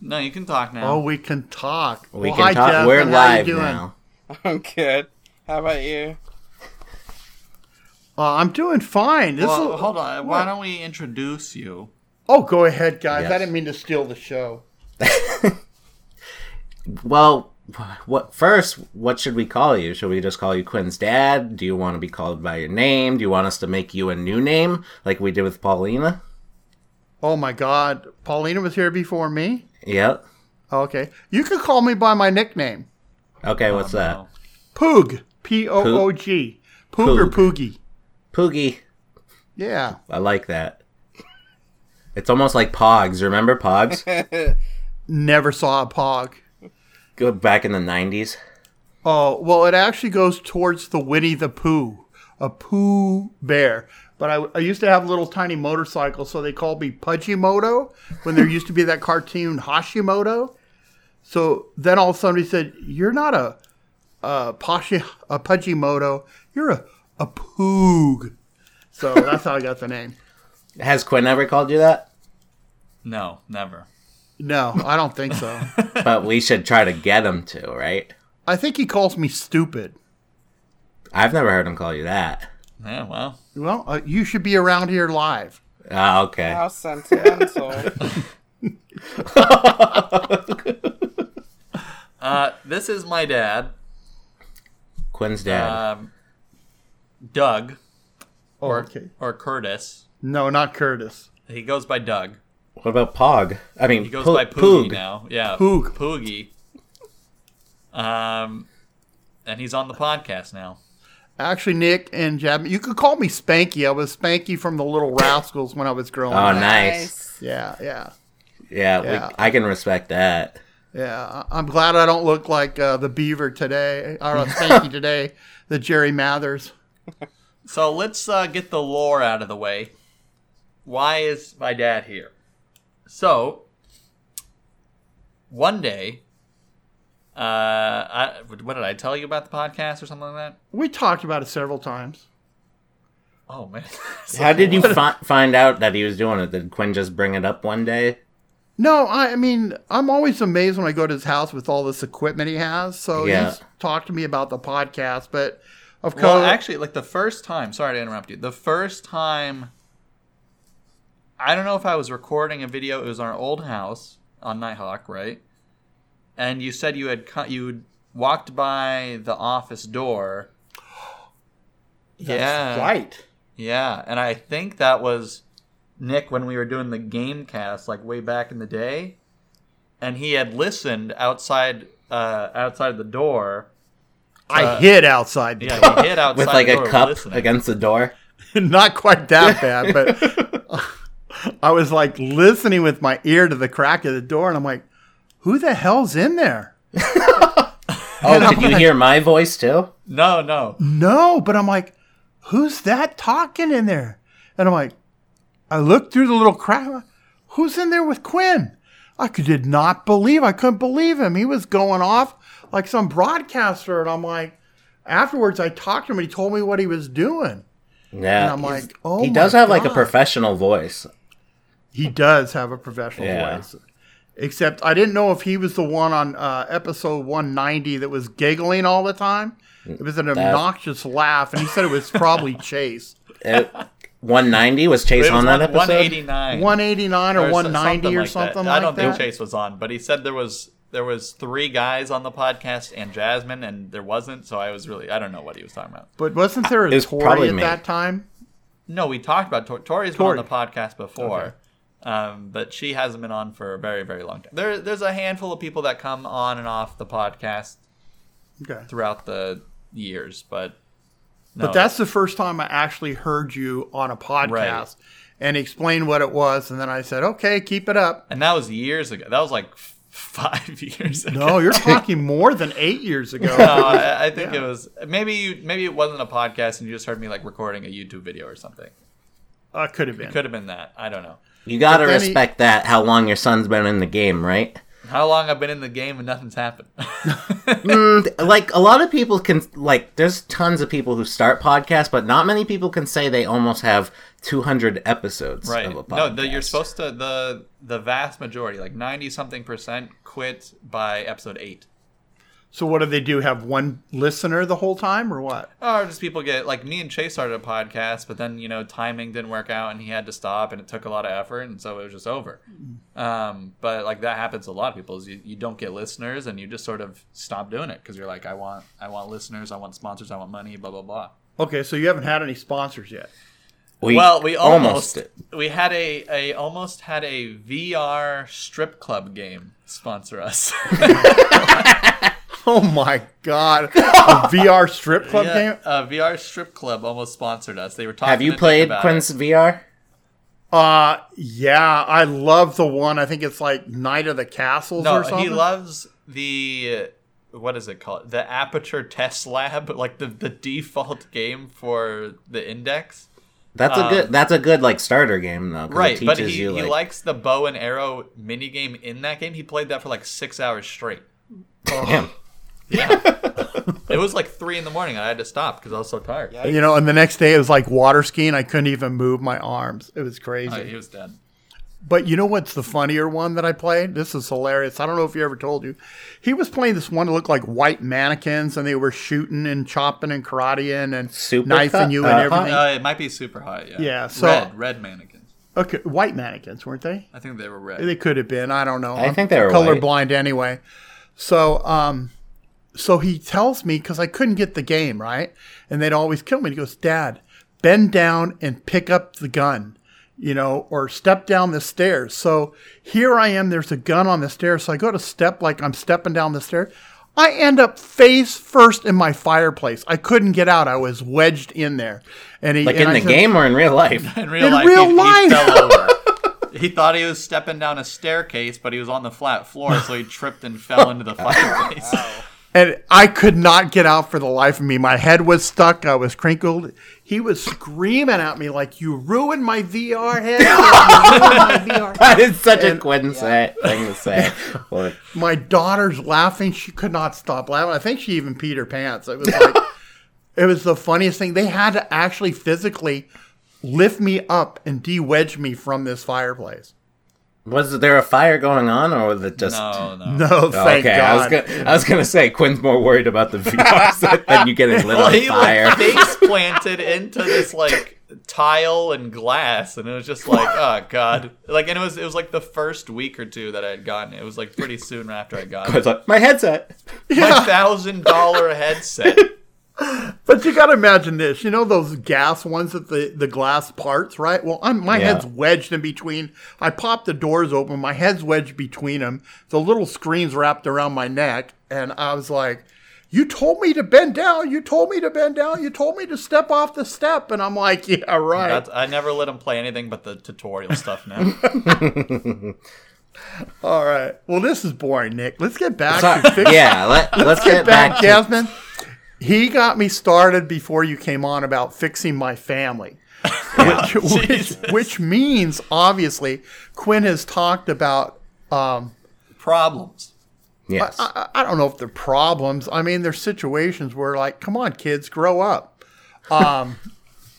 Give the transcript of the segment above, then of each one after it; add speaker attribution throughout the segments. Speaker 1: No, you can talk now.
Speaker 2: Oh, we can talk.
Speaker 3: We
Speaker 2: Well,
Speaker 3: can
Speaker 2: hi,
Speaker 3: talk.
Speaker 2: Jeff,
Speaker 3: We're
Speaker 2: and how you
Speaker 3: live
Speaker 2: doing?
Speaker 3: now.
Speaker 4: I'm good. How about you?
Speaker 2: Uh, I'm doing fine. This
Speaker 1: well,
Speaker 2: is-
Speaker 1: hold on. Why don't we introduce you?
Speaker 2: Oh, go ahead, guys.
Speaker 3: Yes.
Speaker 2: I didn't mean to steal the show.
Speaker 3: Well, wh- what first? What should we call you? Should we just call you Quinn's dad? Do you want to be called by your name? Do you want us to make you a new name like we did with Paulina?
Speaker 2: Oh my God, Paulina was here before me. Oh,
Speaker 3: Yep.
Speaker 2: Okay, you can call me by my nickname,
Speaker 3: Okay, what's that?
Speaker 1: No.
Speaker 2: Poog. P O O G. Poog or Poogie.
Speaker 3: Poogie.
Speaker 2: Yeah.
Speaker 3: I like that. It's almost like Pogs. Remember Pogs?
Speaker 2: Never saw a Pog.
Speaker 3: Go back in the '90s.
Speaker 2: Oh well, it actually goes towards the Winnie the Pooh, a Pooh bear. But I, I used to have little tiny motorcycles, so they called me Pudgimoto when there used to be that cartoon Hashimoto. So then all of a sudden he said, "You're not a a, Pashi, a Pudgimoto, you're a a Poog." So that's how I got the name.
Speaker 3: Has Quinn ever called you that?
Speaker 1: No, never.
Speaker 2: No, I don't think so.
Speaker 3: But we should try to get him to, right?
Speaker 2: I think he calls me stupid.
Speaker 3: I've never heard him call you that.
Speaker 1: Yeah, well,
Speaker 2: Well, uh, you should be around here live.
Speaker 3: Ah, okay.
Speaker 4: How sentimental.
Speaker 1: uh, this is my dad,
Speaker 3: Quinn's dad.
Speaker 1: um, Doug
Speaker 2: Oh, okay.
Speaker 1: or Curtis.
Speaker 2: No, not Curtis.
Speaker 1: He goes by Doug.
Speaker 3: what about Pog? I mean,
Speaker 1: He goes
Speaker 3: Poo-
Speaker 1: by Poogie
Speaker 3: Poog.
Speaker 1: now. Yeah,
Speaker 2: Poog.
Speaker 1: Poogie. Um, and he's on the podcast now.
Speaker 2: Actually, Nick and Jab, you could call me Spanky. I was Spanky from the Little Rascals when I was growing
Speaker 3: Oh,
Speaker 2: up.
Speaker 3: nice.
Speaker 2: Yeah, yeah,
Speaker 3: Yeah,
Speaker 2: Yeah.
Speaker 3: We, I can respect that.
Speaker 2: yeah. I- I'm glad I don't look like uh, the Beaver today, or uh, Spanky today, the Jerry Mathers.
Speaker 1: So let's uh, get the lore out of the way. Why is my dad here? So, one day, uh, I, what did I tell you about the podcast or something like that?
Speaker 2: We talked about it several times.
Speaker 1: Oh man,
Speaker 3: How did you fi- find out that he was doing it? Did Quinn just bring it up one day?
Speaker 2: No, I, I mean, I'm always amazed when I go to his house with all this equipment he has. So
Speaker 3: Yeah.
Speaker 2: he's talked to me about the podcast, but of course,
Speaker 1: Well, actually, like the first time. Sorry to interrupt you. The first time, I don't know if I was recording a video. It was our old house on Nighthawk, right? And you said you had cut. You had walked by the office door. yeah,
Speaker 2: right.
Speaker 1: yeah, and I think that was Nick when we were doing the game cast, like way back in the day, and he had listened outside, uh, outside the door.
Speaker 2: I hid outside.
Speaker 1: uh, Yeah, he hid outside
Speaker 3: With like
Speaker 1: the
Speaker 3: a
Speaker 1: door
Speaker 3: cup
Speaker 1: listening.
Speaker 3: against the door?
Speaker 2: not quite that bad, but I was like listening with my ear to the crack of the door, and I'm like, "Who the hell's in there?"
Speaker 3: Oh, did you hear my voice too?
Speaker 1: No, no.
Speaker 2: No, but I'm like, "Who's that talking in there?" And I'm like, I looked through the little crack. I'm like, Who's in there with Quinn? I could, did not believe. I couldn't believe him. He was going off like some broadcaster, and I'm like, afterwards, I talked to him, and he told me what he was doing.
Speaker 3: Yeah.
Speaker 2: And I'm
Speaker 3: he's-
Speaker 2: like, "Oh
Speaker 3: he does
Speaker 2: my
Speaker 3: have like a
Speaker 2: God."
Speaker 3: professional voice.
Speaker 2: He does have a professional
Speaker 3: Yeah.
Speaker 2: voice. Except I didn't know if he was the one on uh, episode 190 that was giggling all the time. It was an obnoxious laugh, and he said it was probably Chase.
Speaker 3: It- 190 was Chase
Speaker 1: It was
Speaker 3: on that
Speaker 1: one-
Speaker 3: episode.
Speaker 1: 189.
Speaker 2: 189 or
Speaker 1: so-
Speaker 2: 190 or something
Speaker 1: I don't
Speaker 2: like
Speaker 1: think
Speaker 2: that.
Speaker 1: Chase was on, but he said there was there was three guys on the podcast and Jasmine, and there wasn't. So I was really I don't know what he was talking about.
Speaker 2: But wasn't there
Speaker 3: It
Speaker 2: a
Speaker 3: was probably
Speaker 2: Tory at
Speaker 3: me.
Speaker 2: that time?
Speaker 1: No, we talked about Tor- Tori's
Speaker 2: Tori.
Speaker 1: been on the podcast before, um, but she hasn't been on for a very very long time. There, there's a handful of people that come on and off the podcast
Speaker 2: Okay.
Speaker 1: throughout the years, but no.
Speaker 2: But that's the first time I actually heard you on a podcast
Speaker 1: Right.
Speaker 2: and explained what it was. And then I said, okay, keep it up.
Speaker 1: and that was years ago. That was like f- five years ago.
Speaker 2: No, you're talking more than eight years ago.
Speaker 1: no, Uh, I, I think it was maybe you, maybe it wasn't a podcast and you just heard me like recording a YouTube video or something.
Speaker 2: Uh, could have been.
Speaker 1: Could have been that. I don't know.
Speaker 3: You got to
Speaker 2: But then he-
Speaker 3: respect that how long your son's been in the game, right?
Speaker 1: How long I've been in the game and nothing's happened.
Speaker 3: Mm, like a lot of people can like there's tons of people who start podcasts, but not many people can say they almost have 200 episodes
Speaker 1: right.
Speaker 3: of a podcast.
Speaker 1: No, the, you're supposed to the the vast majority, like ninety something percent, quit by episode eight.
Speaker 2: So what do they do? Have one listener the whole time, or what?
Speaker 1: Or just people get like me and Chase started a podcast, but then you know timing didn't work out, and he had to stop, and it took a lot of effort, and so it was just over.
Speaker 3: Hmm.
Speaker 1: Um, but like that happens to a lot of people. Is you, you don't get listeners, and you just sort of stop doing it because you're like, I want I want listeners, I want sponsors, I want money, blah blah blah.
Speaker 2: Okay, so you haven't had any sponsors yet.
Speaker 3: We
Speaker 1: well, we almost,
Speaker 3: did.
Speaker 1: we had a, a almost had a VR strip club game sponsor us.
Speaker 2: Oh my god, a VR strip club
Speaker 1: Yeah,
Speaker 2: game.
Speaker 1: uh, VR strip club almost sponsored us. They were talking.
Speaker 3: Have
Speaker 1: to
Speaker 3: you
Speaker 1: Nick
Speaker 3: played
Speaker 1: about
Speaker 3: Quinn's VR?
Speaker 2: Uh yeah, I love the one. I think it's like Night of the
Speaker 1: it.
Speaker 2: Castles
Speaker 1: No,
Speaker 2: or something.
Speaker 1: he loves the uh, what is it called? The Aperture Test Lab, like the the default game for the Index.
Speaker 3: That's a good. That's a good like starter game though. 'cause
Speaker 1: Um, Right,
Speaker 3: it
Speaker 1: but
Speaker 3: teaches
Speaker 1: he,
Speaker 3: you like,
Speaker 1: he likes the bow and arrow minigame in that game. He played that for like six hours straight.
Speaker 3: damn.
Speaker 1: It was like three in the morning. and I had to stop because I was so tired.
Speaker 4: Yeah.
Speaker 2: you know, and the next day it was like water skiing. I couldn't even move my arms. It was crazy.
Speaker 1: Uh, he was dead.
Speaker 2: But you know what's the funnier one that I played? This is hilarious. I don't know if he ever told you. He was playing this one that looked like white mannequins, and they were shooting and chopping and karateing and
Speaker 3: Super
Speaker 2: knifing
Speaker 3: cut-
Speaker 2: you and
Speaker 3: uh,
Speaker 2: everything.
Speaker 1: Uh, it might be super hot. Yeah.
Speaker 2: Yeah, so-
Speaker 1: red, red mannequins.
Speaker 2: Okay, white mannequins, weren't they?
Speaker 1: I think they were red.
Speaker 2: They could have been. I don't know.
Speaker 3: I think they were
Speaker 2: colorblind anyway. So, um, so he tells me because I couldn't get the game right, and they'd always kill me. He goes, "Dad, bend down and pick up the gun, you know, or step down the stairs." So here I am. There's a gun on the stairs. So I go to step like I'm stepping down the stairs. I end up face first in my fireplace. I couldn't get out. I was wedged in there, and he
Speaker 3: Like
Speaker 2: and
Speaker 3: in
Speaker 2: I
Speaker 3: the
Speaker 2: said-
Speaker 3: game or in real life?
Speaker 1: In real
Speaker 2: In
Speaker 1: life,
Speaker 2: real
Speaker 1: he,
Speaker 2: life.
Speaker 1: he fell over. he thought he was stepping down a staircase, but he was on the flat floor, so he tripped and fell into the fireplace.
Speaker 2: And I could not get out for the life of me. My head was stuck. I was crinkled. He was screaming at me like, "You ruined my VR head! You ruined my VR."
Speaker 3: That is such a Quinn sa- thing to say. Like,
Speaker 2: My daughter's laughing. She could not stop laughing. I think she even peed her pants. It was like, it was the funniest thing. They had to actually physically lift me up and de-wedge me from this fireplace.
Speaker 3: was there a fire going on or was it just?
Speaker 1: No, no.
Speaker 2: No,
Speaker 3: Oh,
Speaker 2: thank
Speaker 3: okay,
Speaker 2: God.
Speaker 3: I was gonna, I was gonna say Quinn's more worried about the VR set than you getting lit on
Speaker 1: He
Speaker 3: fire.
Speaker 1: like face planted into this like tile and glass, and it was just like, oh god. Like, and it was it was like the first week or two that I had gotten it. It was like pretty soon after I got
Speaker 3: I was
Speaker 1: it.
Speaker 3: like, my headset.
Speaker 1: my thousand dollar headset.
Speaker 2: But you got to imagine this. You know those gas ones that the, the glass parts, right? Well, I'm, my
Speaker 3: Yeah.
Speaker 2: head's wedged in between. I pop the doors open. My head's wedged between them. The little screen's wrapped around my neck. And I was like, You told me to bend down. You told me to bend down. You told me to step off the step. And I'm like, Yeah, right.
Speaker 1: That's, I never let him play anything but the tutorial stuff now.
Speaker 2: All right. Well, this is boring, Nick. Let's get back
Speaker 3: Sorry.
Speaker 2: to fix-
Speaker 3: Yeah, let, let's get back. to-
Speaker 2: Jasmine. He got me started before you came on about fixing my family. which, which, which means obviously Quinn has talked about um,
Speaker 1: Problems.
Speaker 3: Yes.
Speaker 2: I, I don't know if they're problems. I mean, there's situations where like, come on, kids, grow up. Um,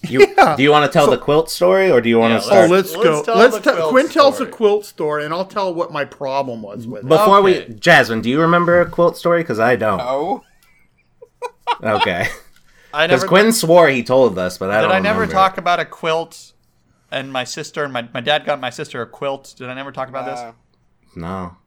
Speaker 3: You, Do you want to tell the quilt story or do you want
Speaker 1: Yeah,
Speaker 3: to
Speaker 2: oh,
Speaker 3: start?
Speaker 2: let's,
Speaker 1: Let's
Speaker 2: go.
Speaker 1: tell
Speaker 2: let's
Speaker 1: the
Speaker 2: tell
Speaker 1: quilt
Speaker 2: Quinn tells the
Speaker 1: story.
Speaker 2: quilt story, and I'll tell what my problem was with it.
Speaker 3: Before
Speaker 1: Okay.
Speaker 3: we, Jasmine, do you remember a quilt story? Because I don't.
Speaker 4: Oh,
Speaker 3: Okay.
Speaker 1: I
Speaker 3: Because
Speaker 1: never
Speaker 3: Quinn swore he told us, but I
Speaker 1: Did
Speaker 3: don't.
Speaker 1: I never
Speaker 3: remember.
Speaker 1: talk about a quilt? And my sister and my, my dad got my sister a quilt. Did I never talk about
Speaker 4: uh,
Speaker 1: this?
Speaker 3: No.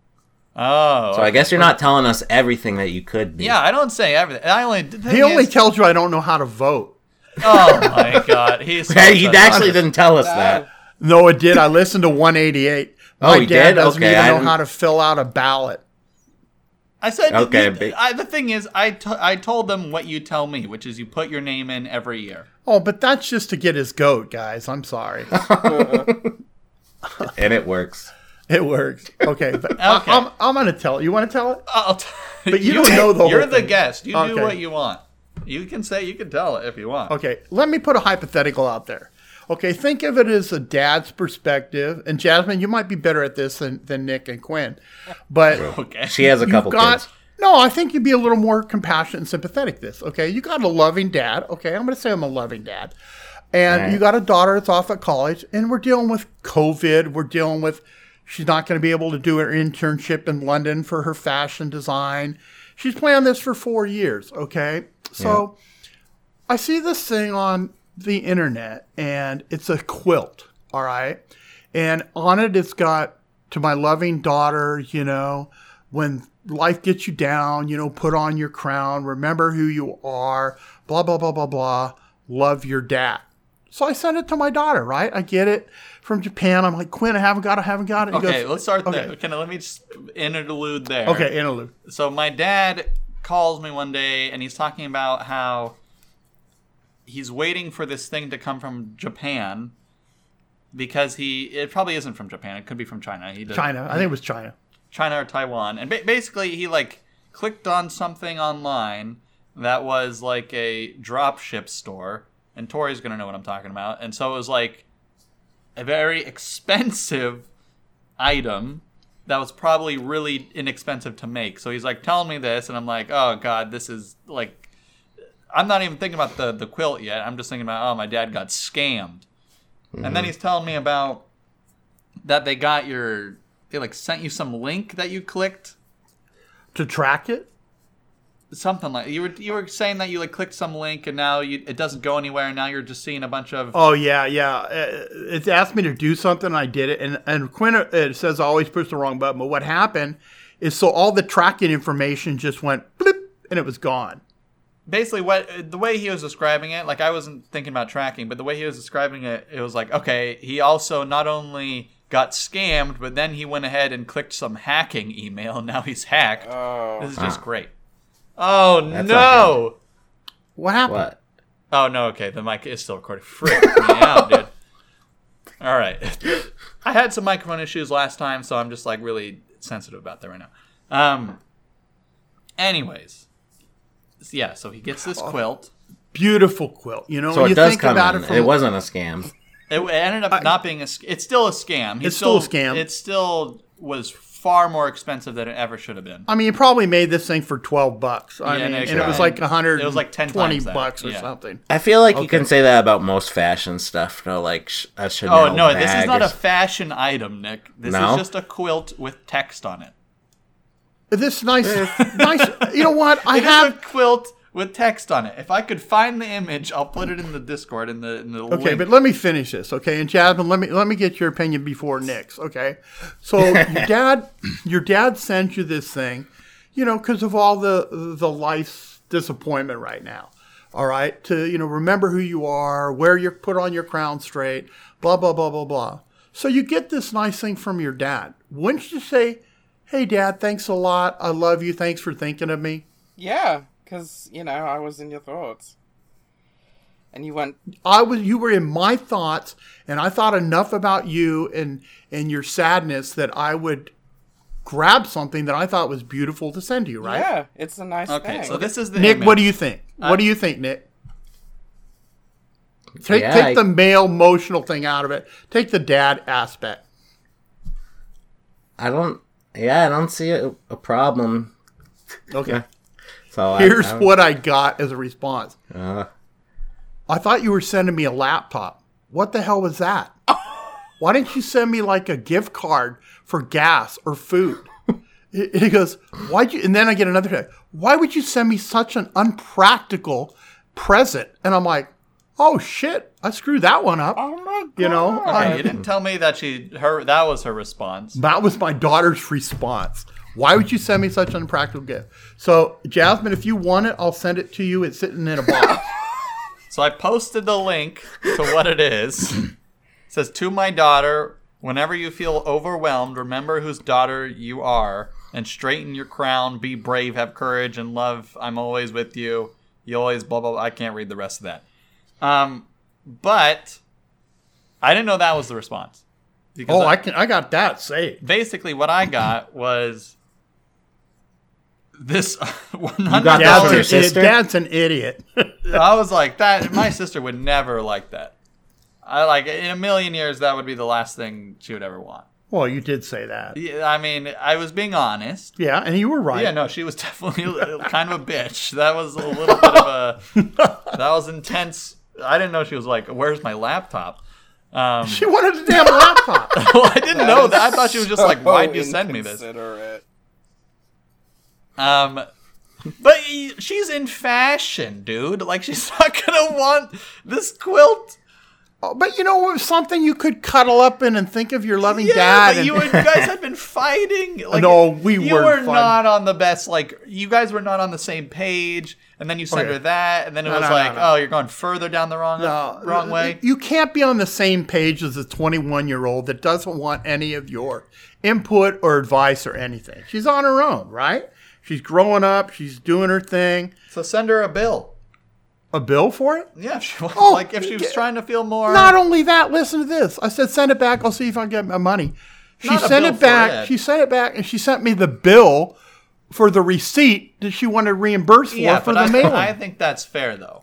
Speaker 1: Oh,
Speaker 3: So I guess you're not telling us everything that you could be.
Speaker 1: yeah. I don't say everything. I only the thing
Speaker 2: He only
Speaker 1: is-
Speaker 2: tells you I don't know how to vote.
Speaker 1: oh my god, he's
Speaker 3: Hey, he
Speaker 1: such a-
Speaker 3: actually didn't tell us that.
Speaker 2: No, it did. I listened to 188. My
Speaker 3: Oh, he
Speaker 2: dad
Speaker 3: did?
Speaker 2: doesn't
Speaker 3: Okay,
Speaker 2: even
Speaker 3: I
Speaker 2: know
Speaker 3: didn't-
Speaker 2: how to fill out a ballot.
Speaker 1: I said okay.
Speaker 3: Okay, big-
Speaker 1: The, I, the thing is, I to- I told them what you tell me, which is you put your name in every year.
Speaker 2: Oh, but that's just to get his goat, guys. I'm sorry.
Speaker 3: And it works.
Speaker 2: it works. Okay. But I,
Speaker 1: Okay.
Speaker 2: I'm, I'm going to tell it. You want to tell it?
Speaker 1: I'll t-
Speaker 2: But you don't know the whole
Speaker 1: You're the
Speaker 2: thing.
Speaker 1: guest. You
Speaker 2: Okay.
Speaker 1: do what you want. You can say you can tell it if you want.
Speaker 2: Okay. Let me put a hypothetical out there. Okay. Think of it as a dad's perspective. And Jasmine, you might be better at this than, than Nick and Quinn. But
Speaker 1: Okay.
Speaker 3: She has a couple
Speaker 2: got-
Speaker 3: kids.
Speaker 2: No, I think you'd be a little more compassionate and sympathetic. This, okay? You got a loving dad. Okay, I'm going to say I'm a loving dad, And
Speaker 3: Right.
Speaker 2: you got a daughter that's off at college, and we're dealing with COVID. We're dealing with she's not going to be able to do her internship in London for her fashion design. She's planned this for four years, okay? So I see this thing on the internet, and it's a quilt, all right? And on it, it's got to my loving daughter, you know, when life gets you down, you know, put on your crown, remember who you are, blah, blah, blah, blah, blah. Love your dad. So I sent it to my daughter, right? I get it from Japan. I'm like, Quinn, I haven't got it, I haven't got it. He
Speaker 1: Okay,
Speaker 2: goes-
Speaker 1: let's start
Speaker 2: okay.
Speaker 1: there. Can I, let me just interlude there.
Speaker 2: Okay, interlude.
Speaker 1: So my dad calls me one day and he's talking about how he's waiting for this thing to come from Japan because he it probably isn't from Japan. It could be from China. He does,
Speaker 2: China. I think it was China.
Speaker 1: China or Taiwan. And ba- basically he like clicked on something online that was like a dropship store and Tori's going to know what I'm talking about. And so it was like a very expensive item that was probably really inexpensive to make. So he's like telling me this, and I'm like, oh god, this is like, I'm not even thinking about the the quilt yet. I'm just thinking about, oh, my dad got scammed, and then he's telling me about that they got your, they like sent you some link that you clicked.
Speaker 2: To track it?
Speaker 1: Something like you were you were saying that you like clicked some link and now you, it doesn't go anywhere and now you're just seeing a bunch of
Speaker 2: Oh yeah, yeah. Uh, It's asked me to do something, and I did it. And and Quinn uh, it says I always push the wrong button. But what happened is, so all the tracking information just went blip, and it was gone.
Speaker 1: basically what the way he was describing it like i wasn't thinking about tracking but the way he was describing it it was like okay he also not only got scammed but then he went ahead and clicked some hacking email and now he's hacked
Speaker 4: Oh.
Speaker 1: this is just great oh
Speaker 3: That's
Speaker 1: no
Speaker 2: What happened?
Speaker 3: What?
Speaker 1: oh no okay the mic is still recording frick me out dude all right i had some microphone issues last time so i'm just like really sensitive about that right now um anyways yeah so he gets this quilt
Speaker 2: Beautiful quilt. You know,
Speaker 3: So
Speaker 2: when
Speaker 3: it
Speaker 2: you
Speaker 3: does
Speaker 2: think
Speaker 3: come
Speaker 2: about
Speaker 3: in.
Speaker 2: it.
Speaker 3: It,
Speaker 2: From,
Speaker 3: wasn't a scam.
Speaker 1: It ended up not being a. sc- It's still a scam. He
Speaker 2: It's still a scam.
Speaker 1: It still was far more expensive than it ever should have been.
Speaker 2: I mean, you probably made this thing for twelve bucks. I
Speaker 1: Yeah,
Speaker 2: mean,
Speaker 1: no
Speaker 2: and it
Speaker 1: kidding.
Speaker 2: was like a hundred.
Speaker 1: It was like 10
Speaker 2: twenty
Speaker 1: times that,
Speaker 2: bucks or
Speaker 1: yeah.
Speaker 2: something.
Speaker 3: I feel like you can say that about most fashion stuff. though. like sh- a Chanel
Speaker 1: Oh no, this
Speaker 3: bag
Speaker 1: is not
Speaker 3: or
Speaker 1: a fashion item, Nick. This
Speaker 3: No?
Speaker 1: is just a quilt with text on it.
Speaker 2: This nice, nice. You know what? I
Speaker 1: It is
Speaker 2: have
Speaker 1: a quilt with text on it. If I could find the image, I'll put it in the Discord in the in the
Speaker 2: Okay,
Speaker 1: link.
Speaker 2: but let me finish this, okay? And Jasmine, let me let me get your opinion before Nick's, okay? So your dad, your dad sent you this thing, you know, because of all the the life's disappointment right now. All right, to you know, remember who you are, where you're put on your crown straight, blah blah blah blah blah. So you get this nice thing from your dad. Wouldn't you say, "Hey, Dad, thanks a lot. I love you. Thanks for thinking of me."
Speaker 4: Yeah, because, you know, I was in your thoughts. And you went,
Speaker 2: I was you were in my thoughts and I thought enough about you and and your sadness that I would grab something that I thought was beautiful to send you, right?
Speaker 4: yeah, it's a nice
Speaker 1: okay,
Speaker 4: thing.
Speaker 1: so this is the
Speaker 2: Nick,
Speaker 1: image.
Speaker 2: what do you think? what do you think, Nick? Take
Speaker 3: Yeah,
Speaker 2: take
Speaker 3: I-
Speaker 2: the male emotional thing out of it. Take the dad aspect.
Speaker 3: I don't. Yeah, I don't see a, a problem.
Speaker 2: Okay.
Speaker 3: So I-
Speaker 2: Here's
Speaker 3: I, don't-
Speaker 2: what I got as a response.
Speaker 3: uh,
Speaker 2: I thought you were sending me a laptop. What the hell was that? Why didn't you send me like a gift card for gas or food? He he goes, why'd you? And then I get another text. Why would you send me such an unpractical present? And I'm like, oh shit, I screwed that one up.
Speaker 4: oh my god.
Speaker 2: You know,
Speaker 1: Okay,
Speaker 2: I-
Speaker 1: you didn't tell me that she her that was her response.
Speaker 2: That was my daughter's response. Why would you send me such an unpractical gift? So, Jasmine, if you want it, I'll send it to you. It's sitting in a box.
Speaker 1: So I posted the link to what it is. It says to my daughter, whenever you feel overwhelmed, remember whose daughter you are and straighten your crown, be brave, have courage and love. I'm always with you. You always blah blah. blah. I can't read the rest of that. Um but I didn't know that was the response. Because
Speaker 2: oh,
Speaker 1: I-
Speaker 2: I can. I got that saved.
Speaker 1: basically what I got was this
Speaker 3: got that
Speaker 1: $100
Speaker 3: for your
Speaker 2: Dad's, an,
Speaker 3: sister?
Speaker 2: dad's an idiot.
Speaker 1: I was like that. My sister would never like that. I like in a million years that would be the last thing she would ever want.
Speaker 2: Well, you did say that.
Speaker 1: Yeah, I mean, I was being honest.
Speaker 2: Yeah, and you were right.
Speaker 1: Yeah, no, she was definitely kind of a bitch. That was a little bit of a that was intense I didn't know she was like, "Where's my laptop?" Um,
Speaker 2: She wanted a damn laptop.
Speaker 1: well, I didn't know that. I thought she was just like,
Speaker 4: So
Speaker 1: "Why'd you send me this?"
Speaker 4: inconsiderate.
Speaker 1: Um, but y- she's in fashion, dude. Like she's not gonna want this quilt.
Speaker 2: Oh, but you know, what was something you could cuddle up in and think of your loving
Speaker 1: Yeah,
Speaker 2: dad.
Speaker 1: but
Speaker 2: and-
Speaker 1: you, and- guys had been fighting. Like,
Speaker 2: No, we
Speaker 1: you were
Speaker 2: weren't fighting.
Speaker 1: not on the best. Like you guys were not on the same page. And then you sent
Speaker 2: Okay.
Speaker 1: her that, and then it
Speaker 2: No,
Speaker 1: was
Speaker 2: no, no,
Speaker 1: like,
Speaker 2: no.
Speaker 1: "Oh, you're going further down the wrong
Speaker 2: No,
Speaker 1: wrong way."
Speaker 2: Uh, You can't be on the same page as a 21 year old that doesn't want any of your input or advice or anything. She's on her own, right? She's growing up. She's doing her thing.
Speaker 1: So send her a bill.
Speaker 2: A bill for it?
Speaker 1: Yeah, if she,
Speaker 2: Oh,
Speaker 1: like if she was trying to feel more.
Speaker 2: Not only that, listen to this. I said, send it back. I'll see if I can get my money. She
Speaker 1: Not a
Speaker 2: sent
Speaker 1: bill
Speaker 2: it
Speaker 1: for
Speaker 2: back.
Speaker 1: it.
Speaker 2: She sent it back, and she sent me the bill for the receipt that she wanted reimbursed for
Speaker 1: yeah,
Speaker 2: for
Speaker 1: but
Speaker 2: the
Speaker 1: I,
Speaker 2: mailing.
Speaker 1: I think that's fair though.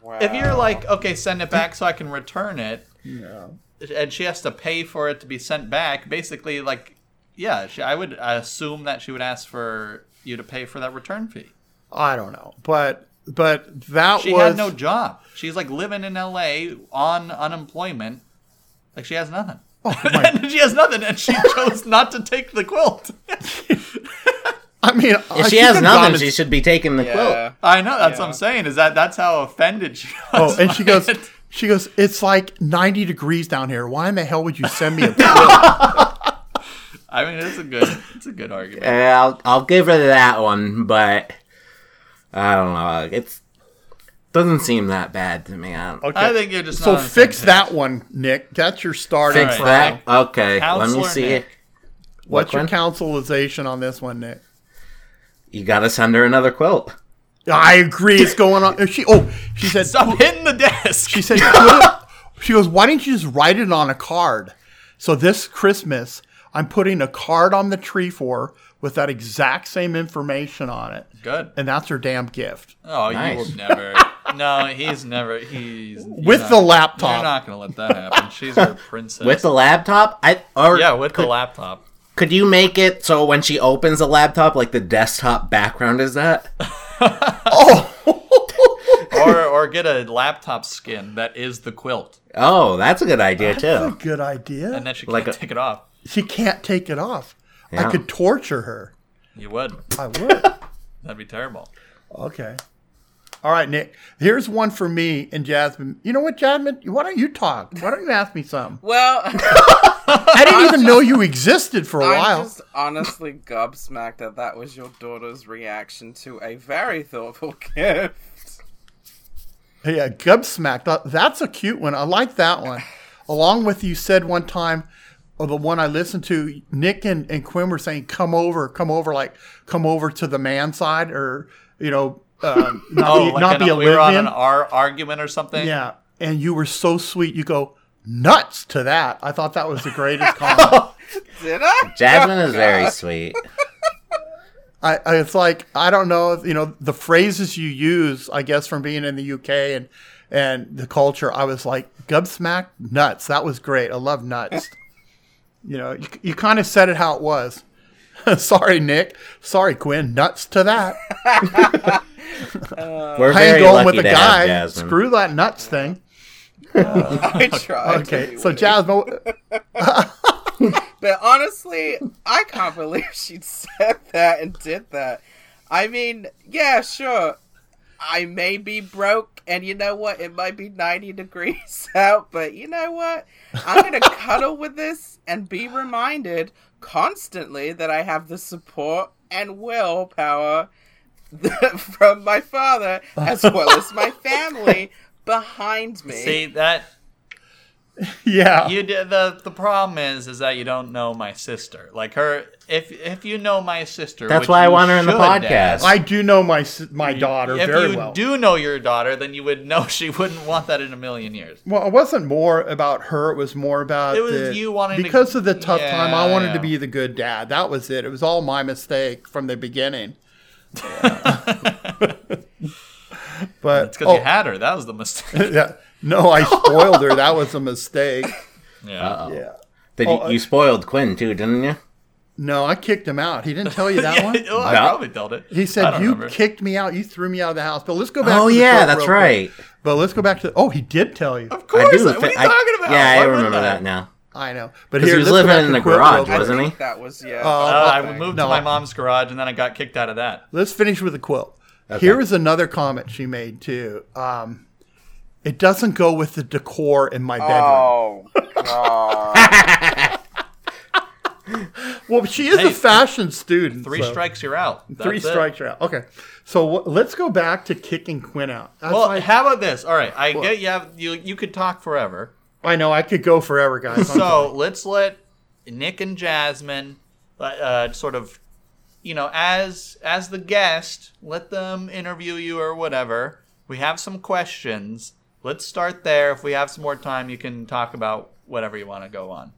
Speaker 4: Wow.
Speaker 1: if you're like, okay, send it back so I can return it, and she has to pay for it to be sent back, basically, like, yeah, she, I would assume that she would ask for you to pay for that return fee.
Speaker 2: I don't know, but but that
Speaker 1: She
Speaker 2: was
Speaker 1: had no job. She's like living in L.A. on unemployment, like she has nothing.
Speaker 2: Oh,
Speaker 1: and she has nothing, and she chose not to take the quilt.
Speaker 2: I mean,
Speaker 3: If
Speaker 2: I-
Speaker 3: she has
Speaker 2: could've gone
Speaker 3: nothing,
Speaker 2: to-
Speaker 3: she should be taking the
Speaker 4: yeah.
Speaker 3: quilt.
Speaker 1: I know that's what I'm
Speaker 4: Yeah.
Speaker 1: saying. Is that that's how offended she
Speaker 2: Oh,
Speaker 1: was?
Speaker 2: and she
Speaker 1: by
Speaker 2: goes,
Speaker 1: it.
Speaker 2: she goes, it's like 90 degrees down here. Why in the hell would you send me a
Speaker 1: I mean, it's a good, it's a good argument.
Speaker 3: Uh, I'll I'll give her that one, but I don't know. It's doesn't seem that bad to me. I don't
Speaker 1: I think you're just
Speaker 2: so
Speaker 1: not on the
Speaker 2: fix
Speaker 1: same page.
Speaker 2: that one, Nick. That's your starting.
Speaker 1: All
Speaker 3: Fix
Speaker 2: point.
Speaker 1: right.
Speaker 3: that. Okay, let me
Speaker 1: Counselor
Speaker 3: see.
Speaker 1: Nick.
Speaker 2: What's
Speaker 3: What
Speaker 2: your
Speaker 3: one?
Speaker 2: counselization on this one, Nick?
Speaker 3: You gotta send her another quilt.
Speaker 2: I agree. It's going on. She oh, she said
Speaker 1: Stop hitting the desk.
Speaker 2: she said "Put it-" she goes, why didn't you just write it on a card? So this Christmas, I'm putting a card on the tree for her with that exact same information on it,
Speaker 1: good.
Speaker 2: and that's her damn gift
Speaker 1: Oh,
Speaker 3: Nice.
Speaker 1: you will never. No, he's never. He's
Speaker 2: with the laptop.
Speaker 1: You're not gonna let that happen. She's your princess.
Speaker 3: With the laptop, I or
Speaker 1: yeah, with the
Speaker 3: could-
Speaker 1: laptop.
Speaker 3: Could you make it so when she opens the laptop, like the desktop background is that?
Speaker 4: Oh,
Speaker 1: Or or get a laptop skin that is the quilt,
Speaker 3: Oh, that's a good idea
Speaker 2: That's a
Speaker 3: too.
Speaker 2: good idea.
Speaker 1: and then she can't
Speaker 3: Like a-
Speaker 1: take it off.
Speaker 2: She can't take it off. I
Speaker 3: Yeah.
Speaker 2: could torture her.
Speaker 1: You would.
Speaker 2: I would.
Speaker 1: That'd be terrible.
Speaker 2: okay. All right, Nick. Here's one for me and Jasmine. You know what, Jasmine? Why don't you talk? Why don't you ask me something?
Speaker 4: well,
Speaker 2: I didn't even know you existed for a
Speaker 4: I'm
Speaker 2: while.
Speaker 4: just honestly gobsmacked that that was your daughter's reaction to a very thoughtful gift.
Speaker 2: Yeah, Gubsmack. That, that's a cute one. I like that one. Along with you said one time, or the one I listened to, Nick and, and Quinn were saying, come over, come over, like, come over to the man side or, you know, um, not
Speaker 1: Oh,
Speaker 2: be,
Speaker 1: like
Speaker 2: not
Speaker 1: an,
Speaker 2: be a
Speaker 1: we were on
Speaker 2: lesbian.
Speaker 1: an ar- argument or something.
Speaker 2: Yeah, and you were so sweet. You go nuts to that. I thought that was the greatest comment.
Speaker 4: Did I?
Speaker 3: Jasmine is very sweet.
Speaker 2: I, I, it's like I don't know, if, you know, the phrases you use. I guess from being in the UK and and the culture, I was like gubsmack nuts. That was great. I love nuts. you know, you, you kind of said it how it was. Sorry, Nick. Sorry, Quinn. Nuts to that.
Speaker 3: We're
Speaker 2: I ain't
Speaker 3: very
Speaker 2: going
Speaker 3: lucky
Speaker 2: with a
Speaker 3: to have
Speaker 2: guy.
Speaker 3: Jasmine.
Speaker 2: Screw that nuts thing.
Speaker 4: I tried.
Speaker 2: Okay, so
Speaker 4: anyway.
Speaker 2: Jasmine,
Speaker 4: But honestly, I can't believe she said that and did that. I mean, yeah, sure. I may be broke, and you know what? It might be 90 degrees out, but you know what? I'm going to cuddle with this and be reminded constantly that I have the support and willpower from my father as well as my family behind me.
Speaker 1: See that
Speaker 2: yeah.
Speaker 1: you did the the problem is is that you don't know my sister. Like her, if if you know my sister,
Speaker 3: That's
Speaker 1: which
Speaker 3: why I
Speaker 1: you
Speaker 3: want her in the
Speaker 1: should,
Speaker 3: podcast.
Speaker 1: Dad,
Speaker 2: I do know my s- my daughter
Speaker 1: if
Speaker 2: very
Speaker 1: you
Speaker 2: well.
Speaker 1: do know your daughter, then you would know she wouldn't want that in a million years.
Speaker 2: well, it wasn't more about her. It was more about
Speaker 1: It was
Speaker 2: the-
Speaker 1: you wanting to-
Speaker 2: because of the tough time. I
Speaker 1: Yeah,
Speaker 2: wanted
Speaker 1: yeah.
Speaker 2: to be the good dad. That was it. It was all my mistake from the beginning. but
Speaker 1: It's
Speaker 3: Oh.
Speaker 1: because you had her. That was the mistake.
Speaker 2: oh, yeah, no, I spoiled her. That was a mistake.
Speaker 1: Yeah.
Speaker 2: Yeah.
Speaker 3: Did you, you spoiled Quinn too, didn't you?
Speaker 2: No, I kicked him out. He didn't tell you that
Speaker 1: Yeah,
Speaker 2: one.
Speaker 1: well, I
Speaker 3: No.
Speaker 1: probably told it.
Speaker 2: He
Speaker 1: I
Speaker 2: said
Speaker 1: don't
Speaker 2: you
Speaker 1: remember.
Speaker 2: kicked me out. You threw me out of the house. But let's go back.
Speaker 3: Oh
Speaker 2: to the
Speaker 3: yeah,
Speaker 2: quilt
Speaker 3: that's
Speaker 2: real quick.
Speaker 3: right.
Speaker 2: But let's go back to. Oh, he did tell you.
Speaker 1: Of course.
Speaker 3: I do.
Speaker 1: What are you
Speaker 3: I-
Speaker 1: talking about?
Speaker 3: Yeah,
Speaker 1: Why
Speaker 3: I
Speaker 1: would
Speaker 3: remember that now.
Speaker 2: I know. But
Speaker 3: 'Cause
Speaker 2: here,
Speaker 3: he was
Speaker 2: let's go back
Speaker 3: living in
Speaker 2: to
Speaker 3: a
Speaker 2: Quill
Speaker 3: garage,
Speaker 2: real quick.
Speaker 3: wasn't
Speaker 4: I
Speaker 3: he?
Speaker 4: think that was yeah.
Speaker 2: Uh,
Speaker 1: Uh, I
Speaker 4: thing.
Speaker 1: moved
Speaker 2: No.
Speaker 1: to my mom's garage and then I got kicked out of that.
Speaker 2: Let's finish with a quilt. Here is another comment she made too. Um, it doesn't go with the decor in my bedroom.
Speaker 4: Oh, God.
Speaker 2: Well, she is a
Speaker 1: Hey,
Speaker 2: fashion student.
Speaker 1: Three
Speaker 2: so-
Speaker 1: strikes, you're out. That's
Speaker 2: Three
Speaker 1: it.
Speaker 2: strikes you're out. Okay, so wh- let's go back to kicking Quinn out. That's
Speaker 1: Well,
Speaker 2: why-
Speaker 1: how about this? All right, I get you. Have, you you could talk forever.
Speaker 2: I know I could go forever, guys. I'm
Speaker 1: So let's let Nick and Jasmine, uh, uh, sort of, you know, as as the guest, let them interview you or whatever. We have some questions. Let's start there. If we have some more time, you can talk about whatever you want to go on,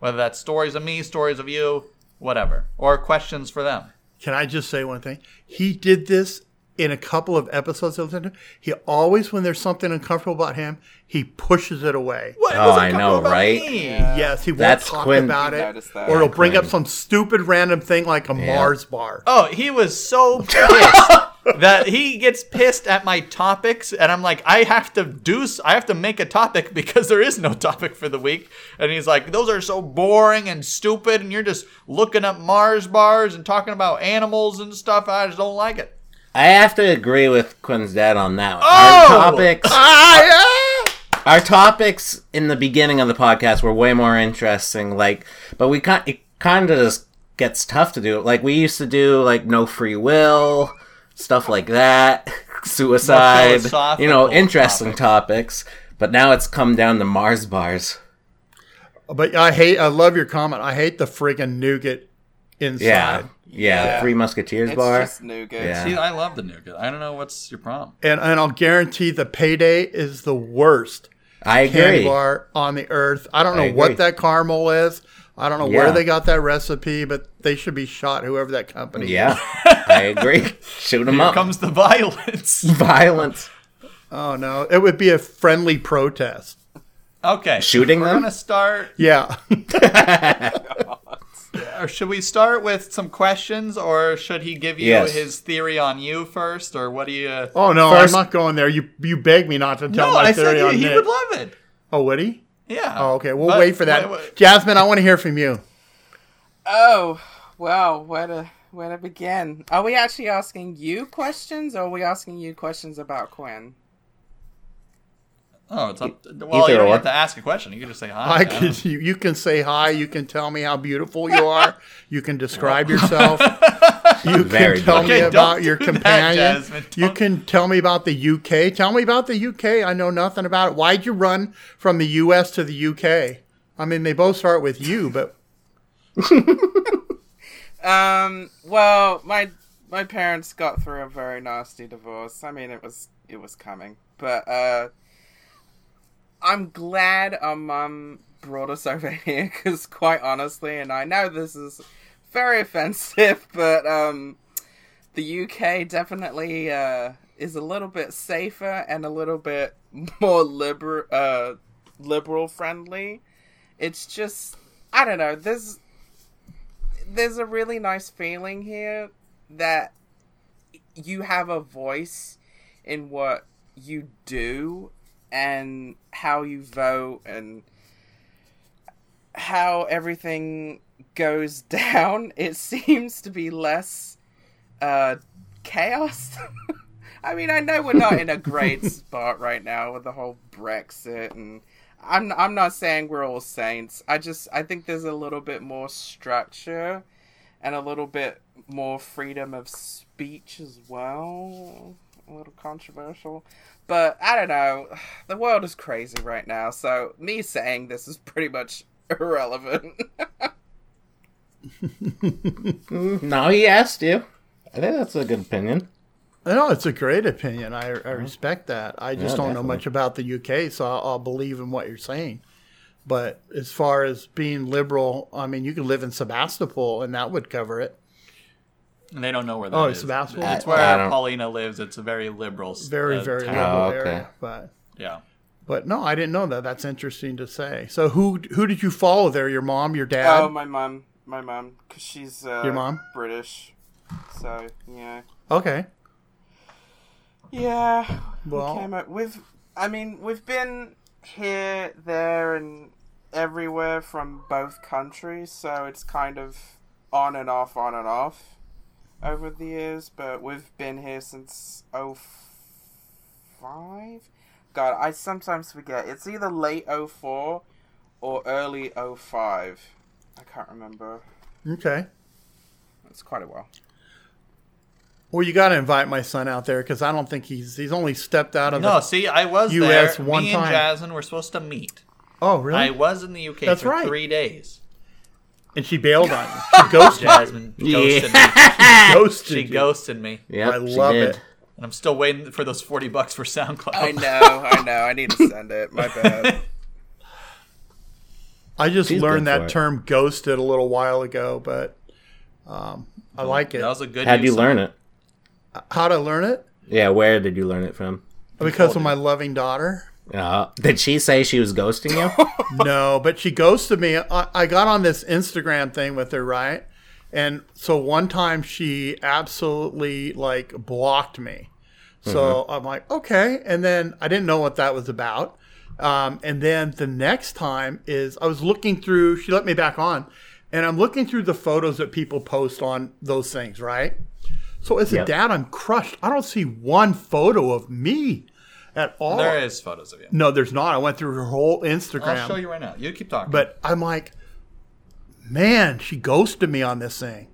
Speaker 1: whether that's stories of me, stories of you, whatever, or questions for them.
Speaker 2: Can I just say one thing? He did this in a couple of episodes. I listened to. He always, when there's something uncomfortable about him, he pushes it away.
Speaker 1: What
Speaker 3: Oh,
Speaker 1: was
Speaker 3: I
Speaker 1: uncomfortable
Speaker 3: know,
Speaker 1: about
Speaker 3: right?
Speaker 1: me?
Speaker 2: Yes, he won't
Speaker 3: That's
Speaker 2: talk
Speaker 3: Quinn.
Speaker 2: about
Speaker 4: You
Speaker 2: it,
Speaker 4: noticed that.
Speaker 2: or he'll bring up
Speaker 3: Quinn.
Speaker 2: some stupid random thing like a Mars bar.
Speaker 1: Oh, he was so pissed that he gets pissed at my topics, and I'm like, I have to do, s- I have to make a topic because there is no topic for the week. And he's like, those are so boring and stupid, and you're just looking up Mars bars and talking about animals and stuff. I just don't like it.
Speaker 3: I have to agree with Quinn's dad on that. One.
Speaker 1: Oh!
Speaker 3: Our topics,
Speaker 2: Ah, yeah!
Speaker 3: our topics in the beginning of the podcast were way more interesting. Like, but we kind it kind of just gets tough to do. Like we used to do like no free will stuff like that, suicide. You know,
Speaker 1: philosophical
Speaker 3: interesting topics. But now it's come down to Mars bars.
Speaker 2: But I hate. I love your comment. I hate the friggin' nougat inside.
Speaker 3: Yeah, yeah. Three Musketeers
Speaker 4: it's
Speaker 3: bar.
Speaker 4: just nougat.
Speaker 3: Yeah.
Speaker 1: See, I love the nougat. I don't know what's your problem.
Speaker 2: And and I'll guarantee the payday is the worst
Speaker 3: I
Speaker 2: candy
Speaker 3: agree.
Speaker 2: bar on the earth. I don't know
Speaker 3: I
Speaker 2: what
Speaker 3: agree.
Speaker 2: that caramel is. I don't know
Speaker 3: Yeah.
Speaker 2: where they got that recipe, but they should be shot. Whoever that company. is.
Speaker 3: Yeah, I agree. Shoot them
Speaker 1: Here
Speaker 3: up.
Speaker 1: comes the violence.
Speaker 3: Violence.
Speaker 2: Oh no, it would be a friendly protest.
Speaker 1: Okay,
Speaker 3: Shooting
Speaker 1: We're
Speaker 3: them?
Speaker 1: gonna start.
Speaker 2: Yeah.
Speaker 1: Or should we start with some questions, or should he give you
Speaker 3: Yes.
Speaker 1: his theory on you first, or what do you?
Speaker 2: Oh no,
Speaker 3: First-
Speaker 2: I'm not going there. You you begged me not to tell
Speaker 1: No,
Speaker 2: my
Speaker 1: I
Speaker 2: theory
Speaker 1: said
Speaker 2: on
Speaker 1: he, he
Speaker 2: Nick.
Speaker 1: would love it.
Speaker 2: oh, would he?
Speaker 1: Yeah.
Speaker 2: Oh, okay. We'll
Speaker 1: But-
Speaker 2: wait for that.
Speaker 1: wait, wait.
Speaker 2: Jasmine, I want to hear from you.
Speaker 4: Oh, wow. Where to, where to begin? Are we actually asking you questions or are we asking you questions about Quinn?
Speaker 1: Oh, it's up. well, you
Speaker 3: either
Speaker 1: don't
Speaker 3: or.
Speaker 1: have to ask a question. You can just say hi.
Speaker 2: I
Speaker 1: yeah.
Speaker 2: can, you, you can say hi. You can tell me how beautiful you are. You can describe yourself. You
Speaker 3: Oh. Very
Speaker 2: can tell
Speaker 3: good.
Speaker 2: me
Speaker 1: Okay,
Speaker 2: about
Speaker 1: don't
Speaker 2: your
Speaker 1: do that,
Speaker 2: companion.
Speaker 1: Jasmine.
Speaker 2: you
Speaker 1: Don't-
Speaker 2: can tell me about the UK. Tell me about the UK. I know nothing about it. Why'd you run from the US to the UK? I mean, they both start with you, but
Speaker 4: Um, well, my my parents got through a very nasty divorce. I mean, it was it was coming, but uh, I'm glad our mum brought us over here because, quite honestly, and I know this is very offensive, but um, the UK definitely uh is a little bit safer and a little bit more liberal uh liberal friendly. It's just I don't know. There's there's a really nice feeling here that you have a voice in what you do and how you vote and how everything goes down. It seems to be less uh, chaos. I mean, I know we're not in a great spot right now with the whole Brexit and I'm I'm not saying we're all saints. I just I think there's a little bit more structure and a little bit more freedom of speech as well. A little controversial, but I don't know. The world is crazy right now, so me saying this is pretty much irrelevant.
Speaker 3: No, he asked you. I think that's a good opinion.
Speaker 2: no, it's a great opinion. I, I respect that. I just
Speaker 3: Yeah,
Speaker 2: don't know
Speaker 3: definitely.
Speaker 2: much about the UK, so I'll, I'll believe in what you're saying. But as far as being liberal, I mean, you could live in Sebastopol and that would cover it.
Speaker 1: And they don't know where that
Speaker 2: Oh,
Speaker 1: is.
Speaker 2: it's Sebastopol?
Speaker 1: It's
Speaker 3: I- I
Speaker 1: where
Speaker 3: don't-
Speaker 1: Paulina lives. It's a very liberal. s-
Speaker 2: Very,
Speaker 1: uh,
Speaker 2: very
Speaker 1: town.
Speaker 2: liberal
Speaker 3: Oh, okay.
Speaker 2: area. But
Speaker 1: Yeah.
Speaker 2: But no, I didn't know that. That's interesting to say. So who who did you follow there? Your mom, your dad?
Speaker 4: oh, my mum, my mum, because she's uh,
Speaker 2: Your mum?
Speaker 4: British, so you know.
Speaker 2: okay.
Speaker 4: Yeah.
Speaker 2: Well-
Speaker 4: we came up, we've, I mean, we've been here, there, and everywhere from both countries, so it's kind of on and off, on and off over the years, but we've been here since oh five. God, I sometimes forget. It's either late oh four or early oh five. I can't remember.
Speaker 2: Okay.
Speaker 4: It's quite a while.
Speaker 2: Well, you got to invite my son out there because I don't think he's he's only stepped out of
Speaker 1: No,
Speaker 2: the.
Speaker 1: see, I was
Speaker 2: US
Speaker 1: there.
Speaker 2: one
Speaker 1: Me
Speaker 2: time.
Speaker 1: and Jasmine were supposed to meet.
Speaker 2: Oh, really?
Speaker 1: I was in the UK
Speaker 2: That's
Speaker 1: for
Speaker 2: right.
Speaker 1: three days.
Speaker 2: and she bailed on you. She ghosted.
Speaker 1: Jasmine ghosted me.
Speaker 2: she ghosted.
Speaker 1: She
Speaker 2: you.
Speaker 1: ghosted me.
Speaker 3: Yep,
Speaker 2: I
Speaker 3: she
Speaker 2: love
Speaker 3: did.
Speaker 2: it.
Speaker 1: And I'm still waiting for those 40 bucks for SoundCloud.
Speaker 4: I know, I know. I need to send it. My bad.
Speaker 2: I just
Speaker 3: She's
Speaker 2: learned
Speaker 3: good for
Speaker 2: that
Speaker 3: it.
Speaker 2: term "ghosted" a little while ago, but um, I like it.
Speaker 1: That was a good
Speaker 3: How'd you
Speaker 1: use of-
Speaker 3: learn it?
Speaker 2: How'd I learn it?
Speaker 3: Yeah, where did you learn it from?
Speaker 2: Because of my loving daughter.
Speaker 3: Uh, did she say she was ghosting you?
Speaker 2: no, but she ghosted me. I, I got on this Instagram thing with her, right? And so one time she absolutely like blocked me. So I'm like, okay. And then I didn't know what that was about. Um, and then the next time is I was looking through, she let me back on, and I'm looking through the photos that people post on those things, right? So as a
Speaker 3: Yep.
Speaker 2: dad, I'm crushed. I don't see one photo of me at all.
Speaker 1: There is photos of you.
Speaker 2: No, there's not. I went through her whole Instagram.
Speaker 1: I'll show you right now. You keep talking.
Speaker 2: But I'm like, man, she ghosted me on this thing.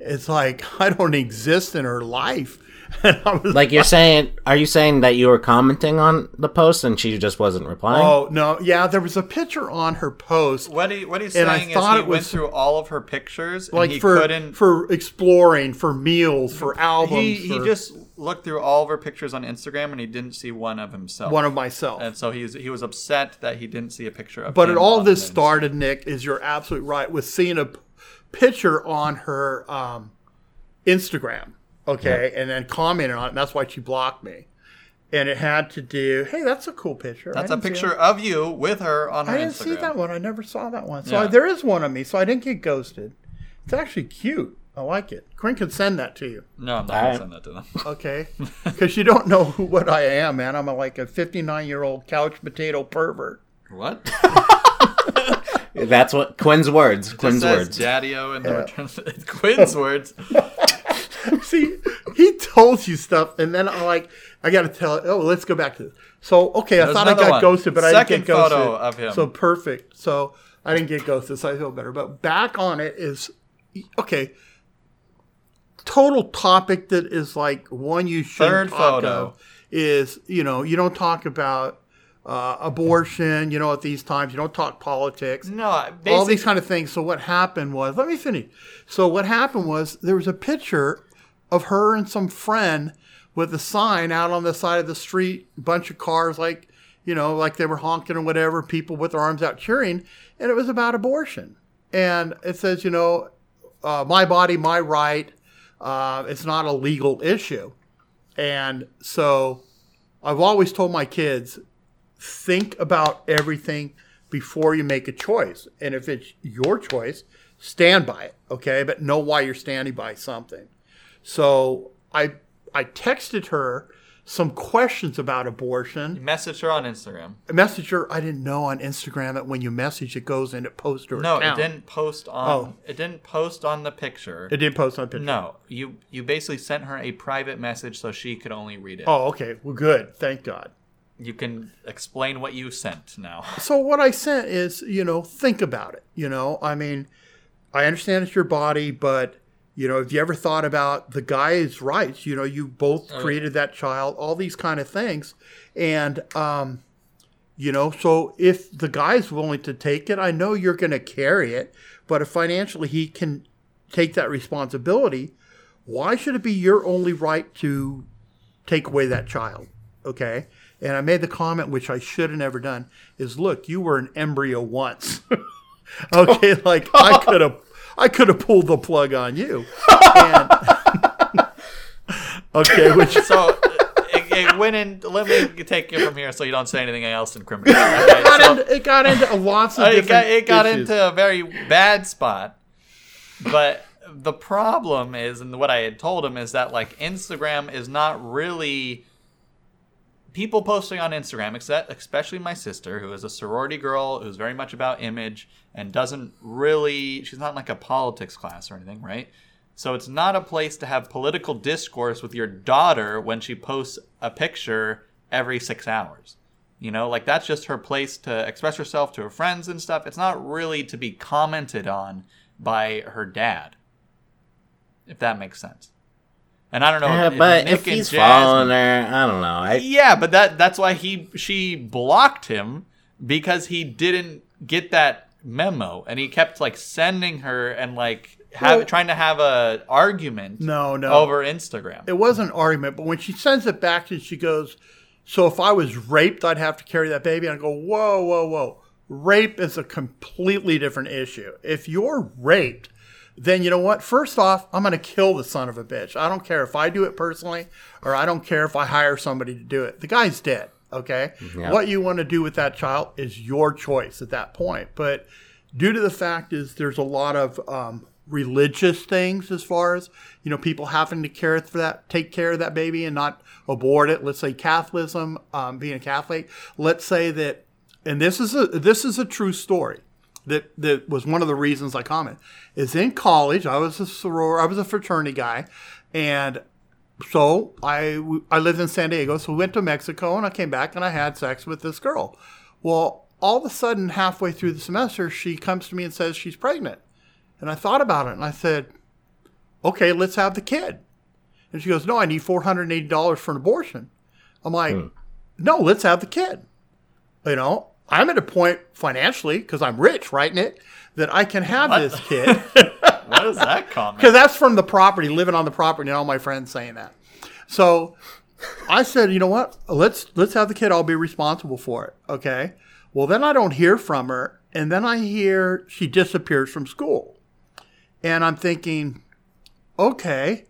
Speaker 2: It's like I don't exist in her life. And I was
Speaker 3: like you're saying, are you saying that you were commenting on the post and she just wasn't replying?
Speaker 2: oh no, yeah, there was a picture on her post,
Speaker 1: what he, what he's
Speaker 2: And I
Speaker 1: saying is he
Speaker 2: thought it
Speaker 1: went
Speaker 2: was-
Speaker 1: through all of her pictures and
Speaker 2: like
Speaker 1: he
Speaker 2: for
Speaker 1: couldn't.
Speaker 2: for exploring, for meals, for albums.
Speaker 1: he, he
Speaker 2: for
Speaker 1: just looked through all of her pictures on Instagram and he didn't see one of himself.
Speaker 2: one of myself.
Speaker 1: and so he's he was upset that he didn't see a picture of.
Speaker 2: But
Speaker 1: him
Speaker 2: it all
Speaker 1: on
Speaker 2: this
Speaker 1: his-
Speaker 2: started, Nick, is you're absolutely right with seeing a p- picture on her um, Instagram, okay, and then commenting on it. And that's why she blocked me. And it had to do, hey, that's a cool picture. I
Speaker 1: That's a
Speaker 2: didn't see
Speaker 1: picture
Speaker 2: that.
Speaker 1: of you with her on her
Speaker 2: I didn't
Speaker 1: Instagram.
Speaker 2: see that one. I never saw that one. So
Speaker 1: Yeah.
Speaker 2: I, there is one of me. So I didn't get ghosted. It's actually cute. I like it. Corinne could send that to you,
Speaker 1: No, I'm not
Speaker 3: I-
Speaker 1: gonna send that to them.
Speaker 2: okay? Because you don't know who, what I am, man. I'm a, like a 59 year old couch potato pervert.
Speaker 1: what?
Speaker 3: That's what Quinn's words.
Speaker 1: It
Speaker 3: Quinn's
Speaker 1: says
Speaker 3: words.
Speaker 1: Daddio and the return. Quinn's words.
Speaker 2: See, he told you stuff, and then I'm like, I got to tell. Oh, let's go back to this. So, okay, I
Speaker 1: There's
Speaker 2: thought I
Speaker 1: another
Speaker 2: got
Speaker 1: one.
Speaker 2: ghosted, but I
Speaker 1: Second
Speaker 2: didn't get ghosted.
Speaker 1: photo of him.
Speaker 2: So perfect. So I didn't get ghosted, so I feel better. But back on it is okay. Total topic that is like one you should
Speaker 1: Third
Speaker 2: talk
Speaker 1: photo.
Speaker 2: of is you know you don't talk about uh, abortion. You know at these times you don't talk politics
Speaker 1: No,
Speaker 2: all
Speaker 1: basically,
Speaker 2: these kind of things. So what happened was, let me finish. So what happened was there was a picture of her and some friend with a sign out on the side of the street, bunch of cars like, you know, like they were honking or whatever, people with their arms out cheering, and it was about abortion. And it says, you know, uh, my body, my right. Uh, it's not a legal issue. And so I've always told my kids, think about everything before you make a choice. And if it's your choice, stand by it, okay? But know why you're standing by something. So I I texted her some questions about abortion.
Speaker 1: message her on Instagram.
Speaker 2: I messaged her. I didn't know on Instagram that when you message, it goes and it posts to her
Speaker 1: No,
Speaker 2: account.
Speaker 1: it didn't post on.
Speaker 2: Oh.
Speaker 1: It didn't post on the picture.
Speaker 2: It didn't post on picture.
Speaker 1: no, you you basically sent her a private message so she could only read it.
Speaker 2: Oh, okay. Well, good. Thank God.
Speaker 1: You can explain what you sent now.
Speaker 2: so what I sent is, you know, think about it. You know, I mean, I understand it's your body, but you know, have you ever thought about the guy's rights? You know, you both created that child, all these kind of things, and um, you know, so if the guy's willing to take it, I know you're going to carry it, but if financially he can take that responsibility, why should it be your only right to take away that child. Okay. And I made the comment, which I should have never done, is look, you were an embryo once. okay. Like I could have, I could have pulled the plug on you. And, okay. Which
Speaker 1: So it, it went in. Let me take it from here so you don't say anything else in criminal. Okay,
Speaker 2: got
Speaker 1: so
Speaker 2: into, it got into lots of
Speaker 1: it
Speaker 2: different
Speaker 1: got, it got
Speaker 2: issues.
Speaker 1: into a very bad spot. But the problem is, and what I had told him is that like Instagram is not really people posting on Instagram, except especially my sister, who is a sorority girl, who's very much about image and doesn't really. She's not in, like a politics class or anything, right? So it's not a place to have political discourse with your daughter when she posts a picture every six hours. You know, like that's just her place to express herself to her friends and stuff. It's not really to be commented on by her dad, if that makes sense. And I don't know,
Speaker 3: Yeah,
Speaker 1: if,
Speaker 3: but
Speaker 1: Nick
Speaker 3: if
Speaker 1: and
Speaker 3: he's
Speaker 1: Jasmine-
Speaker 3: following her, I don't know. I,
Speaker 1: yeah, but that that's why he she blocked him because he didn't get that memo and he kept like sending her and like have,
Speaker 4: Well-
Speaker 1: trying to have a argument
Speaker 2: No, no.
Speaker 1: over Instagram.
Speaker 2: It was an argument, but when she sends it back to, she goes, "So if I was raped, I'd have to carry that baby." And I go, "Whoa, whoa, whoa! Rape is a completely different issue. If you're raped." Then you know what? First off, I'm going to kill the son of a bitch. I don't care if I do it personally or I don't care if I hire somebody to do it. The guy's dead. Okay. What you want to do with that child is your choice at that point. But due to the fact is there's a lot of um, religious things as far as you know people having to care for that take care of that baby and not abort it let's say catholicism um, being a catholic let's say that and this is a this is a true story that that was one of the reasons i comment is in college i was a soror i was a fraternity guy and so I, I lived in San Diego, so we went to Mexico and I came back and I had sex with this girl. Well, all of a sudden, halfway through the semester, she comes to me and says she's pregnant. And I thought about it and I said, okay, let's have the kid. And she goes, no, I need $480 for an abortion. I'm like, no, let's have the kid. You know, I'm at a point financially, because I'm rich, right, Nick, that I can have
Speaker 1: What?
Speaker 2: this kid.
Speaker 1: what is that
Speaker 2: Because
Speaker 1: comment?
Speaker 2: that's from the property, living on the property, and all my friends saying that. So I said, you know what? Let's let's have the kid. I'll be responsible for it. Okay. Well, then I don't hear from her, and then I hear she disappears from school, and I'm thinking, okay,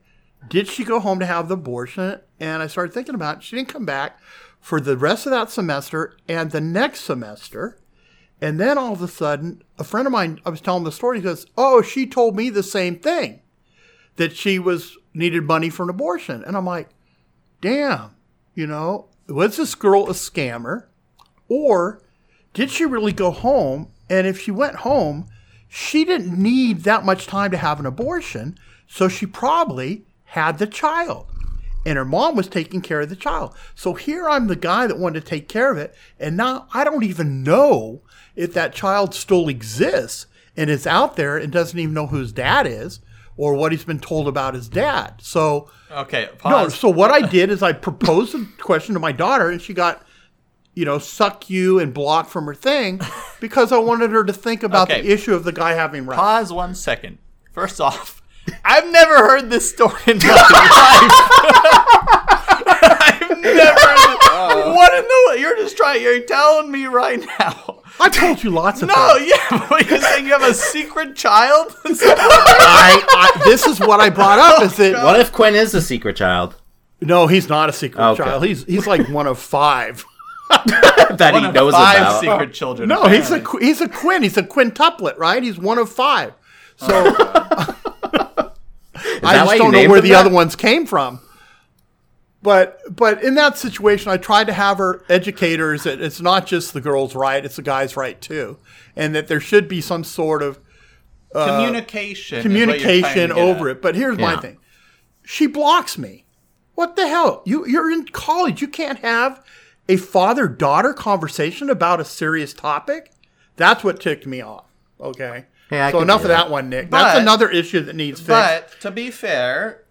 Speaker 2: did she go home to have the abortion? And I started thinking about it. She didn't come back for the rest of that semester and the next semester. And then all of a sudden, a friend of mine, I was telling the story, he goes, Oh, she told me the same thing that she was needed money for an abortion. And I'm like, Damn, you know, was this girl a scammer? Or did she really go home? And if she went home, she didn't need that much time to have an abortion. So she probably had the child. And her mom was taking care of the child. So here I'm the guy that wanted to take care of it. And now I don't even know if that child still exists and is out there and doesn't even know who his dad is or what he's been told about his dad. So
Speaker 1: Okay,
Speaker 2: no,
Speaker 1: pause.
Speaker 2: so what I did is I proposed the question to my daughter, and she got, you know, suck you and blocked from her thing because I wanted her to think about
Speaker 1: Okay.
Speaker 2: the issue of the guy having rights.
Speaker 1: Pause one second. First off, I've never heard this story in my life. I've never. What in the? You're just trying. You're telling me right now.
Speaker 2: I told you lots of
Speaker 1: No,
Speaker 2: things.
Speaker 1: yeah, but you're saying you have a secret child?
Speaker 2: I, I, this is what I brought up is that
Speaker 3: what if Quinn is the secret child
Speaker 2: no, he's not a secret
Speaker 3: Okay.
Speaker 2: child. He's he's like one of five.
Speaker 3: that
Speaker 1: One
Speaker 3: he
Speaker 1: of
Speaker 3: knows
Speaker 1: five
Speaker 3: about?
Speaker 1: secret children.
Speaker 2: No, he's a
Speaker 1: apparently.
Speaker 2: qu- he's a quin. He's a quintuplet, right? He's one of five. So I
Speaker 3: that why
Speaker 2: just
Speaker 3: you
Speaker 2: don't know
Speaker 3: named
Speaker 2: where
Speaker 3: him
Speaker 2: the
Speaker 3: that?
Speaker 2: other ones came from. But but in that situation, I tried to have her educators that it's not just the girl's right; it's the guy's right too, and that there should be some sort of
Speaker 1: communication. is what you're trying to
Speaker 2: uh, communication
Speaker 1: get
Speaker 2: over
Speaker 1: at.
Speaker 2: it. But here's my
Speaker 3: Yeah.
Speaker 2: thing: she blocks me. What the hell? You you're in college. You can't have a father daughter conversation about a serious topic. That's what ticked me off. Okay.
Speaker 3: Yeah, I
Speaker 2: so
Speaker 3: can
Speaker 2: enough
Speaker 3: do
Speaker 2: of
Speaker 3: that.
Speaker 2: that one, Nick. That's
Speaker 1: But-
Speaker 2: another issue that needs fixed.
Speaker 1: But to be fair,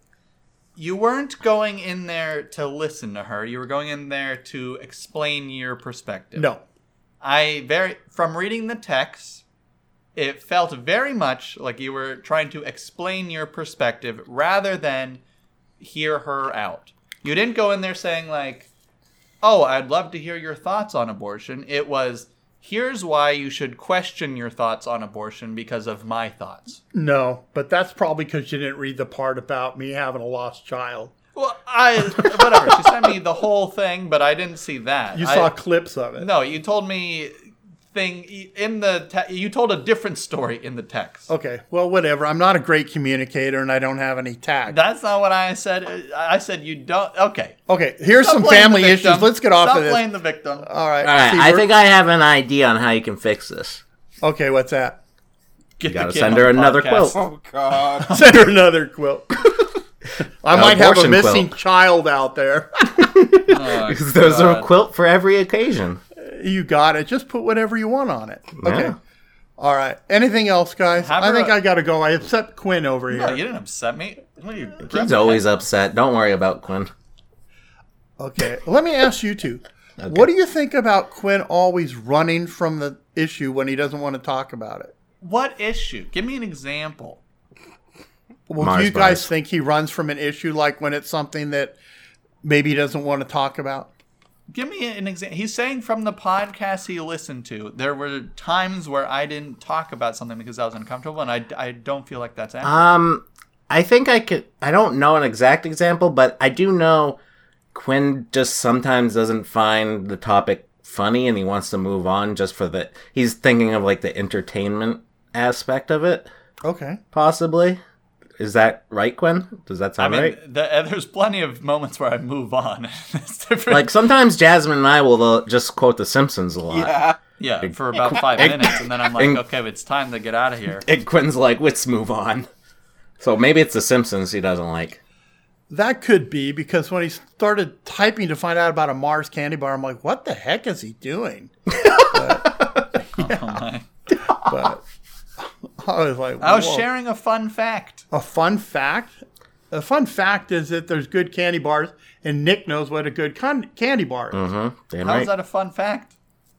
Speaker 1: you weren't going in there to listen to her. You were going in there to explain your perspective.
Speaker 2: no.
Speaker 1: I very from reading the text, it felt very much like you were trying to explain your perspective rather than hear her out. You didn't go in there saying like, "Oh, I'd love to hear your thoughts on abortion." It was, "Here's why you should question your thoughts on abortion because of my thoughts."
Speaker 2: No, but that's probably because you didn't read the part about me having a lost child.
Speaker 1: Well, I whatever. she sent me the whole thing, but I didn't see that.
Speaker 2: You
Speaker 1: I-
Speaker 2: saw clips of it.
Speaker 1: No, you told me thing in the te- you told a different story in the text.
Speaker 2: Okay, well, whatever. I'm not a great communicator, and I don't have any tact.
Speaker 1: That's not what I said. I said you don't. Okay.
Speaker 2: Okay, here's
Speaker 1: Stop
Speaker 2: some
Speaker 1: playing
Speaker 2: family
Speaker 1: the victim.
Speaker 2: issues. Let's get off
Speaker 1: Stop
Speaker 2: of this. Uh,
Speaker 1: playing the victim.
Speaker 2: All right.
Speaker 3: All right,
Speaker 2: see,
Speaker 3: I
Speaker 2: we're-
Speaker 3: think I have an idea on how you can fix this.
Speaker 2: Okay, what's that?
Speaker 1: Get the
Speaker 3: gotta
Speaker 1: kid
Speaker 3: send
Speaker 1: on
Speaker 3: her
Speaker 1: the
Speaker 3: another
Speaker 1: podcast.
Speaker 3: quilt.
Speaker 4: Oh god.
Speaker 2: Send her another quilt. I might have a
Speaker 3: abortion quilt.
Speaker 2: missing child out there.
Speaker 1: Oh,
Speaker 3: There's a
Speaker 1: God.
Speaker 3: quilt for every occasion.
Speaker 2: you got it. Just put whatever you want on it. Okay.
Speaker 3: Yeah.
Speaker 2: All right. Anything else, guys?
Speaker 1: Have
Speaker 2: I
Speaker 1: her
Speaker 2: think
Speaker 1: a-
Speaker 2: I gotta go. I upset Quinn over here.
Speaker 1: No, you didn't upset me. What are you?
Speaker 3: He's always upset. Don't worry about Quinn.
Speaker 2: Okay. Let me ask you two. What do you think about Quinn always running from the issue when he doesn't want to talk about it?
Speaker 1: What issue? Give me an example.
Speaker 2: Well, do
Speaker 3: Mars
Speaker 2: you guys
Speaker 3: bars.
Speaker 2: think he runs from an issue like when it's something that maybe he doesn't want to talk about?
Speaker 1: Give me an example. He's saying from the podcast he listened to, there were times where I didn't talk about something because I was uncomfortable, and I, I don't feel like that's
Speaker 2: Ah,
Speaker 1: accurate.
Speaker 3: Um, I think I could. I don't know an exact example, but I do know Quinn just sometimes doesn't find the topic funny, and he wants to move on just for the. He's thinking of like the entertainment aspect of it,
Speaker 2: Okay.
Speaker 3: possibly. Is that right, Quinn? Does that
Speaker 1: I
Speaker 3: sound
Speaker 1: mean,
Speaker 3: right?
Speaker 1: the, uh, there's plenty of moments where I move on. it's different.
Speaker 3: Like sometimes Jasmine and I will uh, just quote The Simpsons a lot.
Speaker 4: Yeah.
Speaker 1: yeah, for about five minutes, and then I'm like, okay, it's time to get out of here.
Speaker 3: And Quinn's like, let's move on. So maybe it's The Simpsons he doesn't like.
Speaker 2: That could be because when he started typing to find out about a Mars candy bar, I'm like, what the heck is he doing?
Speaker 1: Oh my.
Speaker 2: But I was like,
Speaker 1: I was
Speaker 2: "Whoa."
Speaker 1: sharing a fun fact.
Speaker 2: a fun fact. A fun fact is that there's good candy bars, and Nick knows what a good con- candy bar is.
Speaker 3: Mm-hmm. Damn
Speaker 1: How
Speaker 3: right.
Speaker 1: is that a fun fact?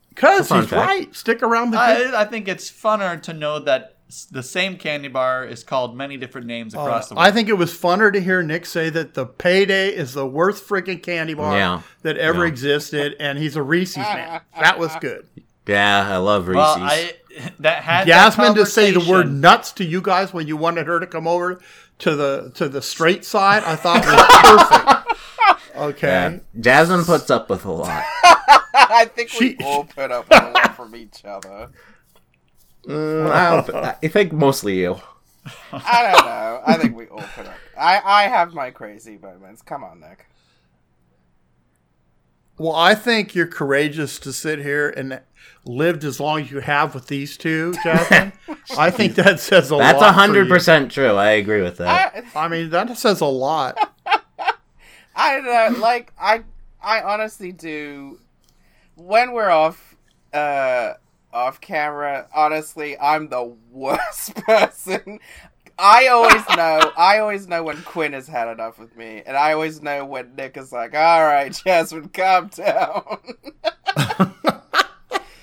Speaker 2: Because
Speaker 3: fun
Speaker 2: he's
Speaker 3: fact.
Speaker 2: right. Stick around the.
Speaker 1: I, I think it's funner to know that s- the same candy bar is called many different names across the world.
Speaker 2: Oh, I think it was funner to hear Nick say that the payday is the worst freaking candy bar
Speaker 3: Yeah.
Speaker 2: that ever
Speaker 3: Yeah.
Speaker 2: existed, and he's a Reese's man. That was good.
Speaker 3: yeah, I love Reese's.
Speaker 1: well, I that had
Speaker 2: Jasmine
Speaker 1: that
Speaker 2: to say the word
Speaker 1: conversation-
Speaker 2: nuts to you guys when you wanted her to come over to the to the straight side, I thought was perfect. Okay.
Speaker 3: Yeah. Jasmine puts up with a lot.
Speaker 4: I think
Speaker 2: She-
Speaker 4: we all put up a lot from each other.
Speaker 3: Mm, I, don't th- I think mostly you.
Speaker 4: I don't know. I think we all put up. I I have my crazy moments. Come on, Nick.
Speaker 2: Well, I think you're courageous to sit here and lived as long as you have with these two, Jasmine. I think that says a
Speaker 3: That's
Speaker 2: lot. for
Speaker 3: a
Speaker 2: you.
Speaker 3: hundred percent true. I agree with that.
Speaker 4: I,
Speaker 2: I mean, that says a lot.
Speaker 4: I don't know. Like I, I honestly do. When we're off, uh, off camera, honestly, I'm the worst person. I always know. I always know when Quinn has had enough with me, and I always know when Nick is like, "All right, Jasmine, calm down."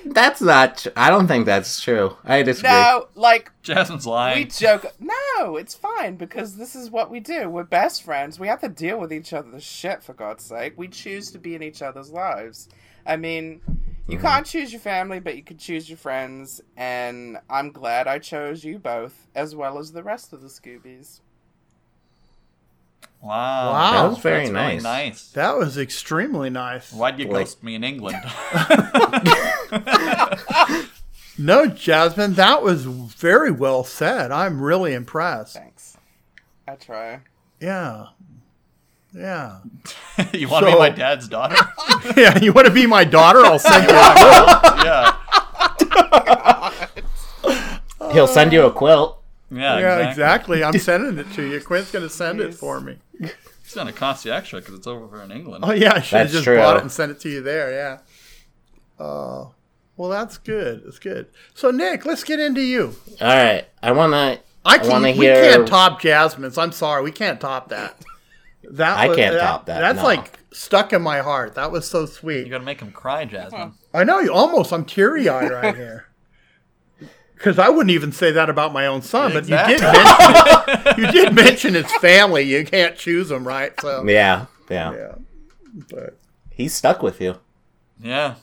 Speaker 3: that's not. Tr- I don't think that's true. I disagree.
Speaker 4: no, like
Speaker 1: Jasmine's
Speaker 4: we
Speaker 1: lying.
Speaker 4: joke. No, it's fine because this is what we do. We're best friends. We have to deal with each other's shit for God's sake. We choose to be in each other's lives. I mean, you can't choose your family, but you can choose your friends, and I'm glad I chose you both as well as the rest of the Scoobies.
Speaker 1: wow,
Speaker 2: Wow. That
Speaker 3: was very
Speaker 1: That's
Speaker 3: nice.
Speaker 1: Really nice.
Speaker 2: That was extremely nice.
Speaker 1: Why'd you
Speaker 3: Like-
Speaker 1: ghost me in England?
Speaker 2: No, Jasmine, that was very well said. I'm really impressed.
Speaker 4: Thanks. I try.
Speaker 2: Yeah. Yeah.
Speaker 1: you want to
Speaker 2: So-
Speaker 1: be my dad's daughter?
Speaker 2: Yeah, you want to be my daughter? I'll send you. a-
Speaker 1: yeah,
Speaker 3: He'll send you a quilt.
Speaker 1: yeah,
Speaker 2: Yeah,
Speaker 1: exactly.
Speaker 2: exactly. I'm sending it to you. Quinn's going to send it for me.
Speaker 1: It's gonna cost you extra because it's over in England.
Speaker 2: Oh yeah, I should have
Speaker 3: That's
Speaker 2: just
Speaker 3: true.
Speaker 2: bought it and sent it to you there. Yeah. Uh, well, that's good. That's good. So Nick, let's get into you.
Speaker 3: All right. I wanna.
Speaker 2: I
Speaker 3: I
Speaker 2: can't.
Speaker 3: wanna
Speaker 2: we
Speaker 3: hear.
Speaker 2: can't top Jasmine's. I'm sorry, we can't top that. That
Speaker 3: I
Speaker 2: was-
Speaker 3: can't top that,
Speaker 2: That's
Speaker 3: no.
Speaker 2: like stuck in my heart. That was so
Speaker 1: You
Speaker 2: sweet.
Speaker 1: gotta make him cry, Jasmine.
Speaker 2: I know you almost. I'm teary eyed right here. Because I wouldn't even say that about my own son, but you did mention it. you did mention his family. You can't choose them, right? So
Speaker 3: Yeah, yeah,
Speaker 2: yeah. But
Speaker 3: He's stuck with you.
Speaker 1: Yeah,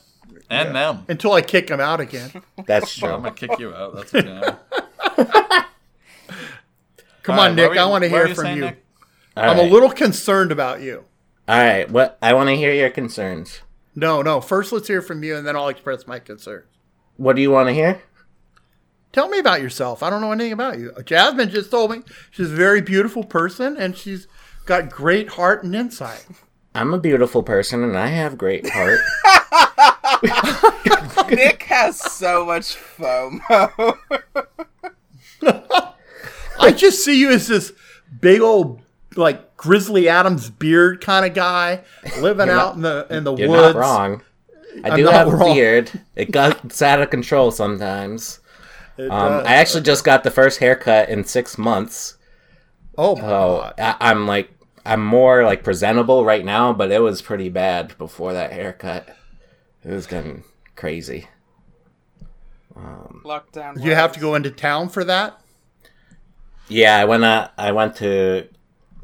Speaker 1: and them.
Speaker 2: until I kick him out again.
Speaker 3: That's
Speaker 1: I'm
Speaker 3: true.
Speaker 1: gonna kick you out. That's what's gonna happen.
Speaker 2: Come
Speaker 1: All
Speaker 2: on,
Speaker 1: right,
Speaker 2: Nick.
Speaker 1: what were
Speaker 2: I
Speaker 1: you-
Speaker 2: want to
Speaker 1: what were
Speaker 2: hear from
Speaker 1: saying,
Speaker 2: you.
Speaker 1: Nick?
Speaker 2: I'm a little concerned about you.
Speaker 3: All right. What I want to hear your concerns.
Speaker 2: No, no. First, let's hear from you, and then I'll express my concern.
Speaker 3: What do you want to hear?
Speaker 2: Tell me about yourself. I don't know anything about you. Jasmine just told me she's a very beautiful person and she's got great heart and insight.
Speaker 3: I'm a beautiful person and I have great heart.
Speaker 4: Nick has so much FOMO.
Speaker 2: I just see you as this big old like Grizzly Adams beard kind of guy living
Speaker 3: You're
Speaker 2: out in the in the
Speaker 3: You're
Speaker 2: woods.
Speaker 3: not wrong. I
Speaker 2: I'm
Speaker 3: do
Speaker 2: not
Speaker 3: have a
Speaker 2: wrong.
Speaker 3: beard. It gets out of control sometimes.
Speaker 2: It
Speaker 3: Um,
Speaker 2: does.
Speaker 3: I actually just got the first haircut in six months.
Speaker 2: oh my
Speaker 3: Oh, I, I'm like I'm more like presentable right now, but it was pretty bad before that haircut. It was getting crazy.
Speaker 4: Lockdown.
Speaker 2: You have to go into town for that?
Speaker 3: Yeah, I went. Uh, I went to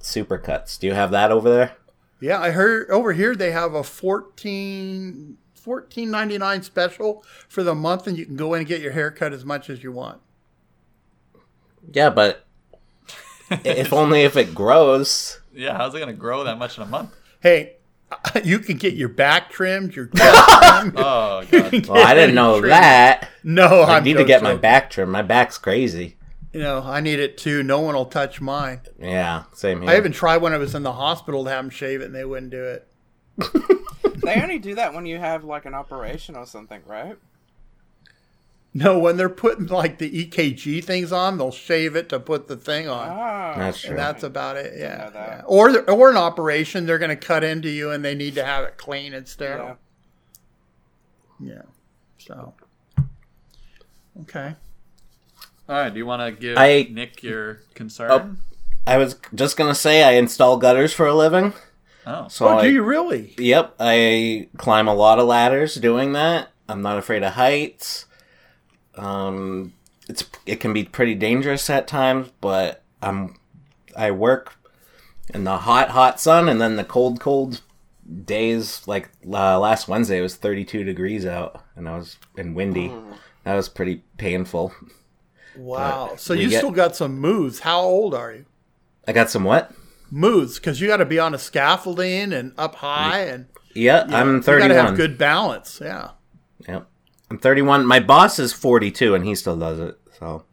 Speaker 3: Supercuts. Do you have that over there?
Speaker 2: Yeah, I heard over here they have a 14 14.99 special for the month and you can go in and get your hair cut as much as you want.
Speaker 3: Yeah, but if only if it grows.
Speaker 1: Yeah, how's it gonna grow that much in a month?
Speaker 2: Hey, you can get your back trimmed, your chest trimmed.
Speaker 1: Oh god.
Speaker 3: Well, I didn't know
Speaker 2: Trim.
Speaker 3: that.
Speaker 2: No,
Speaker 3: I
Speaker 2: I'm
Speaker 3: need to get my
Speaker 2: joking.
Speaker 3: back trimmed. My back's crazy.
Speaker 2: You know, I need it too. No one will touch mine.
Speaker 3: Yeah, same here.
Speaker 2: I even tried when I was in the hospital to have them shave it, and they wouldn't do it.
Speaker 4: They only do that when you have like an operation or something, right?
Speaker 2: No, when they're putting like the EKG things on, they'll shave it to put the thing on.
Speaker 4: Ah,
Speaker 3: That's true.
Speaker 2: And that's about it. Yeah.
Speaker 4: know that.
Speaker 2: yeah. Or or an operation, they're going to cut into you, and they need to have it clean and sterile. Yeah. So. Okay.
Speaker 1: All right, do you want to give
Speaker 3: I-
Speaker 1: Nick your
Speaker 3: Oh.
Speaker 1: concern?
Speaker 3: I was just gonna say I install gutters for a living.
Speaker 1: Oh,
Speaker 3: So
Speaker 2: oh,
Speaker 3: I,
Speaker 2: do you really?
Speaker 3: Yep, I climb a lot of ladders doing that. I'm not afraid of heights. Um, it's it can be pretty dangerous at times, but I'm I work in the hot hot sun and then the cold cold days. Like uh, last Wednesday, it was 32 degrees out, and I was and windy.
Speaker 2: Mm.
Speaker 3: That was pretty painful.
Speaker 2: Wow. so
Speaker 3: we
Speaker 2: you
Speaker 3: uh, get-
Speaker 2: still got some moves. How old are you?
Speaker 3: I got some what?
Speaker 2: Moves, because you got to be on a scaffolding and up high, and
Speaker 3: Yeah, I'm
Speaker 2: you
Speaker 3: 31.
Speaker 2: got to have good balance. Yeah.
Speaker 3: Yep, I'm 31. My boss is 42, and he still does it. So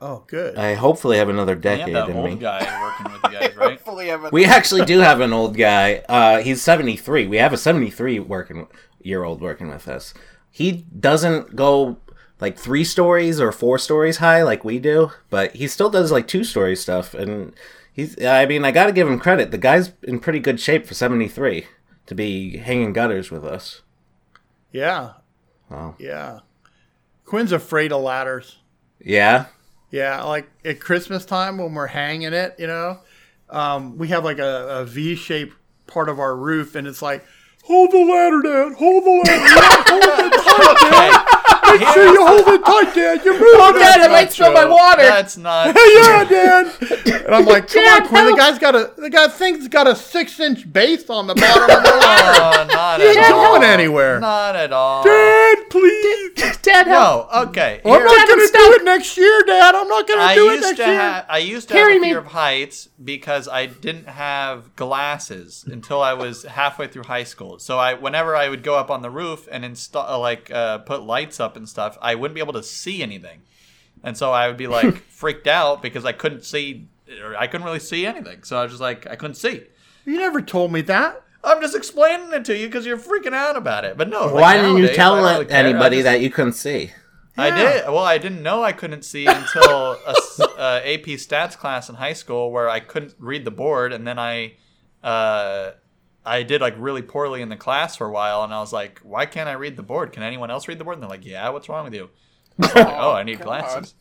Speaker 2: Oh, good.
Speaker 3: I hopefully have another
Speaker 1: you
Speaker 3: decade
Speaker 1: have that
Speaker 3: in me.
Speaker 1: old guy working with you guys, right?
Speaker 4: Hopefully, ever.
Speaker 3: We actually do have an old guy. Uh, he's 73. We have a 73 working year old working with us. He doesn't go like three stories or four stories high like we do, but he still does like two story stuff. And he's, I mean, I got to give him credit. The guy's in pretty good shape for 73 to be hanging gutters with us.
Speaker 2: Yeah.
Speaker 3: Wow.
Speaker 2: Yeah. Quinn's afraid of ladders.
Speaker 3: Yeah.
Speaker 2: Yeah, like at Christmas time when we're hanging it, you know, um, we have like a, a V shaped part of our roof, and it's like, hold the ladder down, hold the ladder down, hold it tight, Dad. Make sure you hold it tight, Dad. You're moving. it."
Speaker 3: I might spill my water.
Speaker 1: That's not.
Speaker 2: yeah, Dad. And I'm like, come
Speaker 3: Dad,
Speaker 2: on, Quinn. The
Speaker 3: help.
Speaker 2: guy's got a the guy thing's got a six inch base on the bottom of the ladder.
Speaker 1: Oh, not
Speaker 2: It
Speaker 1: at
Speaker 2: ain't
Speaker 1: all.
Speaker 2: going anywhere.
Speaker 1: Not at all.
Speaker 2: Dad, please.
Speaker 3: Dad,
Speaker 1: No, okay.
Speaker 2: I'm
Speaker 1: here-
Speaker 2: not gonna do it next year, Dad. I'm not gonna
Speaker 1: I
Speaker 2: do it
Speaker 1: used
Speaker 2: next
Speaker 1: to
Speaker 2: year.
Speaker 1: have I used to
Speaker 3: Carry
Speaker 1: have a
Speaker 3: me.
Speaker 1: fear of heights because I didn't have glasses until I was halfway through high school. So I whenever I would go up on the roof and install like uh, put lights up and stuff, I wouldn't be able to see anything, and so I would be like freaked out because I couldn't see or I couldn't really see anything. So I was just like I couldn't see.
Speaker 2: you never told me that.
Speaker 1: I'm just explaining it to you because you're freaking out about it. But no, like,
Speaker 3: Why didn't you
Speaker 1: nowadays, I
Speaker 3: tell
Speaker 1: don't really care. I
Speaker 3: anybody
Speaker 1: just-
Speaker 3: that you couldn't see?
Speaker 1: I
Speaker 2: Yeah.
Speaker 1: did. Well, I didn't know I couldn't see until a s- uh, AP stats class in high school where I couldn't read the board, and then I, uh, I did like really poorly in the class for a while, and I was like, "Why can't I read the board? Can anyone else read the board?" And they're like, "Yeah, what's wrong with you?" I was like, oh, I need
Speaker 4: God.
Speaker 1: glasses.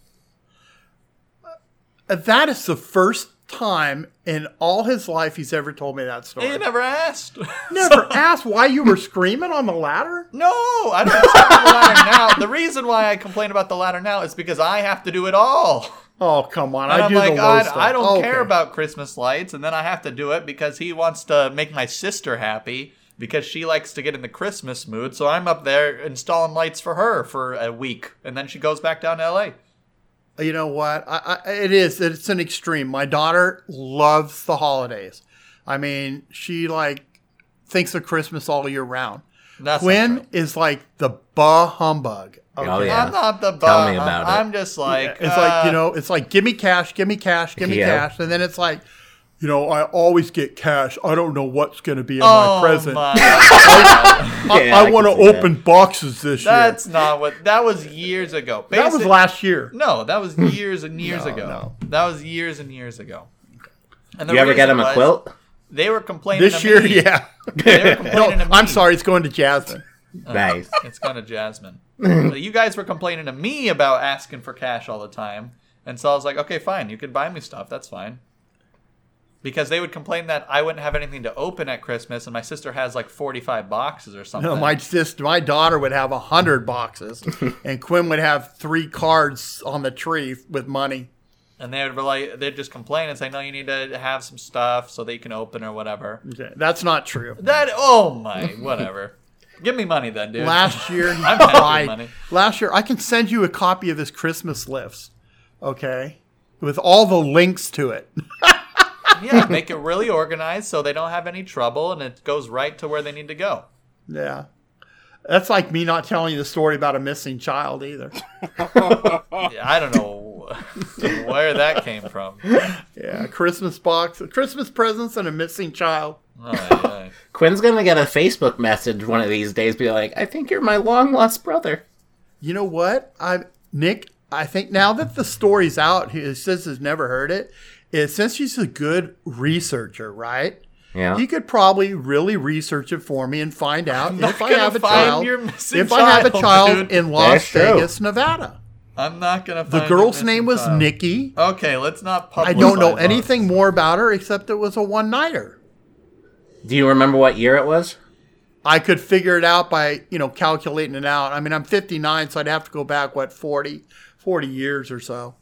Speaker 2: That is the first time in all his life he's ever told me that story.
Speaker 1: You never asked.
Speaker 2: Never asked why you were screaming on the ladder.
Speaker 1: No, I don't complain about the ladder now. The reason why I complain about the ladder now is because I have to do it all.
Speaker 2: Oh come on!
Speaker 1: And
Speaker 2: I
Speaker 1: I'm
Speaker 2: do
Speaker 1: like,
Speaker 2: the low
Speaker 1: God,
Speaker 2: stuff.
Speaker 1: I don't
Speaker 3: Oh,
Speaker 2: Okay.
Speaker 1: care about Christmas lights, and then I have to do it because he wants to make my sister happy because she likes to get in the Christmas mood. So I'm up there installing lights for her for a week, and then she goes back down to L.A.
Speaker 2: You know what? I, I, it is. It's an extreme. My daughter loves the holidays. I mean, she like thinks of Christmas all year round.
Speaker 1: That's not
Speaker 2: Quinn
Speaker 1: true.
Speaker 2: is like the bah humbug
Speaker 3: Oh yeah.
Speaker 1: I'm not the
Speaker 3: Tell
Speaker 1: bum.
Speaker 3: me about
Speaker 1: I'm,
Speaker 3: it.
Speaker 1: I'm just like
Speaker 2: It's like you
Speaker 1: uh,
Speaker 2: know, it's like give me cash, give me cash, give me
Speaker 3: Yeah.
Speaker 2: cash, and then it's like, you know, I always get cash. I don't know what's going to be in
Speaker 1: oh
Speaker 2: my present.
Speaker 1: my-
Speaker 3: Yeah,
Speaker 2: I,
Speaker 3: can
Speaker 2: want to
Speaker 3: see that.
Speaker 2: open boxes this
Speaker 1: That's not what. That was years ago.
Speaker 2: year. That was
Speaker 1: Basic-
Speaker 2: last year.
Speaker 1: No, that was years and years
Speaker 2: No,
Speaker 1: ago.
Speaker 2: no.
Speaker 1: That was years and years ago. And the
Speaker 3: You ever get
Speaker 1: reason
Speaker 3: him a
Speaker 1: was
Speaker 3: quilt?
Speaker 1: They were complaining
Speaker 2: This
Speaker 1: to
Speaker 2: year,
Speaker 1: me.
Speaker 2: yeah.
Speaker 1: They were
Speaker 2: No,
Speaker 1: complaining to me.
Speaker 2: I'm sorry, it's going to Jasmine.
Speaker 3: Nice.
Speaker 1: It's gone to Jasmine. But you guys were complaining to me about asking for cash all the time, and so I was like, okay, fine, you can buy me stuff. That's fine. Because they would complain that I wouldn't have anything to open at Christmas, and my sister has like 45 boxes or something.
Speaker 2: No, my sister, my daughter would have a hundred boxes, and Quinn would have three cards on the tree with money.
Speaker 1: and they would be like, they'd just complain and say, no, you need to have some stuff so that you can open or whatever.
Speaker 2: Okay, That's not true.
Speaker 1: That oh my whatever. Give me money then, dude.
Speaker 2: Last year, he
Speaker 1: I'm happy with
Speaker 2: cried.
Speaker 1: money.
Speaker 2: Last year, I can send you a copy of his Christmas list, okay, with all the links to it.
Speaker 1: yeah, make it really organized so they don't have any trouble and it goes right to where they need to go.
Speaker 2: Yeah. That's like me not telling you the story about a missing child either.
Speaker 1: Yeah, I don't know where that came from.
Speaker 2: Yeah, a Christmas box, a Christmas presents, and a missing child.
Speaker 1: Ay, ay.
Speaker 3: Quinn's gonna get a Facebook message one of these days, be like, "I think you're my long lost brother."
Speaker 2: You know what? I Nick, I think now that the story's out, his sister's never heard it. Is since she's a good researcher, right?
Speaker 3: Yeah.
Speaker 2: He could probably really research it for me and find out if I
Speaker 1: gonna
Speaker 2: have a
Speaker 1: find
Speaker 2: child.
Speaker 1: your missing
Speaker 2: If I have a
Speaker 1: child,
Speaker 2: child
Speaker 1: dude.
Speaker 2: in Las
Speaker 3: That's true.
Speaker 2: Vegas, Nevada.
Speaker 1: I'm not gonna. Find
Speaker 2: The girl's
Speaker 1: your missing
Speaker 2: name was
Speaker 1: child.
Speaker 2: Nikki.
Speaker 1: Okay, let's not.
Speaker 2: I don't know
Speaker 1: publicize
Speaker 2: anything
Speaker 1: all
Speaker 2: more about her except it was a one nighter.
Speaker 3: Do you remember what year it was?
Speaker 2: I could figure it out by, you know, calculating it out. I mean, I'm 59, so I'd have to go back, what, 40, 40 years or so.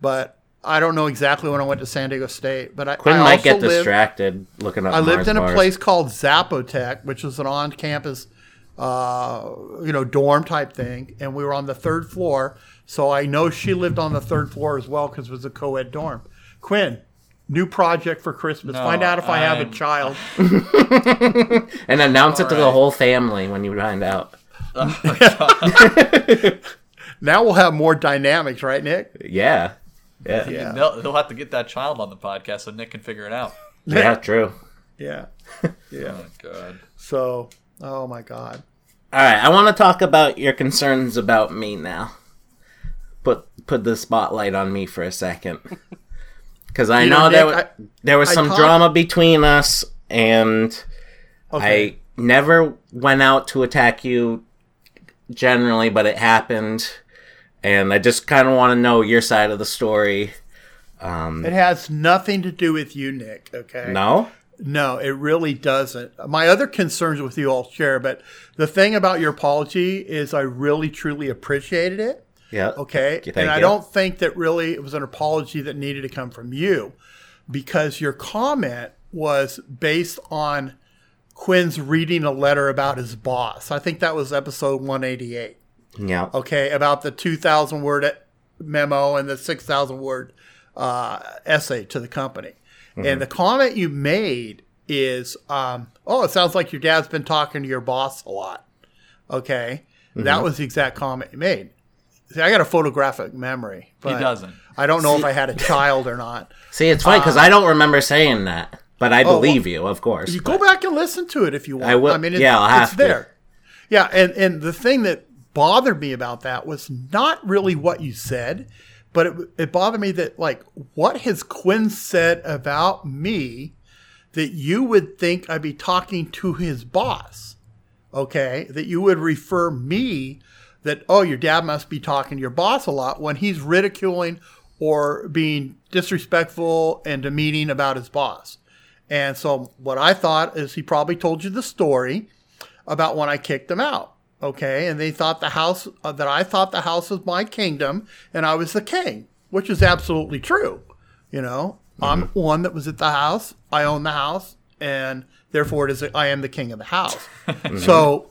Speaker 2: But I don't know exactly when I went to San Diego State. But I,
Speaker 3: Quinn
Speaker 2: I
Speaker 3: might get
Speaker 2: also lived-
Speaker 3: distracted looking up.
Speaker 2: I lived
Speaker 3: Mars
Speaker 2: in a
Speaker 3: bars.
Speaker 2: place called Zapotec, which was an on campus, uh, you know, dorm type thing. And we were on the third floor. So I know she lived on the third floor as well because it was a co ed dorm. Quinn, new project for Christmas.
Speaker 1: No,
Speaker 2: Find out if I have a
Speaker 1: I'm-
Speaker 2: child.
Speaker 3: and announce it to the
Speaker 1: Alright.
Speaker 3: whole family when you find out.
Speaker 2: Now we'll have more dynamics, right, Nick?
Speaker 3: Yeah. Yeah. Yeah.
Speaker 2: Yeah.
Speaker 1: They'll, they'll have to get that child on the podcast so Nick can figure it out.
Speaker 3: true.
Speaker 2: Yeah. Yeah.
Speaker 1: Oh god.
Speaker 2: So, oh my God.
Speaker 3: All right. I want to talk about your concerns about me now. Put put the spotlight on me for a second, because I
Speaker 2: You
Speaker 3: know,
Speaker 2: know,
Speaker 3: there
Speaker 2: Nick,
Speaker 3: was,
Speaker 2: I-
Speaker 3: there was
Speaker 2: I
Speaker 3: some
Speaker 2: talked-
Speaker 3: drama between us, and
Speaker 2: Okay.
Speaker 3: I never went out to attack you generally, but it happened, and I just kind of want to know your side of the story.
Speaker 2: it has nothing to do with you, Nick. Okay.
Speaker 3: No,
Speaker 2: No, it really doesn't. My other concerns with you I'll share, but the thing about your apology is I really truly appreciated it.
Speaker 3: yeah,
Speaker 2: Okay.
Speaker 3: Thank
Speaker 2: and I
Speaker 3: you.
Speaker 2: don't think that really it was an apology that needed to come from you because your comment was based on Quinn's reading a letter about his boss. I think that was episode 188.
Speaker 3: yeah.
Speaker 2: okay, about the 2,000 word memo and the 6,000 word uh, essay to the company. And the comment you made is, um, oh, it sounds like your dad's been talking to your boss a lot. Okay. That was the exact comment you made. See, I got a photographic memory. But
Speaker 1: doesn't.
Speaker 2: I don't know if I had a child or not.
Speaker 3: See, it's
Speaker 2: Uh,
Speaker 3: funny because I don't remember saying that, but I believe you, of course.
Speaker 2: oh, You go back and listen to it if you want.
Speaker 3: I will-
Speaker 2: mean, it's,
Speaker 3: yeah, I'll have
Speaker 2: it's
Speaker 3: to.
Speaker 2: there. Yeah, and and the thing that bothered me about that was not really what you said, but it, it bothered me that like what has Quinn said about me that you would think I'd be talking to his boss. Okay, that you would refer me that oh your dad must be talking to your boss a lot when he's ridiculing or being disrespectful and demeaning about his boss. And so what I thought is he probably told you the story about when I kicked them out. Okay, and they thought the house uh, that I thought the house was my kingdom, and I was the king, which is absolutely true. You know, I'm the one that was at the house. I own the house, and therefore it is I am the king of the house. so,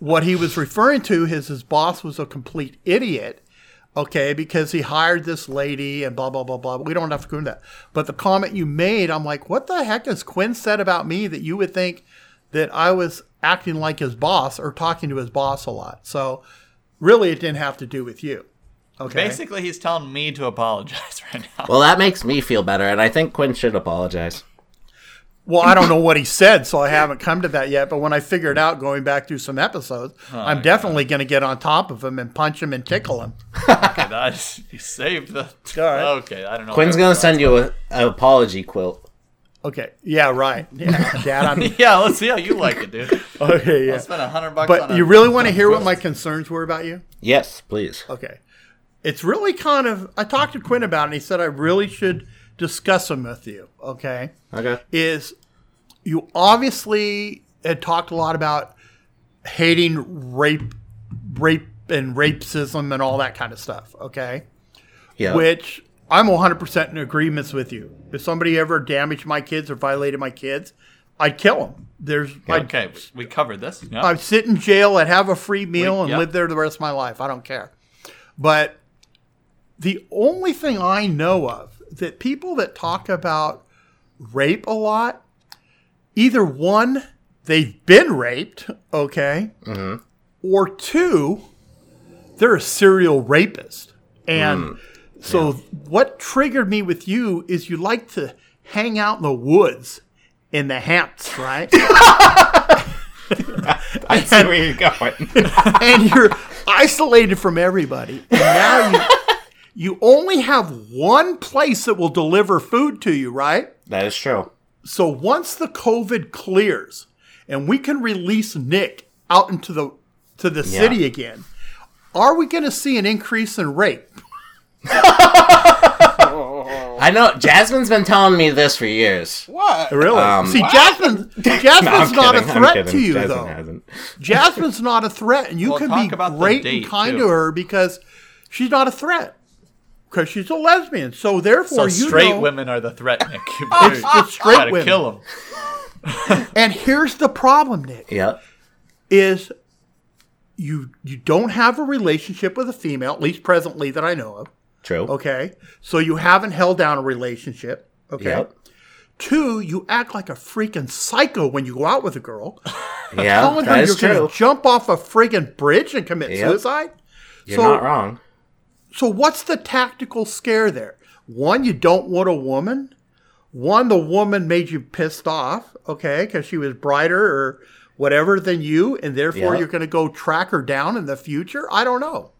Speaker 2: what he was referring to is his boss was a complete idiot. Okay, because he hired this lady and blah blah blah blah. We don't have to go into that. But the comment you made, I'm like, what the heck has Quinn said about me that you would think that I was acting like his boss or talking to his boss a lot. So Really, it didn't have to do with you. Okay.
Speaker 1: Basically, he's telling me to apologize right now.
Speaker 3: Well, that makes me feel better, and I think Quinn should apologize.
Speaker 2: Well, I don't know what he said, so I haven't come to that yet. But when I figure it out, going back through some episodes, I'm definitely going to get on top of him and punch him and tickle him.
Speaker 1: okay, that is, you saved the.
Speaker 2: right.
Speaker 1: Okay, I don't know.
Speaker 3: Quinn's
Speaker 1: what
Speaker 3: gonna
Speaker 1: that
Speaker 3: send you a, a apology quilt.
Speaker 2: Okay. Yeah. Right. Yeah, Dad.
Speaker 1: was.
Speaker 2: I'm
Speaker 1: Yeah, let's see how you like it, dude.
Speaker 2: okay. Yeah.
Speaker 1: Spend a hundred bucks. on
Speaker 2: But
Speaker 1: a-
Speaker 2: you really want to hear what my concerns were about you?
Speaker 3: Yes, please.
Speaker 2: Okay. It's really kind of. I talked to Quinn about it, and he said I really should discuss them with you. Okay.
Speaker 3: Okay.
Speaker 2: Is you obviously had talked a lot about hating rape, rape, and rapism and all that kind of stuff. Okay.
Speaker 3: Yeah.
Speaker 2: Which I'm 100% in agreements with you. If somebody ever damaged my kids or violated my kids, I'd kill them. There's, I'd
Speaker 1: Okay, we- we covered this. Yeah.
Speaker 2: I'd sit in jail, I'd have a free meal,
Speaker 1: We-
Speaker 2: and
Speaker 1: yep.
Speaker 2: live there the rest of my life. I don't care. But the only thing I know of that people that talk about rape a lot, either one, they've been raped, okay, or two, they're a serial rapist. And so what triggered me with you is you like to hang out in the woods in the hamps, right?
Speaker 3: I see where you're going.
Speaker 2: and you're isolated from everybody. And now you, you only have one place that will deliver food to you, right?
Speaker 3: that is true.
Speaker 2: So once the COVID clears and we can release Nick out into the to the city again, are we going to see an increase in rape?
Speaker 3: I know Jasmine's been telling me this for years.
Speaker 4: What?
Speaker 2: Really? see, Jasmine, Jasmine's
Speaker 3: Um, No, I'm
Speaker 2: not a
Speaker 3: kidding, I'm
Speaker 2: threat
Speaker 3: kidding.
Speaker 2: to you,
Speaker 3: Jasmine
Speaker 2: though.
Speaker 3: hasn't.
Speaker 2: Jasmine's not a threat, and you
Speaker 1: Well,
Speaker 2: can
Speaker 1: talk
Speaker 2: be
Speaker 1: about the
Speaker 2: great
Speaker 1: date,
Speaker 2: and kind
Speaker 1: too.
Speaker 2: to her because she's not a threat. Because she's a lesbian, so
Speaker 1: so
Speaker 2: therefore you
Speaker 1: straight
Speaker 2: know,
Speaker 1: women are the threat, Nick. You
Speaker 2: It's the straight
Speaker 1: gotta
Speaker 2: women.
Speaker 1: kill them.
Speaker 2: And here's the problem, Nick,
Speaker 3: Yep.
Speaker 2: is you you don't have a relationship with a female, at least presently that I know of.
Speaker 3: True.
Speaker 2: Okay. So you haven't held down a relationship. Okay.
Speaker 3: Yep.
Speaker 2: Two, you act like a freaking psycho when you go out with a girl.
Speaker 3: Yeah.
Speaker 2: Telling her
Speaker 3: That
Speaker 2: you're
Speaker 3: is true.
Speaker 2: gonna jump off a freaking bridge and commit
Speaker 3: Yep.
Speaker 2: suicide.
Speaker 3: You're not wrong.
Speaker 2: So what's the tactical scare there? One, you don't want a woman. One, the woman made you pissed off, okay, because she was brighter or whatever than you, and therefore
Speaker 3: Yeah.
Speaker 2: you're going to go track her down in the future. I don't know.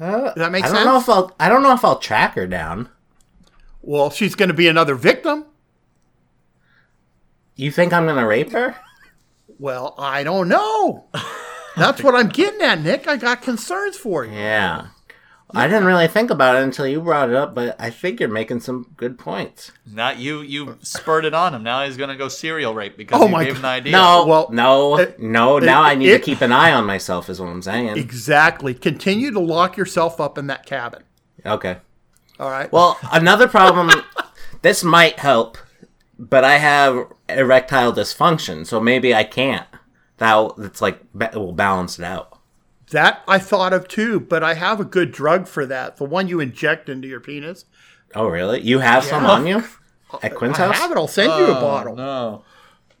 Speaker 3: Uh,
Speaker 2: that make
Speaker 3: I don't know
Speaker 2: sense?
Speaker 3: if I'll. I don't know if I'll track her down.
Speaker 2: Well, she's going to be another victim.
Speaker 3: You think I'm gonna rape her?
Speaker 2: Well, I don't know. That's what I'm getting at, Nick. I got concerns for you.
Speaker 3: Yeah. I didn't really think about it until you brought it up, but I think you're making some good points.
Speaker 1: Not you. You spurted on him. Now he's gonna go serial rape because
Speaker 2: Oh
Speaker 1: you
Speaker 2: my
Speaker 1: gave him an
Speaker 2: God.
Speaker 1: idea.
Speaker 3: No,
Speaker 2: Well,
Speaker 3: no,
Speaker 2: it-
Speaker 3: no. now I
Speaker 2: it-
Speaker 3: need
Speaker 2: it-
Speaker 3: to keep an eye on myself, is what I'm saying.
Speaker 2: Exactly. Continue to lock yourself up in that cabin.
Speaker 3: okay.
Speaker 2: All right.
Speaker 3: Well, another problem. this might help, but I have erectile dysfunction, so maybe I can't. That it's like ba- will balance it out.
Speaker 2: That I thought of too, but I have a good drug for that. The one you inject into your penis.
Speaker 3: Oh, really? You have some on you at Quinn's
Speaker 2: I
Speaker 3: house?
Speaker 2: have it. I'll send you a bottle.
Speaker 1: Oh, No.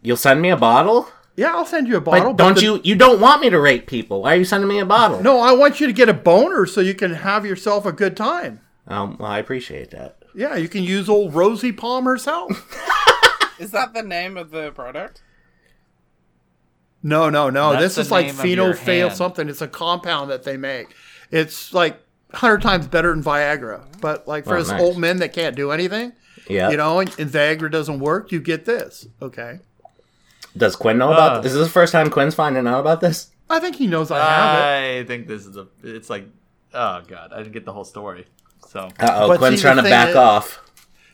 Speaker 3: You'll send me a bottle?
Speaker 2: Yeah, I'll send you a
Speaker 3: But
Speaker 2: bottle. but
Speaker 3: don't
Speaker 2: the-
Speaker 3: you? You don't want me to rape people. Why are you sending me a bottle?
Speaker 2: No, I want you to get a boner so you can have yourself a good time.
Speaker 3: Um, well, I appreciate that.
Speaker 2: Yeah, you can use old Rosie Palm herself.
Speaker 4: Is that the name of the product?
Speaker 2: No, no, no.
Speaker 1: That's
Speaker 2: this
Speaker 1: the
Speaker 2: is like
Speaker 1: name of your
Speaker 2: phenolphthalein
Speaker 1: hand.
Speaker 2: something. It's a compound that they make. It's like hundred times better than Viagra. But like for
Speaker 3: Oh,
Speaker 2: us
Speaker 3: nice.
Speaker 2: old men that can't do anything,
Speaker 3: Yeah.
Speaker 2: you know, and, and Viagra doesn't work, you get this. Okay.
Speaker 3: Does Quinn know about? this? Is this the first time Quinn's finding out about this?
Speaker 2: I think he knows I have it.
Speaker 1: I think this is a. It's like, oh god, I didn't get the whole story. So
Speaker 3: Uh oh,
Speaker 2: But
Speaker 3: Quinn's
Speaker 2: see,
Speaker 3: trying
Speaker 2: the
Speaker 3: to
Speaker 2: thing
Speaker 3: back
Speaker 2: is-
Speaker 3: off.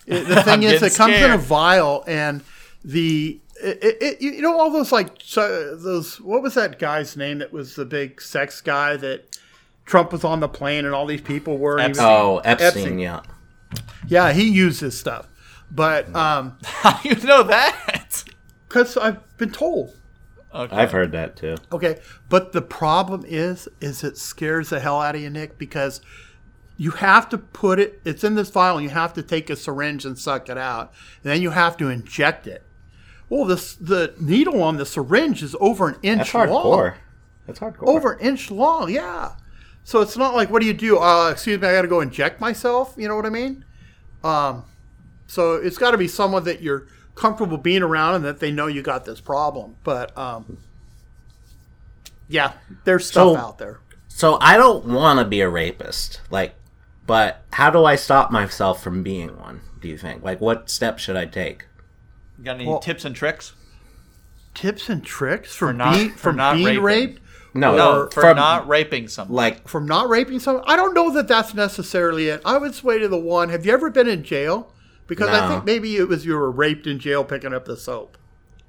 Speaker 2: It- the
Speaker 1: I'm
Speaker 2: thing is,
Speaker 1: getting
Speaker 2: it comes in a
Speaker 1: scared.
Speaker 2: vial, and the it, it, it, you know all those like so, those what was that guy's name that was the big sex guy that Trump was on the plane and all these people were. and he was-
Speaker 3: Oh, Epstein,
Speaker 2: Epstein.
Speaker 3: yeah.
Speaker 2: Yeah, he used this stuff, but um,
Speaker 1: how do you know that?
Speaker 2: because I've been told.
Speaker 1: Okay.
Speaker 3: I've heard that too.
Speaker 2: Okay, but the problem is, is it scares the hell out of you, Nick, because you have to put it. It's in this vial, and you have to take a syringe and suck it out, and then you have to inject it. Well, this the needle on the syringe is over an inch
Speaker 3: That's
Speaker 2: long.
Speaker 3: hardcore. That's hardcore.
Speaker 2: over an inch long. Yeah. So it's not like, what do you do? Uh, excuse me, I got to go inject myself. You know what I mean? Um, so it's got to be someone that you're comfortable being around and that they know you got this problem. But um, yeah, there's stuff
Speaker 3: So-
Speaker 2: out there.
Speaker 3: So I don't want to be a rapist, like, but how do I stop myself from being one? Do you think? Like, what steps should I take?
Speaker 1: You got any
Speaker 2: Well-
Speaker 1: tips and tricks?
Speaker 2: Tips and tricks for,
Speaker 1: For not-
Speaker 2: being,
Speaker 1: for
Speaker 2: from
Speaker 1: not
Speaker 2: being
Speaker 1: raping.
Speaker 2: raped,
Speaker 3: No,
Speaker 1: No,
Speaker 3: from
Speaker 1: for not raping someone.
Speaker 3: like
Speaker 2: from not raping someone. I don't know that that's necessarily it. I would sway to the one. Have you ever been in jail? Because I
Speaker 3: No.
Speaker 2: think maybe it was you were raped in jail picking up the soap.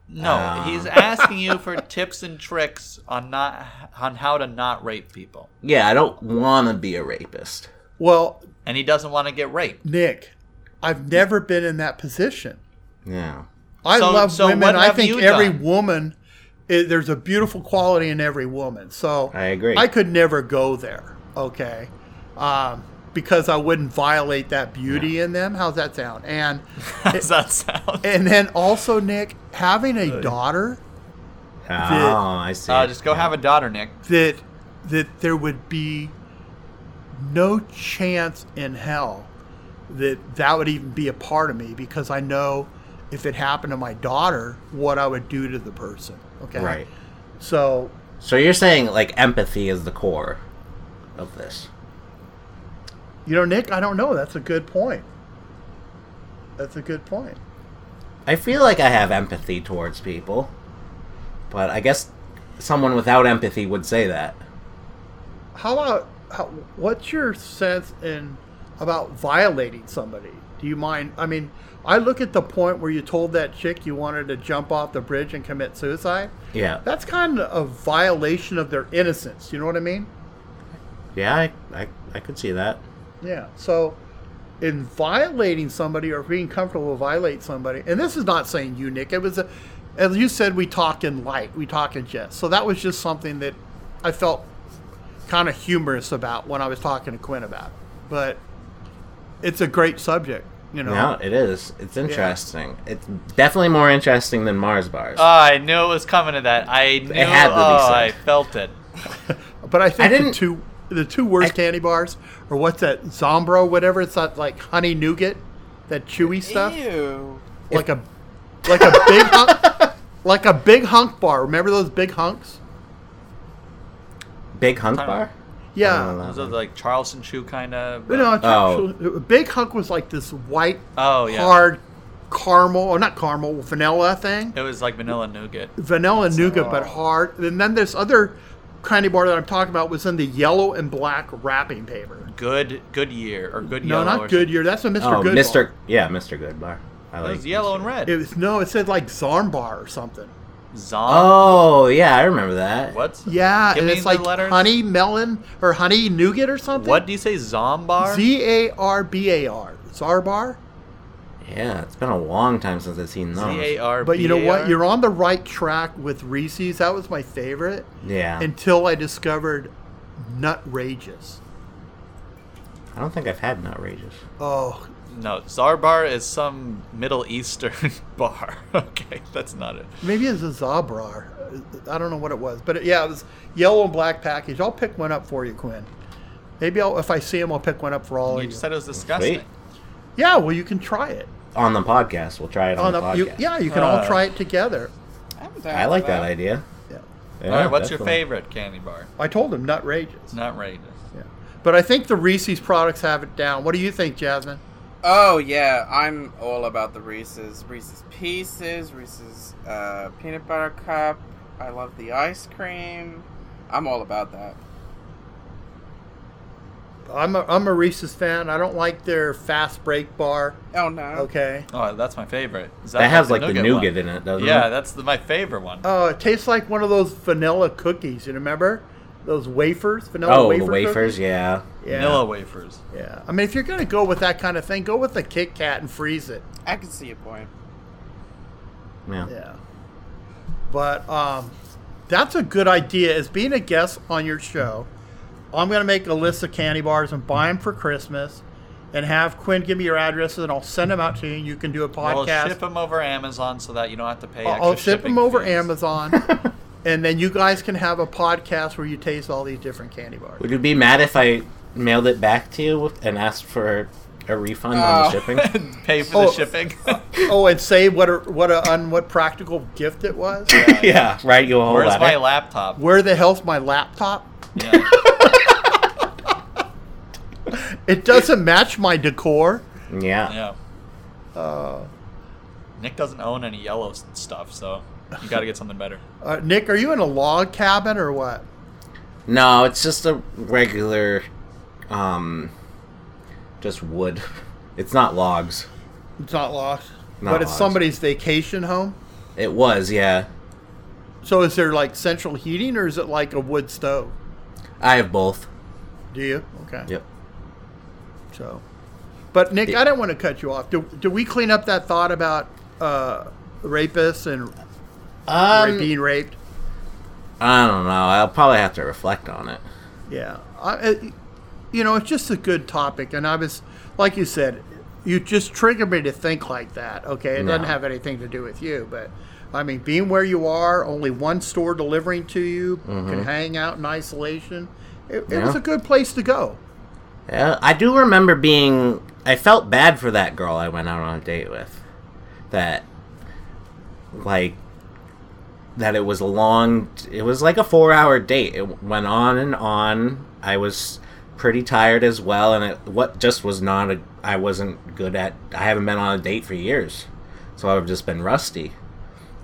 Speaker 1: No, he's asking you for tips and tricks on not on how to not rape people,
Speaker 3: yeah, I don't want to be a rapist.
Speaker 2: Well,
Speaker 1: and he doesn't want to get raped.
Speaker 2: Nick, I've never been in that position.
Speaker 3: Yeah.
Speaker 2: I
Speaker 1: So-
Speaker 2: love
Speaker 1: so what
Speaker 2: women. I
Speaker 1: have
Speaker 2: think
Speaker 1: you
Speaker 2: every
Speaker 1: done?
Speaker 2: woman, i there's a beautiful quality in every woman. So
Speaker 3: I agree.
Speaker 2: I could never go there, okay, um, because I wouldn't violate that beauty in them. How's that sound? And
Speaker 1: Does that sound?
Speaker 2: and then also, Nick, having a daughter
Speaker 3: Oh, I see.
Speaker 1: Uh, just go have a daughter, Nick.
Speaker 2: that that there would be no chance in hell that that would even be a part of me because I know if it happened to my daughter, what I would do to the person. Okay,
Speaker 3: right.
Speaker 2: So
Speaker 3: So you're saying like empathy is the core of this.
Speaker 2: you know, Nick, I don't know. That's a good point. That's a good point.
Speaker 3: I feel like I have empathy towards people, but I guess someone without empathy would say that.
Speaker 2: How about how, what's your sense in about violating somebody? Do you mind? I mean, I look at the point where you told that chick you wanted to jump off the bridge and commit suicide.
Speaker 3: Yeah.
Speaker 2: That's kind of a violation of their innocence. You know what I mean?
Speaker 3: Yeah, I, I, I could see that.
Speaker 2: Yeah. So, in violating somebody or being comfortable to violate somebody, and this is not saying you, Nick. It was, a, as you said, we talk in light, we talk in jest. So that was just something that I felt kind of humorous about when I was talking to Quinn about. It. But it's a great subject, you know.
Speaker 3: No, it is. It's interesting. It's definitely more interesting than Mars bars.
Speaker 1: Oh, I knew it was coming to that. I knew.
Speaker 3: had to be
Speaker 1: oh,
Speaker 3: said.
Speaker 1: I felt it.
Speaker 2: But I think the
Speaker 3: didn't-
Speaker 2: two the two worst
Speaker 3: I-
Speaker 2: candy bars, or what's that Zombro, whatever it's that like honey nougat, that chewy stuff.
Speaker 4: Ew.
Speaker 2: like a like a big hunk, like a big hunk bar. Remember those big hunks?
Speaker 3: Big hunk
Speaker 1: Time
Speaker 3: bar? I don't
Speaker 2: Yeah.
Speaker 3: know.
Speaker 1: Was it like Charleston shoe kind of?
Speaker 2: But no, it's
Speaker 3: Oh.
Speaker 2: actually- a big hunk was like this white,
Speaker 1: Oh, yeah.
Speaker 2: hard caramel or not caramel, vanilla thing.
Speaker 1: It was like vanilla nougat.
Speaker 2: Vanilla nougat, but hard. And then this other candy bar that I'm talking about was in the yellow and black wrapping paper.
Speaker 1: Good, good year or good
Speaker 2: No,
Speaker 1: yellow. or
Speaker 2: not Goodyear. That's a Mr.
Speaker 3: Oh,
Speaker 2: Good.
Speaker 3: Mr. Yeah, Mr. Goodbar. I
Speaker 1: It
Speaker 3: like
Speaker 1: was yellow and red.
Speaker 2: It was no. It said like Zarmbar or something.
Speaker 1: Zom.
Speaker 3: Oh, yeah, I remember that.
Speaker 1: What?
Speaker 2: Yeah,
Speaker 1: Give
Speaker 2: and
Speaker 1: me
Speaker 2: it's
Speaker 1: the
Speaker 2: like
Speaker 1: letters.
Speaker 2: honey melon or honey nougat or something.
Speaker 1: What do you say, Zombar?
Speaker 2: Z A R B A R. Zarbar.
Speaker 3: Yeah, it's been a long time since I've seen those.
Speaker 1: Z-A-R-B-A-R?
Speaker 2: But you know what? You're on the right track with Reese's. That was my favorite
Speaker 3: Yeah.
Speaker 2: until I discovered Nutrageous.
Speaker 3: I don't think I've had an outrageous.
Speaker 2: Oh,
Speaker 1: No, Zarbar is some Middle Eastern bar. okay, that's not it.
Speaker 2: maybe it's a Zabrar. I don't know what it was, but it, yeah, it was yellow and black package. I'll pick one up for you, Quinn. Maybe I'll, if I see him, I'll pick one up for all
Speaker 1: You
Speaker 2: of you.
Speaker 1: just said it was disgusting.
Speaker 3: Sweet.
Speaker 2: yeah, well, you can try it.
Speaker 3: On the podcast. We'll try it on,
Speaker 2: On
Speaker 3: the,
Speaker 2: a,
Speaker 3: podcast.
Speaker 2: you, yeah, you can all
Speaker 1: Uh.
Speaker 2: try it together.
Speaker 4: I'm down
Speaker 3: I like
Speaker 4: for
Speaker 3: that idea.
Speaker 2: Yeah.
Speaker 3: Yeah,
Speaker 1: All right, what's your
Speaker 3: definitely.
Speaker 1: favorite candy bar?
Speaker 2: I told him Nutrageous.
Speaker 1: Not rated.
Speaker 2: Yeah. But I think the Reese's products have it down. What do you think, Jasmine?
Speaker 4: Oh yeah, I'm all about the Reese's, Reese's Pieces, Reese's uh, Peanut Butter Cup. I love the ice cream. I'm all about that.
Speaker 2: I'm a, I'm a Reese's fan. I don't like their fast break bar.
Speaker 4: Oh no.
Speaker 2: Okay.
Speaker 1: Oh, that's my favorite. Is
Speaker 3: That has like the nougat,
Speaker 1: one?
Speaker 3: in it, doesn't
Speaker 1: Yeah,
Speaker 3: it?
Speaker 1: that's the, my favorite one.
Speaker 2: Oh, it tastes like one of those vanilla cookies. You remember those wafers? Vanilla
Speaker 3: Oh,
Speaker 2: wafer
Speaker 3: the wafers,
Speaker 2: cookies?
Speaker 3: yeah.
Speaker 2: Yeah.
Speaker 1: Vanilla wafers.
Speaker 2: Yeah. I mean, if you're gonna go with that kind of thing, go with the Kit Kat and freeze it.
Speaker 4: I can see your point.
Speaker 3: Yeah.
Speaker 2: Yeah. But um, that's a good idea. As being a guest on your show, I'm gonna make a list of candy bars and buy them for Christmas, and have Quinn give me your addresses, and I'll send them out to you. and You can do a
Speaker 1: We'll
Speaker 2: podcast.
Speaker 1: ship them over Amazon so that you don't have to pay.
Speaker 2: I'll-
Speaker 1: extra
Speaker 2: I'll ship
Speaker 1: shipping
Speaker 2: them over
Speaker 1: fees.
Speaker 2: Amazon, and then you guys can have a podcast where you taste all these different candy bars.
Speaker 3: Would you be mad if I mailed it back to you and asked for a refund on the
Speaker 4: Oh.
Speaker 3: shipping?
Speaker 1: Pay for the
Speaker 2: Oh.
Speaker 1: shipping.
Speaker 2: Oh, and say what a what a un, what practical gift it was.
Speaker 3: yeah, right. You all
Speaker 1: Where's
Speaker 3: let
Speaker 1: my
Speaker 3: it.
Speaker 1: laptop?
Speaker 2: Where the hell's my laptop?
Speaker 1: Yeah.
Speaker 2: It doesn't match my decor.
Speaker 3: yeah.
Speaker 1: yeah. Nick doesn't own any yellow s- stuff, so you got to get something better.
Speaker 2: Uh, Nick, are you in a log cabin or what?
Speaker 3: No, it's just a regular, um, just wood. It's not logs.
Speaker 2: It's not lost,
Speaker 3: Not
Speaker 2: but it's
Speaker 3: lost.
Speaker 2: somebody's vacation home.
Speaker 3: It was, yeah.
Speaker 2: So is there like central heating or is it like a wood stove?
Speaker 3: I have both.
Speaker 2: Do you? Okay.
Speaker 3: Yep.
Speaker 2: So, but Nick,
Speaker 3: Yeah.
Speaker 2: I didn't want to cut you off. Do, do we clean up that thought about uh, rapists and ra-
Speaker 3: Um,
Speaker 2: being raped?
Speaker 3: I don't know. I'll probably have to reflect on it.
Speaker 2: Yeah, I, I- you know, it's just a good topic, and I was, like you said, you just triggered me to think like that. Okay, it doesn't
Speaker 3: No.
Speaker 2: have anything to do with you, but I mean, being where you are, only one store delivering to you, you can hang out in isolation. It, it was
Speaker 3: Mm-hmm. Yeah.
Speaker 2: a good place to go.
Speaker 3: Yeah, I do remember being. I felt bad for that girl I went out on a date with. That, like, that it was a long. It was like a four hour date. It went on and on. I was pretty tired as well, and it what just was not. A, I wasn't good at. I haven't been on a date for years, so I've just been rusty.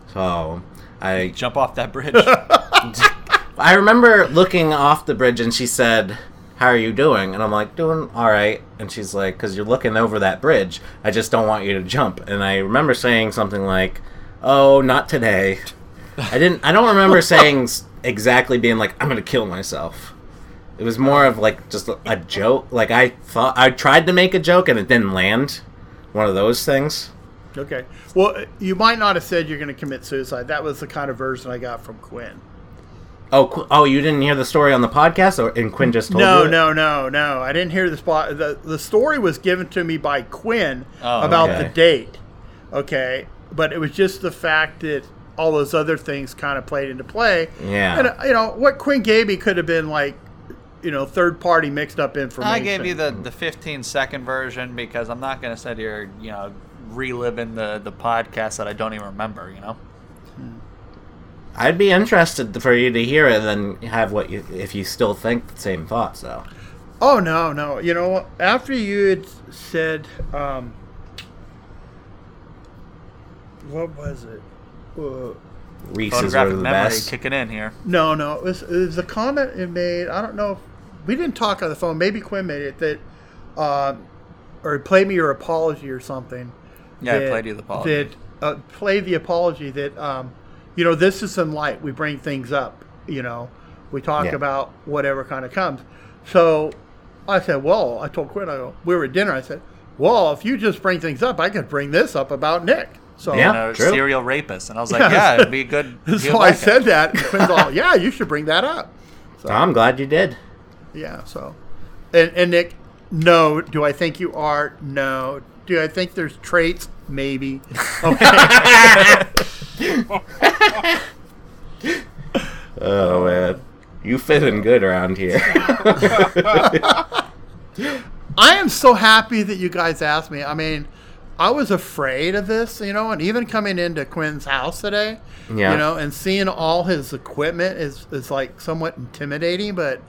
Speaker 3: So I
Speaker 1: Jump off that bridge.
Speaker 3: I remember looking off the bridge and she said, How are you doing? And I'm like, Doing all right. And she's like, Because you're looking over that bridge. I just don't want you to jump. And I remember saying something like, Oh, not today. I didn't, I don't remember saying s- exactly being like, I'm going to kill myself. It was more of like just a- a joke. Like I thought, I tried to make a joke and it didn't land. One of those things.
Speaker 2: Okay. Well, you might not have said you're going to commit suicide. That was the kind of version I got from Quinn.
Speaker 3: Oh, Qu- oh, you didn't hear the story on the podcast, or and Quinn just told
Speaker 2: No,
Speaker 3: you. it?
Speaker 2: no, no, no. I didn't hear the spot. The, the story was given to me by Quinn
Speaker 1: Oh,
Speaker 2: about
Speaker 3: okay.
Speaker 2: the date. Okay. But it was just the fact that all those other things kind of played into play.
Speaker 3: Yeah.
Speaker 2: And, uh, you know, what Quinn gave me could have been like, you know, third party mixed up information.
Speaker 1: I gave you the, the 15 second version because I'm not going to sit here, you know, reliving the, the podcast that I don't even remember, you know?
Speaker 3: I'd be interested for you to hear it and then have what you, if you still think the same thoughts though.
Speaker 2: Oh, no, no. You know, what? after you had said, um, what was it? Uh,
Speaker 3: Reese's were
Speaker 1: Photographic
Speaker 3: the
Speaker 1: memory
Speaker 3: best.
Speaker 1: kicking in here.
Speaker 2: No, no. It was, it was a comment it made. I don't know. If, we didn't talk on the phone. Maybe Quinn made it that, uh, or play me your apology or something.
Speaker 1: Yeah,
Speaker 2: that-
Speaker 1: I played you the apology.
Speaker 2: That uh, play the apology that um, you know this is in light. We bring things up. You know, we talk
Speaker 3: Yeah.
Speaker 2: about whatever kind of comes. So I said, well, I told Quinn. I go, we were at dinner. I said, well, if you just bring things up, I could bring this up about Nick. So
Speaker 3: Yeah.
Speaker 1: And a
Speaker 3: true.
Speaker 1: serial rapist. And I was like,
Speaker 2: Yeah.
Speaker 1: yeah, it'd be a good. he'd
Speaker 2: So I
Speaker 1: like it.
Speaker 2: said that. And Quinn's all, yeah, you should bring that up.
Speaker 3: I'm glad you did.
Speaker 2: Yeah. So, and, and Nick, no. Do I think you are? No. Do I think there's traits? Maybe. Okay.
Speaker 3: Oh man, you fit in good around here.
Speaker 2: I am so happy that you guys asked me. I mean, I was afraid of this, you know, and even coming into Quinn's house today,
Speaker 3: Yeah.
Speaker 2: you know, and seeing all his equipment is is like somewhat intimidating, but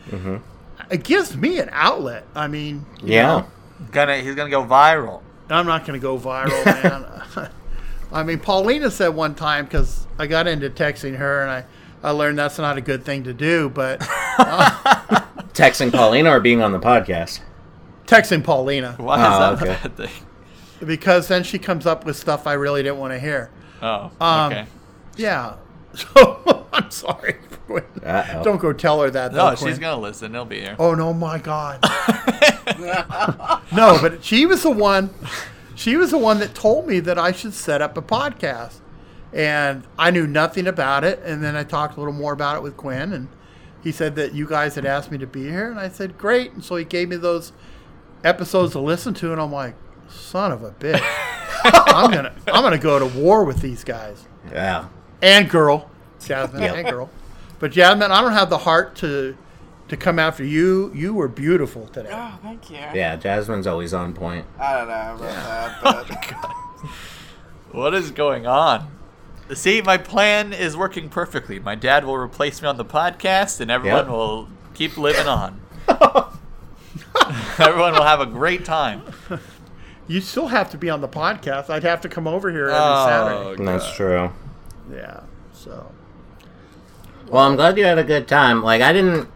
Speaker 2: it gives me an outlet. I mean,
Speaker 3: yeah.
Speaker 1: Gonna, he's going to go viral.
Speaker 2: I'm not going to go viral, man. I mean, Paulina said one time because I got into texting her and I, I learned that's not a good thing to do, but
Speaker 3: Texting Paulina or being on the podcast.
Speaker 2: texting Paulina
Speaker 1: Why
Speaker 3: Oh,
Speaker 1: is that
Speaker 3: okay.
Speaker 1: a bad thing?
Speaker 2: because then she comes up with stuff I really didn't want to hear.
Speaker 1: Oh,
Speaker 2: Um,
Speaker 1: okay.
Speaker 2: Yeah. So I'm sorry. Quinn.
Speaker 3: Uh-oh.
Speaker 2: Don't go tell her that.
Speaker 1: No,
Speaker 2: though,
Speaker 1: Oh, she's
Speaker 2: Quinn.
Speaker 1: going to listen. It'll be here.
Speaker 2: Oh no, my God. no, but she was the one. She was the one that told me that I should set up a podcast, and I knew nothing about it. And then I talked a little more about it with Quinn, and he said that you guys had asked me to be here, and I said great. And so he gave me those episodes to listen to, and I'm like, son of a bitch, I'm gonna I'm gonna go to war with these guys
Speaker 3: Yeah.
Speaker 2: and girl, Jasmine and girl. But yeah, man, I don't have the heart to to come after you. You were beautiful today.
Speaker 1: Ah.
Speaker 4: Oh, thank you.
Speaker 3: Yeah, Jasmine's always on point.
Speaker 4: I don't know about that, but
Speaker 1: What is going on? See, my plan is working perfectly. My dad will replace me on the podcast, and everyone
Speaker 3: Yep.
Speaker 1: will keep living on. everyone will have a great time.
Speaker 2: You still have to be on the podcast. I'd have to come over here every
Speaker 1: Oh,
Speaker 3: And That's
Speaker 1: God.
Speaker 3: true.
Speaker 2: Saturday. Yeah. So
Speaker 3: Well, I'm glad you had a good time. Like I didn't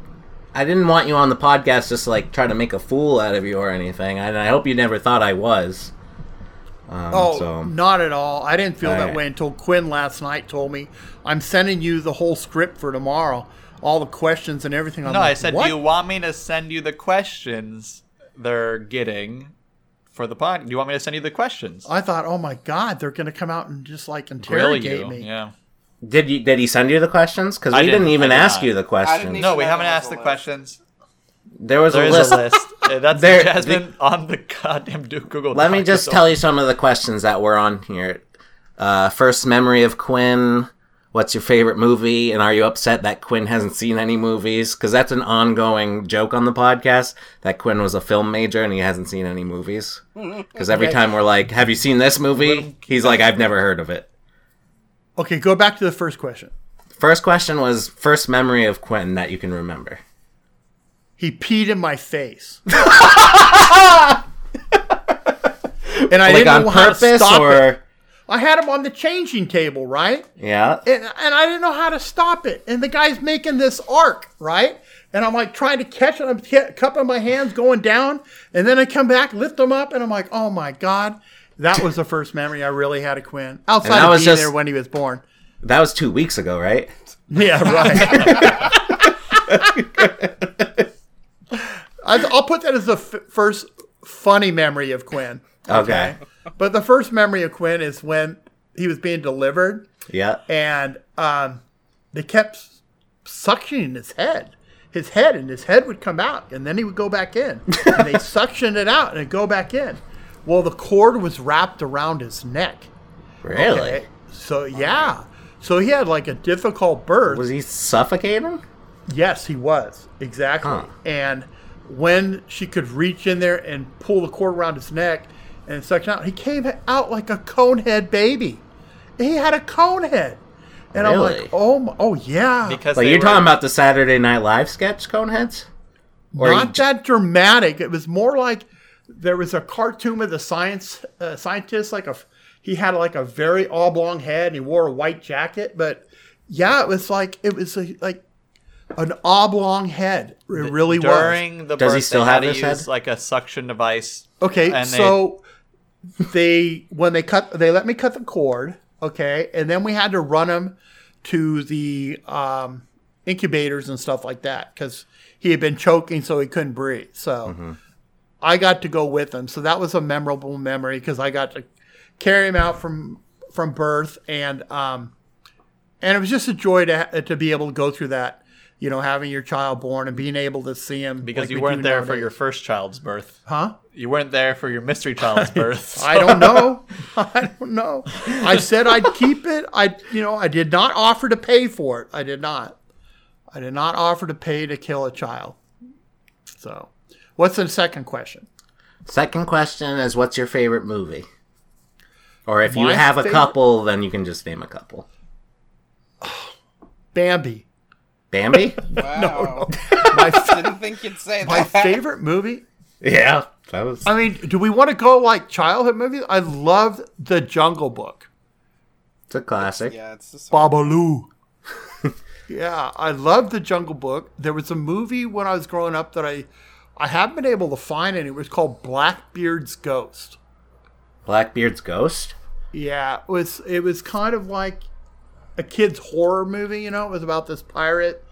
Speaker 3: I didn't want you on the podcast just to, like try to make a fool out of you or anything. And I hope you never thought I was. Um,
Speaker 2: Oh,
Speaker 3: so-
Speaker 2: not at all. I didn't feel
Speaker 3: All
Speaker 2: that
Speaker 3: right.
Speaker 2: way until Quinn last night told me, "I'm sending you the whole script for tomorrow, all the questions and everything." I'm
Speaker 1: No,
Speaker 2: like,
Speaker 1: I said,
Speaker 2: what?
Speaker 1: do you want me to send you the questions they're getting for the pod? Do you want me to send you the questions?
Speaker 2: I thought, "Oh my God, they're going to come out and just like
Speaker 1: Grill
Speaker 2: interrogate
Speaker 1: you.
Speaker 2: me."
Speaker 1: Yeah.
Speaker 3: Did you did he send you the questions? Because we
Speaker 1: I
Speaker 3: didn't,
Speaker 1: didn't.
Speaker 3: even
Speaker 1: I did
Speaker 3: ask
Speaker 1: not.
Speaker 3: you the questions.
Speaker 4: even-
Speaker 1: No, we
Speaker 4: There
Speaker 1: haven't
Speaker 4: was
Speaker 1: asked
Speaker 4: a
Speaker 1: the
Speaker 4: list.
Speaker 1: questions.
Speaker 3: There was
Speaker 1: There
Speaker 3: a
Speaker 1: is
Speaker 3: list.
Speaker 1: a list. Uh, That's
Speaker 3: There-
Speaker 1: Jasmine on the goddamn do- Google.
Speaker 3: Let me
Speaker 1: Doc.
Speaker 3: just tell you some of the questions that were on here. Uh, first memory of Quinn. What's your favorite movie? And are you upset that Quinn hasn't seen any movies? Because that's an ongoing joke on the podcast that Quinn was a film major and he hasn't seen any movies. Because every time we're like, "Have you seen this movie?" He's like, "I've never heard of it."
Speaker 2: Okay, go back to the first question.
Speaker 3: First question was first memory of Quinn that you can remember.
Speaker 2: He peed in my face. and I
Speaker 3: Like
Speaker 2: didn't
Speaker 3: on
Speaker 2: know how to
Speaker 3: purpose
Speaker 2: stop
Speaker 3: or
Speaker 2: it. I had him on the changing table, right?
Speaker 3: yeah.
Speaker 2: And, and I didn't know how to stop it. And the guy's making this arc, right? And I'm like trying to catch it. I'm ca- cupping my hands going down. And then I come back, lift them up, and I'm like, oh my God. That was the first memory I really had of Quinn. Outside
Speaker 3: that
Speaker 2: of
Speaker 3: was
Speaker 2: being
Speaker 3: just-
Speaker 2: there when he was born.
Speaker 3: That was two weeks ago, right?
Speaker 2: Yeah, right. I, I'll put that as the f- first funny memory of Quinn.
Speaker 3: Okay.
Speaker 2: But the first memory of Quinn is when he was being delivered
Speaker 3: Yeah.
Speaker 2: Eh, and um, they kept suctioning his head, his head, and his head would come out and then he would go back in. and they suctioned it out and it'd go back in. Well, the cord was wrapped around his neck.
Speaker 3: Really?
Speaker 2: Okay. So, yeah. So he had like a difficult birth.
Speaker 3: Was he suffocating?
Speaker 2: Yes, he was. Exactly.
Speaker 3: Huh.
Speaker 2: And when she could reach in there and pull the cord around his neck and suction out, he came out like a conehead baby. He had a conehead. And I'm
Speaker 3: Really?
Speaker 2: like, oh, my, oh yeah.
Speaker 1: because
Speaker 3: Like
Speaker 1: they
Speaker 3: you're
Speaker 1: were-
Speaker 3: talking about the Saturday Night Live sketch, Coneheads? Or
Speaker 2: Not that dramatic. It was more like there was a cartoon of the science uh, scientist, like a f- he had like a very oblong head and he wore a white jacket. But yeah, it was like it was a, like an oblong head. It really was.
Speaker 1: during the
Speaker 3: Does
Speaker 1: birth,
Speaker 3: he still
Speaker 1: they
Speaker 3: have
Speaker 1: had to
Speaker 3: his head?
Speaker 1: use like a suction device.
Speaker 2: Okay,
Speaker 1: and they-
Speaker 2: so they when they cut they let me cut the cord, okay, and then we had to run him to the um, incubators and stuff like that because he had been choking, so he couldn't breathe. So
Speaker 1: Mm-hmm.
Speaker 2: I got to go with him, so that was a memorable memory because I got to carry him out from from birth, and um, and it was just a joy to to be able to go through that. You know, having your child born and being able to see him
Speaker 1: Because
Speaker 2: like
Speaker 1: you
Speaker 2: we
Speaker 1: weren't
Speaker 2: do
Speaker 1: there for
Speaker 2: nowadays.
Speaker 1: your first child's birth.
Speaker 2: huh?
Speaker 1: You weren't there for your mystery child's birth.
Speaker 2: I don't know. I don't know. I said I'd keep it. I, you know, I did not offer to pay for it. I did not. I did not offer to pay to kill a child. So, what's the second question?
Speaker 3: second question is what's your favorite movie? Or if you
Speaker 2: My
Speaker 3: have a
Speaker 2: favorite-
Speaker 3: couple, then you can just name a couple.
Speaker 2: Bambi.
Speaker 3: Bambi?
Speaker 4: wow.
Speaker 2: My, f-
Speaker 4: Didn't think you'd say
Speaker 2: my
Speaker 4: that.
Speaker 2: favorite movie.
Speaker 3: yeah. That was
Speaker 2: I mean, do we want to go like childhood movies? I loved The Jungle Book.
Speaker 3: it's a classic.
Speaker 4: Yeah, it's just
Speaker 2: Babalu. yeah, I loved the Jungle Book. There was a movie when I was growing up that I I haven't been able to find, and it was called Blackbeard's Ghost.
Speaker 3: Blackbeard's Ghost?
Speaker 2: Yeah, it was it was kind of like a kid's horror movie. You know, it was about this pirate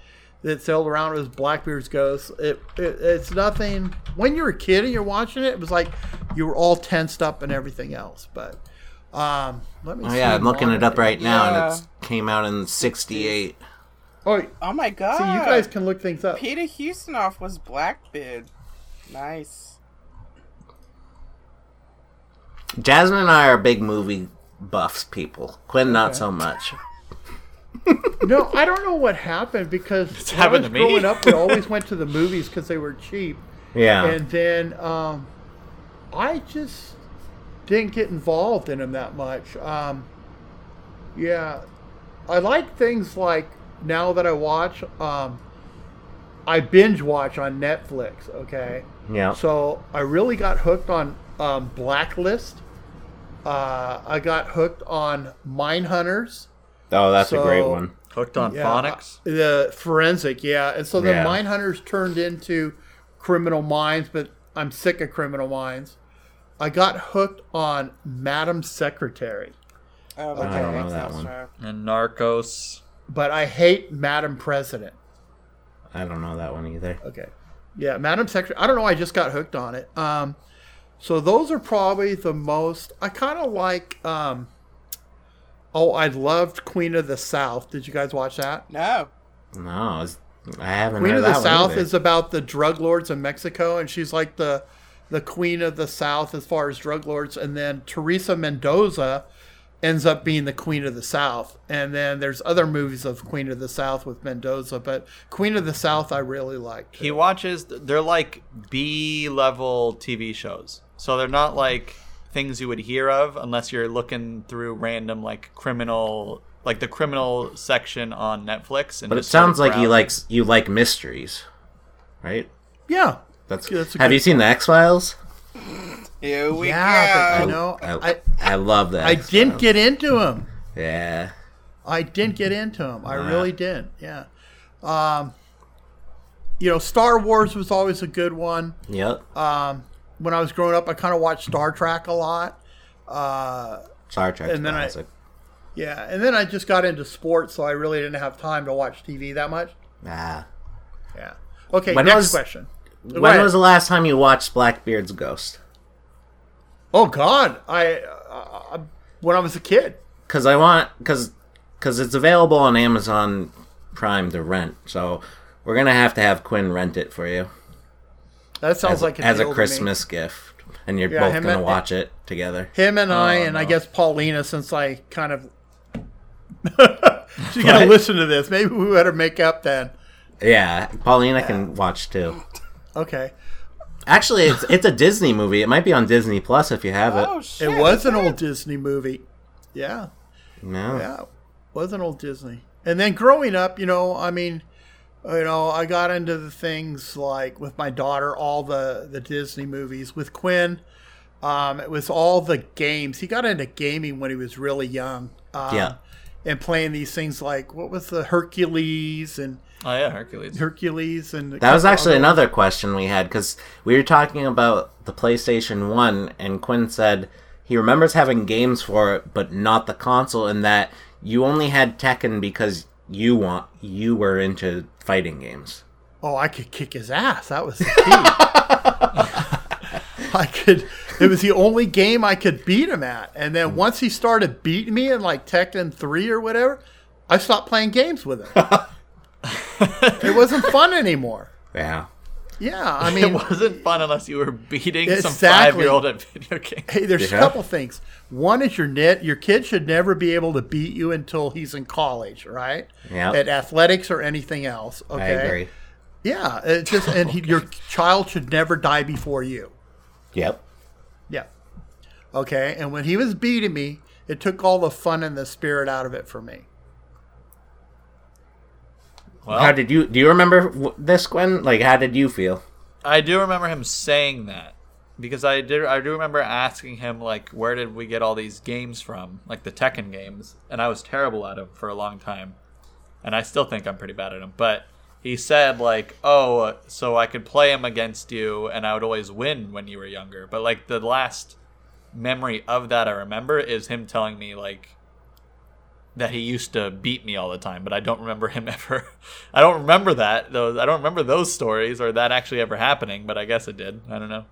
Speaker 2: that sailed around with Blackbeard's ghost. It, it it's nothing. When you're a kid and you're watching it, it was like you were all tensed up and everything else. But um, let me.
Speaker 3: Oh
Speaker 2: see
Speaker 3: yeah, I'm looking
Speaker 2: why.
Speaker 3: it up right now
Speaker 4: Yeah.
Speaker 3: and it came out in 68.
Speaker 2: Oh, see,
Speaker 4: Oh my god.
Speaker 2: you guys can look things up.
Speaker 4: Peter Hustenoff was Blackbeard. Nice.
Speaker 3: Jasmine and I are big movie buffs people. Quinn not so much.
Speaker 2: No, I don't know what happened because it's
Speaker 1: happened to me.
Speaker 2: growing up, we always went to the movies because they were cheap,
Speaker 3: Yeah.
Speaker 2: and then um, I just didn't get involved in them that much. Um, yeah, I like things like now that I watch, um, I binge watch on Netflix. Okay,
Speaker 3: yeah.
Speaker 2: so I really got hooked on um, Blacklist. Uh, I got hooked on Mine Hunters.
Speaker 3: oh, that's a great
Speaker 2: so-
Speaker 3: one.
Speaker 1: Hooked on
Speaker 2: Yeah,
Speaker 1: phonics.
Speaker 2: uh, The forensic, yeah. And so then
Speaker 3: Yeah.
Speaker 2: mine hunters turned into criminal minds, but I'm sick of criminal minds. I got hooked on Madam Secretary,
Speaker 4: Oh,
Speaker 2: I
Speaker 4: okay,
Speaker 2: don't
Speaker 3: know
Speaker 4: that
Speaker 3: that
Speaker 4: sounds
Speaker 3: one.
Speaker 4: right.
Speaker 1: and Narcos.
Speaker 2: but I hate Madam President.
Speaker 3: I don't know that one either.
Speaker 2: Okay. Yeah, Madam Secretary. I don't know. I just got hooked on it. Um, so those are probably the most. I kind of like. Um, oh, I loved Queen of the South. Did you guys watch that?
Speaker 4: No.
Speaker 3: No, it's, I haven't
Speaker 2: Queen
Speaker 3: heard
Speaker 2: of the
Speaker 3: that
Speaker 2: South
Speaker 3: one either.
Speaker 2: is about the drug lords in Mexico, and she's like the the queen of the South as far as drug lords. And then Teresa Mendoza ends up being the queen of the South. And then there's other movies of Queen of the South with Mendoza, but Queen of the South I really liked.
Speaker 1: He watches. They're like B level TV shows, so they're not like things you would hear of unless you're looking through random like criminal, like the criminal section on Netflix. And
Speaker 3: But it
Speaker 1: just sort of
Speaker 3: sounds like you
Speaker 1: browse.
Speaker 3: likes you like mysteries, right?
Speaker 2: yeah.
Speaker 3: That's,
Speaker 2: Yeah, that's a
Speaker 3: Have
Speaker 2: good-
Speaker 3: you seen the X Files?
Speaker 4: Here we
Speaker 2: Yeah, but
Speaker 4: go.
Speaker 2: you know,
Speaker 3: I,
Speaker 2: I
Speaker 3: I, love that.
Speaker 2: I didn't get into him.
Speaker 3: Yeah.
Speaker 2: I didn't get into them. I really didn't. Yeah. Um, you know, Star Wars was always a good one.
Speaker 3: Yep.
Speaker 2: Uh, when I was growing up, I kind of watched Star Trek a lot.
Speaker 3: Star Trek.
Speaker 2: and then I-
Speaker 3: classic.
Speaker 2: Yeah, and then I just got into sports, so I really didn't have time to watch TV that much.
Speaker 3: ah.
Speaker 2: Yeah. Okay,
Speaker 3: When
Speaker 2: next
Speaker 3: was-
Speaker 2: question. Go
Speaker 3: When
Speaker 2: ahead.
Speaker 3: was the last time you watched Blackbeard's Ghost?
Speaker 2: oh God, I, uh, when I was a kid.
Speaker 3: Because I want because because it's available on Amazon Prime to rent. So we're gonna have to have Quinn rent it for you
Speaker 2: That sounds
Speaker 3: as,
Speaker 2: like
Speaker 3: as
Speaker 2: deal
Speaker 3: a
Speaker 2: to me.
Speaker 3: Christmas gift, and you're
Speaker 2: Yeah,
Speaker 3: both
Speaker 2: him
Speaker 3: gonna
Speaker 2: and-
Speaker 3: watch it together.
Speaker 2: Him and I,
Speaker 1: Oh,
Speaker 2: and I
Speaker 1: no.
Speaker 2: guess Paulina, since I kind of she's gonna
Speaker 3: What?
Speaker 2: listen to this. Maybe we better make up then.
Speaker 3: Yeah, Paulina can watch too.
Speaker 2: Okay,
Speaker 3: Actually, it's it's a Disney movie. It might be on Disney Plus if you have it.
Speaker 4: Oh shit!
Speaker 2: it was
Speaker 4: that's
Speaker 2: an old Disney movie. Yeah,
Speaker 3: no.
Speaker 2: Yeah, was an old Disney. And then growing up, you know, I mean, you know, I got into the things like with my daughter, all the the Disney movies. With Quinn, um, it was all the games. He got into gaming when he was really young. Um,
Speaker 3: Yeah.
Speaker 2: And playing these things like what was the Hercules and
Speaker 1: Oh yeah, Hercules.
Speaker 2: Hercules and
Speaker 3: That was actually another question we had because we were talking about the PlayStation 1, and Quinn said he remembers having games for it, but not the console, and that you only had Tekken because you want you were into fighting games.
Speaker 2: Oh, I could kick his ass. That was the key. I could. It was the only game I could beat him at. And then
Speaker 3: Hmm.
Speaker 2: once he started beating me in like Tekken three or whatever, I stopped playing games with him. it wasn't fun anymore.
Speaker 3: Yeah.
Speaker 2: Yeah, I
Speaker 1: It
Speaker 2: mean,
Speaker 1: wasn't fun unless you were beating some
Speaker 2: Exactly.
Speaker 1: five-year-old at video games.
Speaker 2: hey, there's
Speaker 3: Yeah.
Speaker 2: a couple things. One is your net. Your kid should never be able to beat you until he's in college, right?
Speaker 3: Yeah.
Speaker 2: At athletics or anything else. Okay.
Speaker 3: I agree.
Speaker 2: Yeah, it just and he, your child should never die before you.
Speaker 3: Yep.
Speaker 2: Yeah. Okay. And when he was beating me, it took all the fun and the spirit out of it for me.
Speaker 1: Well,
Speaker 3: How did you do? You remember w- this, Quinn? Like, how did you feel?
Speaker 1: I do remember him saying that because I did. I do remember asking him like, "Where did we get all these games from? Like the Tekken games?" And I was terrible at them for a long time, and I still think I'm pretty bad at them. But he said like, "Oh, so I could play him against you, and I would always win when you were younger." But like the last memory of that I remember is him telling me like that he used to beat me all the time, but I don't remember him ever. I don't remember that those. I don't remember those stories or that actually ever happening. But I guess it did. I don't know.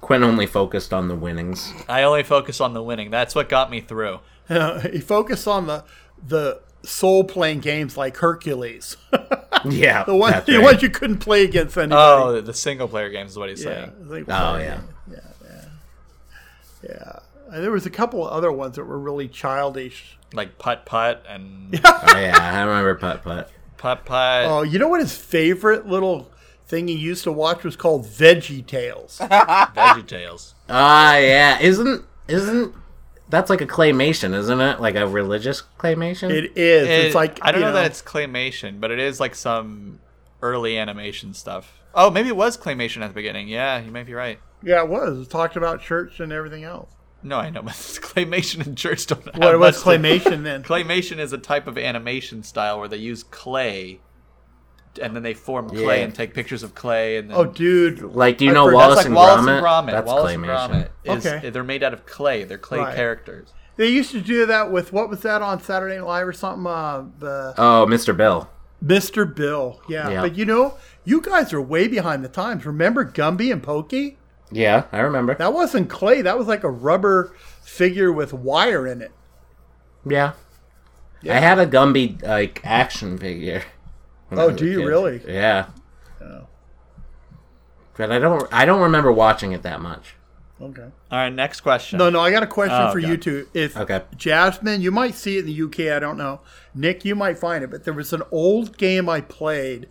Speaker 3: Quinn only focused on the winnings.
Speaker 1: I only focus on the winning. That's what got me through.
Speaker 2: he focused on the the soul playing games like Hercules,
Speaker 3: Yeah.
Speaker 2: the one
Speaker 3: that's
Speaker 2: the
Speaker 3: right.
Speaker 2: ones you couldn't play against anybody.
Speaker 1: Oh, the single player games is what he's
Speaker 2: yeah.
Speaker 1: saying.
Speaker 2: like-
Speaker 3: Oh yeah.
Speaker 2: yeah. And there was a couple of other ones that were really childish.
Speaker 1: like putt putt and
Speaker 3: Oh yeah, I remember Putt Putt.
Speaker 1: putt putt.
Speaker 2: Oh, you know what his favorite little thing he used to watch was called Veggie Tales.
Speaker 1: Veggie Tales.
Speaker 3: Ah yeah, isn't isn't that's like a claymation, isn't it? Like a religious claymation.
Speaker 2: It is.
Speaker 1: It-
Speaker 2: it's like
Speaker 1: I don't
Speaker 2: you
Speaker 1: know, that it's claymation, but it is like some early animation stuff. Oh, maybe it was claymation at the beginning. Yeah, you might be right.
Speaker 2: yeah, it was. It talked about church and everything else.
Speaker 1: No, I know, but claymation and church don't. Have
Speaker 2: What
Speaker 1: much
Speaker 2: was
Speaker 1: to-
Speaker 2: claymation then?
Speaker 1: Claymation is a type of animation style where they use clay, and then they form clay
Speaker 3: Yeah.
Speaker 1: and take pictures of clay. And then,
Speaker 2: Oh, dude.
Speaker 3: like do you
Speaker 2: I
Speaker 3: know
Speaker 2: forgot-
Speaker 3: Wallace,
Speaker 1: that's like
Speaker 3: and
Speaker 1: Wallace
Speaker 3: Gromit?
Speaker 1: and Gromit.
Speaker 3: That's
Speaker 1: Wallace
Speaker 3: claymation.
Speaker 1: and Gromit is
Speaker 2: Okay.
Speaker 1: they're made out of clay. They're clay
Speaker 2: Right.
Speaker 1: characters.
Speaker 2: They used to do that with what was that on Saturday Night Live or something? Uh, the
Speaker 3: Oh, Mr. Bill.
Speaker 2: Mr. Bill. Yeah.
Speaker 3: Yeah.
Speaker 2: But you know, you guys are way behind the times. Remember Gumby and Pokey?
Speaker 3: Yeah, I remember.
Speaker 2: That wasn't clay. That was like a rubber figure with wire in it.
Speaker 3: Yeah. I had a Gumby like action figure. when I
Speaker 2: Oh,
Speaker 3: was a
Speaker 2: do you
Speaker 3: kid.
Speaker 2: really?
Speaker 3: Yeah.
Speaker 1: Oh.
Speaker 3: But I don't I don't remember watching it that much.
Speaker 2: Okay.
Speaker 1: All right, next question.
Speaker 2: No, no, I got a question
Speaker 1: Oh,
Speaker 2: for
Speaker 1: God.
Speaker 2: you two. If
Speaker 3: Okay.
Speaker 2: Jasmine, you might see it in the UK, I don't know. Nick, you might find it, but there was an old game I played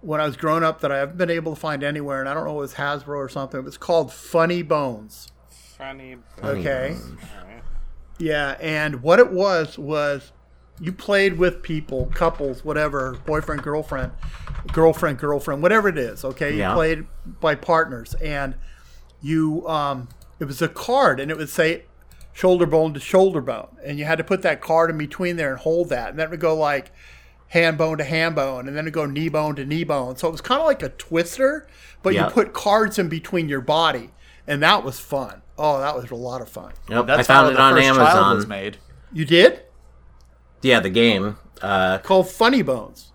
Speaker 2: when I was growing up that I haven't been able to find anywhere, and I don't know if it was Hasbro or something. It was called Funny Bones.
Speaker 4: Funny.
Speaker 2: Okay.
Speaker 4: Alright.
Speaker 2: Yeah, and what it was was you played with people, couples, whatever, boyfriend, girlfriend, girlfriend, girlfriend, whatever it is. Okay, you
Speaker 3: Yeah.
Speaker 2: played by partners, and you um, it was a card, and it would say shoulder bone to shoulder bone, and you had to put that card in between there and hold that, and that would go like hand bone to hand bone, and then it would go knee bone to knee bone. So it was kind of like a twister, but
Speaker 3: Yeah.
Speaker 2: you put cards in between your body, and that was fun. Oh, that was a lot of fun.
Speaker 3: Nope, I
Speaker 1: that's
Speaker 3: found
Speaker 1: how
Speaker 3: it
Speaker 1: the
Speaker 3: on
Speaker 1: first child was
Speaker 3: Amazon.
Speaker 1: made.
Speaker 2: You did?
Speaker 3: Yeah, the game. Uh,
Speaker 2: called Funny Bones.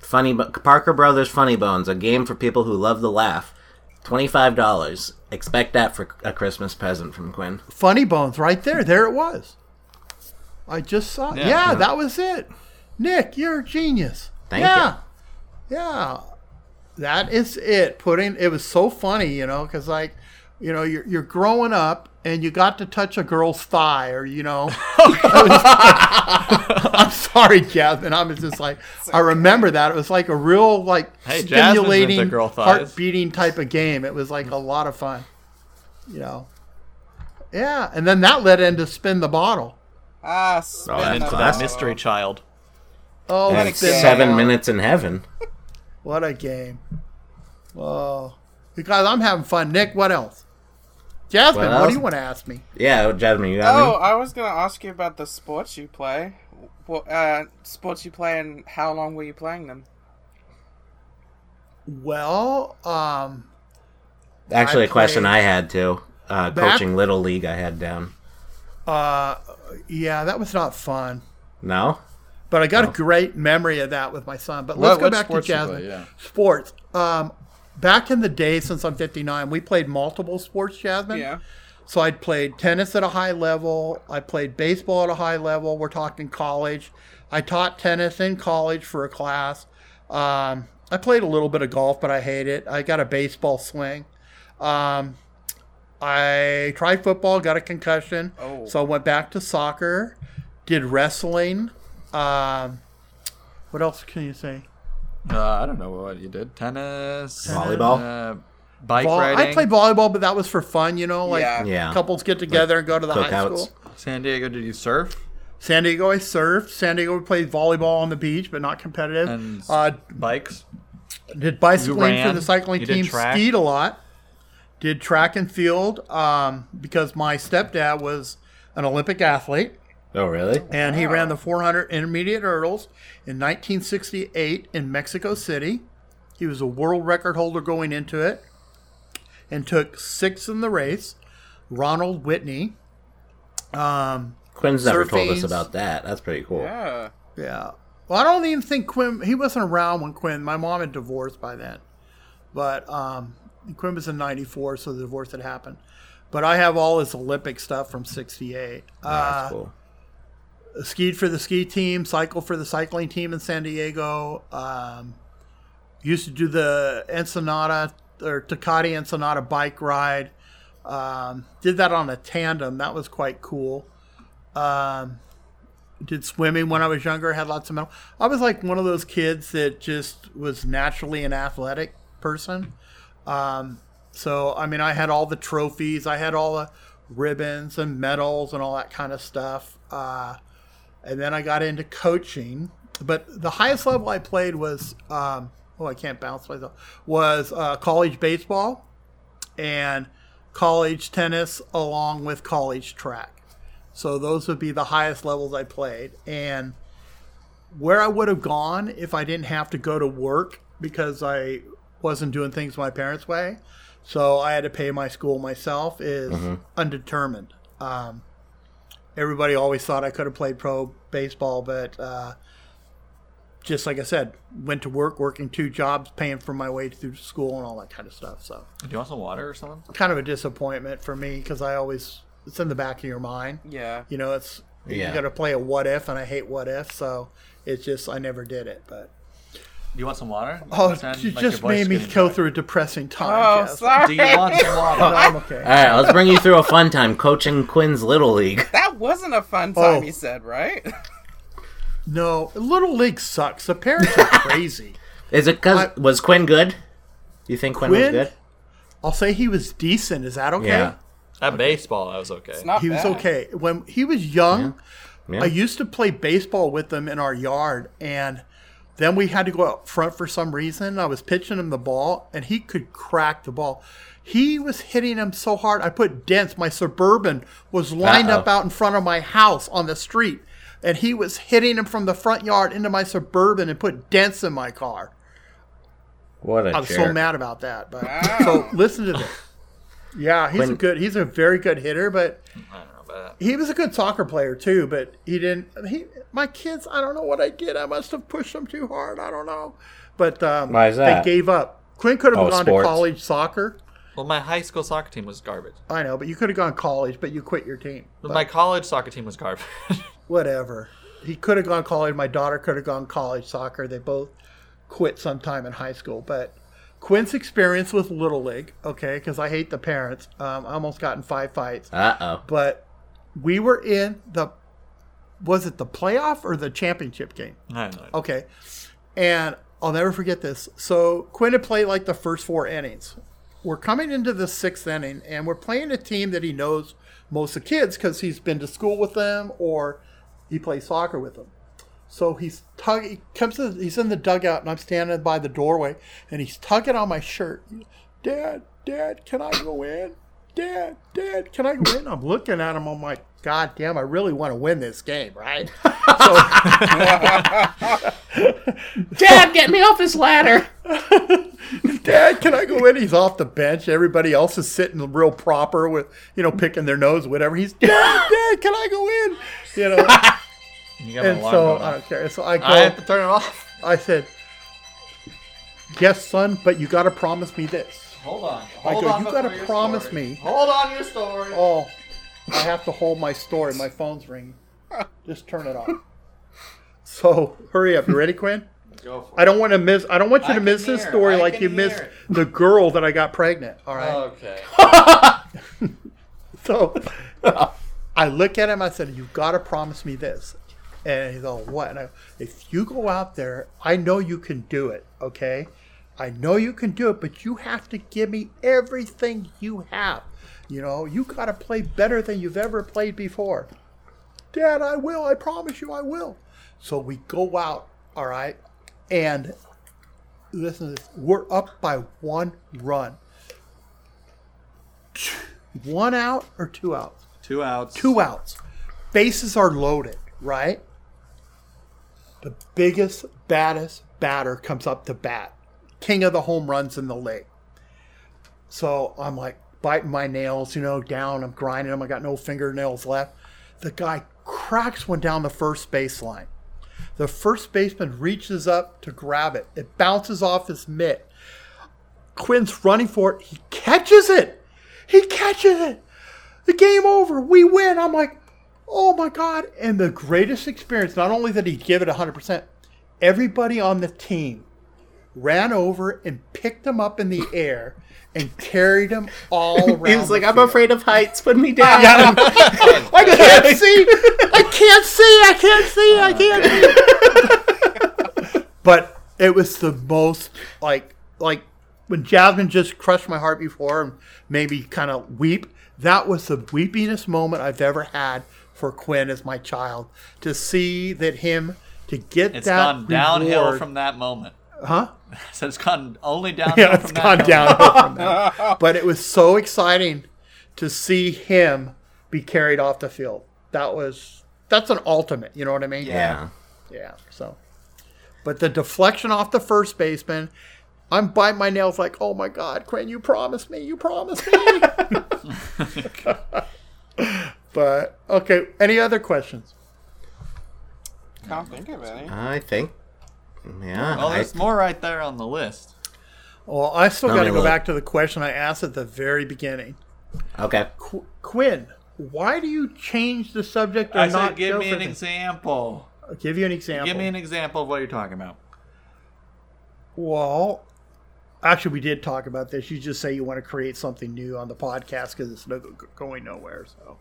Speaker 3: Funny Bo- Parker Brothers Funny Bones, a game for people who love the laugh. Twenty-five dollars. Expect that for a Christmas present from Quinn.
Speaker 2: Funny Bones, right there. There it was. I just saw. it.
Speaker 1: Yeah.
Speaker 2: Yeah, that was it. Nick, you're a genius.
Speaker 3: Thank
Speaker 2: yeah. Yeah. That is it. Putting it was so funny, you know, because like, you know, you're you're growing up and you got to touch a girl's thigh, or you know. I'm sorry, Jasmine. I'm just like I remember that. It was like a real like
Speaker 1: Hey, Jasmine's into
Speaker 2: stimulating,
Speaker 1: girl thighs.
Speaker 2: heart beating type of game. It was like a lot of fun, you know. Yeah, and then that led into spin the bottle.
Speaker 4: Ah, spin
Speaker 3: that's
Speaker 1: Into
Speaker 4: the
Speaker 1: that
Speaker 3: classic.
Speaker 1: mystery child.
Speaker 2: Oh,
Speaker 3: And
Speaker 2: spin the
Speaker 3: seven
Speaker 2: bottle.
Speaker 3: minutes in heaven.
Speaker 2: What a game! Oh, because I'm having fun. Nick, what else? Jasmine,
Speaker 3: What
Speaker 2: what
Speaker 3: else?
Speaker 2: do you want to ask me?
Speaker 3: Yeah, Jasmine, you got
Speaker 4: Oh,
Speaker 3: me.
Speaker 4: I was gonna ask you about the sports you play. What uh, sports you play, and how long were you playing them?
Speaker 2: Well, um,
Speaker 3: Actually,
Speaker 2: I
Speaker 3: a question
Speaker 2: played-
Speaker 3: I had too. Uh,
Speaker 2: Back-
Speaker 3: coaching little league, I had down.
Speaker 2: uh, yeah, that was not fun.
Speaker 3: No,
Speaker 2: But I got a great memory of that with my son. But
Speaker 1: What-
Speaker 2: let's go
Speaker 1: what
Speaker 2: back to
Speaker 1: sports you play,
Speaker 2: Jasmine.
Speaker 1: yeah.
Speaker 2: Sports. Um, back in the day, since I'm 59, we played multiple sports, Jasmine.
Speaker 4: Yeah.
Speaker 2: So I'd played tennis at a high level. I played baseball at a high level. We're talking college. I taught tennis in college for a class. Um, I played a little bit of golf, but I hate it. I got a baseball swing. Um, I tried football, got a concussion.
Speaker 4: Oh.
Speaker 2: So I went back to soccer, did wrestling. Um, what else can you say?
Speaker 1: Uh, I don't know what you did. Tennis,
Speaker 3: Volleyball?
Speaker 1: uh, bike
Speaker 2: Vol-
Speaker 1: riding.
Speaker 2: I played volleyball, but that was for fun, you know, like
Speaker 4: Yeah.
Speaker 3: Yeah.
Speaker 2: couples get together and go to the high
Speaker 3: cookouts.
Speaker 2: school.
Speaker 1: San Diego. Did you surf?
Speaker 2: San Diego, I surfed. San Diego, we played volleyball on the beach, but not competitive.
Speaker 1: And s-
Speaker 2: uh,
Speaker 1: Bikes.
Speaker 2: did bicycling for
Speaker 1: ran.
Speaker 2: the cycling
Speaker 1: You did
Speaker 2: team.
Speaker 1: track.
Speaker 2: Skied a lot. Did track and field um, because my stepdad was an Olympic athlete,
Speaker 3: Oh, really?
Speaker 2: and he ran the 400 intermediate hurdles in 1968 in Mexico City. He was a world record holder going into it, and took sixth in the race. Ronald Whitney. Um,
Speaker 3: Quinn's never told us
Speaker 2: Surfings.
Speaker 3: about that. That's pretty cool.
Speaker 4: Yeah.
Speaker 2: Yeah. Well, I don't even think Quinn. He wasn't around when Quinn. My mom had divorced by then, but um, Quinn was in '94, so the divorce had happened. But I have all his Olympic stuff from '68.
Speaker 3: That's
Speaker 2: Uh,
Speaker 3: cool.
Speaker 2: skied for the ski team, cycled for the cycling team in San Diego. Um, used to do the Ensenada or Tecate Ensenada bike ride. Um, did that on a tandem. That was quite cool. Um, did swimming when I was younger. Had lots of medal. I was like one of those kids that just was naturally an athletic person. Um, so I mean, I had all the trophies. I had all the ribbons and medals and all that kind of stuff. Uh, and then I got into coaching. But the highest level I played was um, oh, I can't bounce myself was uh, college baseball and college tennis along with college track. So those would be the highest levels I played. And where I would have gone if I didn't have to go to work because I wasn't doing things my parents' way, so I had to pay my school myself, is undetermined. Um, everybody always thought I could have played pro baseball, but uh, just like I said, went to work, working two jobs, paying for my way through school and all that kind of stuff. So
Speaker 1: Do you want some water or something?
Speaker 2: kind of a disappointment for me because I always it's in the back of your mind.
Speaker 4: Yeah.
Speaker 2: You know, it's
Speaker 3: Yeah.
Speaker 2: you got to play a what if, and I hate what if, so it's just I never did it. But
Speaker 1: Do you want some water?
Speaker 2: oh,
Speaker 1: Sound
Speaker 2: you
Speaker 1: like your
Speaker 2: just
Speaker 1: voice
Speaker 2: made me
Speaker 1: getting
Speaker 2: go
Speaker 1: dry.
Speaker 2: through a depressing time.
Speaker 4: Oh,
Speaker 2: Jess.
Speaker 4: sorry.
Speaker 1: Do you want some water?
Speaker 2: No, I'm okay.
Speaker 3: All right, let's bring you through a fun time coaching Quinn's Little League.
Speaker 4: That wasn't a fun time,
Speaker 2: Oh.
Speaker 4: he said, right?
Speaker 2: No, Little League sucks. The parents are crazy.
Speaker 3: Is it because was Quinn good? You think Quinn,
Speaker 2: Quinn?
Speaker 3: was good?
Speaker 2: I'll say he was decent. Is that okay?
Speaker 3: Yeah.
Speaker 1: At baseball, I was okay.
Speaker 4: Not
Speaker 2: He was
Speaker 4: bad.
Speaker 2: okay when he was young.
Speaker 3: Yeah.
Speaker 2: I used to play baseball with them in our yard, and then we had to go out front for some reason. I was pitching him the ball, and he could crack the ball. He was hitting him so hard, I put dents. My suburban was lined
Speaker 3: Uh-oh.
Speaker 2: up out in front of my house on the street, and he was hitting him from the front yard into my suburban and put dents in my car.
Speaker 3: What a
Speaker 2: I'm
Speaker 3: jerk.
Speaker 2: so mad about that. But so listen to this. Yeah, he's a
Speaker 3: When-
Speaker 2: good. He's a very good hitter, but
Speaker 1: I don't know uh, about that.
Speaker 2: he was a good soccer player too, but he didn't. He, my kids, I don't know what I did. I must have pushed them too hard. I don't know. But um,
Speaker 3: Why is that?
Speaker 2: they gave up. Quinn could have
Speaker 3: Oh,
Speaker 2: gone
Speaker 3: sports.
Speaker 2: to college soccer.
Speaker 1: Well, my high school soccer team was garbage.
Speaker 2: I know, but you could have gone college, but you quit your team.
Speaker 1: But my college soccer team was garbage.
Speaker 2: Whatever. He could have gone college. My daughter could have gone college soccer. They both quit sometime in high school. But Quinn's experience with Little League, okay, because I hate the parents. Um, I almost got in five fights.
Speaker 3: Uh oh.
Speaker 2: But we were in the, was it the playoff or the championship game?
Speaker 1: I have no idea.
Speaker 2: Okay. And I'll never forget this. So Quinn had played like the first four innings. We're coming into the sixth inning, and we're playing a team that he knows most of the kids because he's been to school with them or he plays soccer with them. So he's tug. He comes. To the, he's in the dugout, and I'm standing by the doorway, and he's tugging on my shirt. Dad, Dad, can I go in? Dad, Dad, can I go in? I'm looking at him. I'm like, God damn, I really want to win this game, right? So
Speaker 3: Dad, get me off this ladder.
Speaker 2: Dad, can I go in? He's off the bench. Everybody else is sitting real proper with, you know, picking their nose, whatever. He's, Dad, Dad, can I go in? You know,
Speaker 1: You got my
Speaker 2: and
Speaker 1: alarm
Speaker 2: so
Speaker 1: going
Speaker 2: I
Speaker 1: off.
Speaker 2: don't care. So I go,
Speaker 1: I have to turn it off.
Speaker 2: I said, Yes, son, but you got to promise me this.
Speaker 1: Hold on.
Speaker 2: Michael,
Speaker 1: Hold on
Speaker 2: you
Speaker 1: to
Speaker 2: gotta
Speaker 1: your
Speaker 2: promise
Speaker 1: story.
Speaker 2: me.
Speaker 1: Hold on to your story.
Speaker 2: Oh, I have to hold my story. My phone's ringing. Just turn it off. So hurry up. You ready, Quinn?
Speaker 1: Go for
Speaker 2: I don't want to miss. I don't want you
Speaker 1: I
Speaker 2: to miss
Speaker 1: can
Speaker 2: this
Speaker 1: hear.
Speaker 2: story
Speaker 1: I
Speaker 2: like
Speaker 1: can
Speaker 2: you missed
Speaker 1: hear. Oh,
Speaker 2: the girl that I got pregnant. All right.
Speaker 1: Okay.
Speaker 2: So I look at him. I said, "You've got to promise me this." And he's all, "What?" And I, if you go out there, I know you can do it. Okay, I know you can do it, but you have to give me everything you have. You know, you got to play better than you've ever played before. Dad, I will. I promise you, I will. So we go out. All right, and listen, to this. we're up by one run. One out or two outs?
Speaker 1: Two outs.
Speaker 2: two outs. Bases are loaded, right? The biggest, baddest batter comes up to bat. King of the home runs in the league. So I'm like biting my nails, you know, down. I'm grinding them. I got no fingernails left. The guy cracks one down the first baseline. The first baseman reaches up to grab it. It bounces off his mitt. Quinn's running for it. He catches it. He catches it the game over. We win. I'm like, oh my God. And the greatest experience, not only did he give it 100%, everybody on the team ran over and picked him up in the air and carried him all around.
Speaker 3: He was like,
Speaker 2: the
Speaker 3: I'm
Speaker 2: field."
Speaker 3: afraid of heights. Put me down.
Speaker 2: I can't see. I can't see. I can't see. I can't see. but it was the most like like when Jasmine just crushed my heart before and made me kind of weep. That was the weepiest moment I've ever had for Quinn as my child to see that him to get
Speaker 1: It's
Speaker 2: that
Speaker 1: gone downhill
Speaker 2: reward-
Speaker 1: from that moment.
Speaker 2: huh?
Speaker 1: So it's gone only downhill.
Speaker 2: yeah,
Speaker 1: from
Speaker 2: it's
Speaker 1: that
Speaker 2: gone
Speaker 1: moment.
Speaker 2: downhill from that. But it was so exciting to see him be carried off the field. That was that's an ultimate. You know what I mean?
Speaker 3: yeah.
Speaker 2: Yeah. So, but the deflection off the first baseman, I'm biting my nails like, oh my god, Crane, you promised me, you promised me. but okay, any other questions?
Speaker 4: Can't think of any.
Speaker 3: I think. Yeah.
Speaker 1: Well,
Speaker 3: I-
Speaker 1: there's more right there on the list.
Speaker 2: Well, I still
Speaker 3: Not
Speaker 2: got to
Speaker 3: really.
Speaker 2: go back to the question I asked at the very beginning.
Speaker 3: okay.
Speaker 2: Qu- Quinn, why do you change the subject or
Speaker 1: I
Speaker 2: not?
Speaker 1: said, give
Speaker 2: go
Speaker 1: me
Speaker 2: for
Speaker 1: an
Speaker 2: things?"
Speaker 1: example.
Speaker 2: Give you an example.
Speaker 1: Give me an example of what you're talking about.
Speaker 2: Well, actually, we did talk about this. You just say you want to create something new on the podcast because it's no, going nowhere. So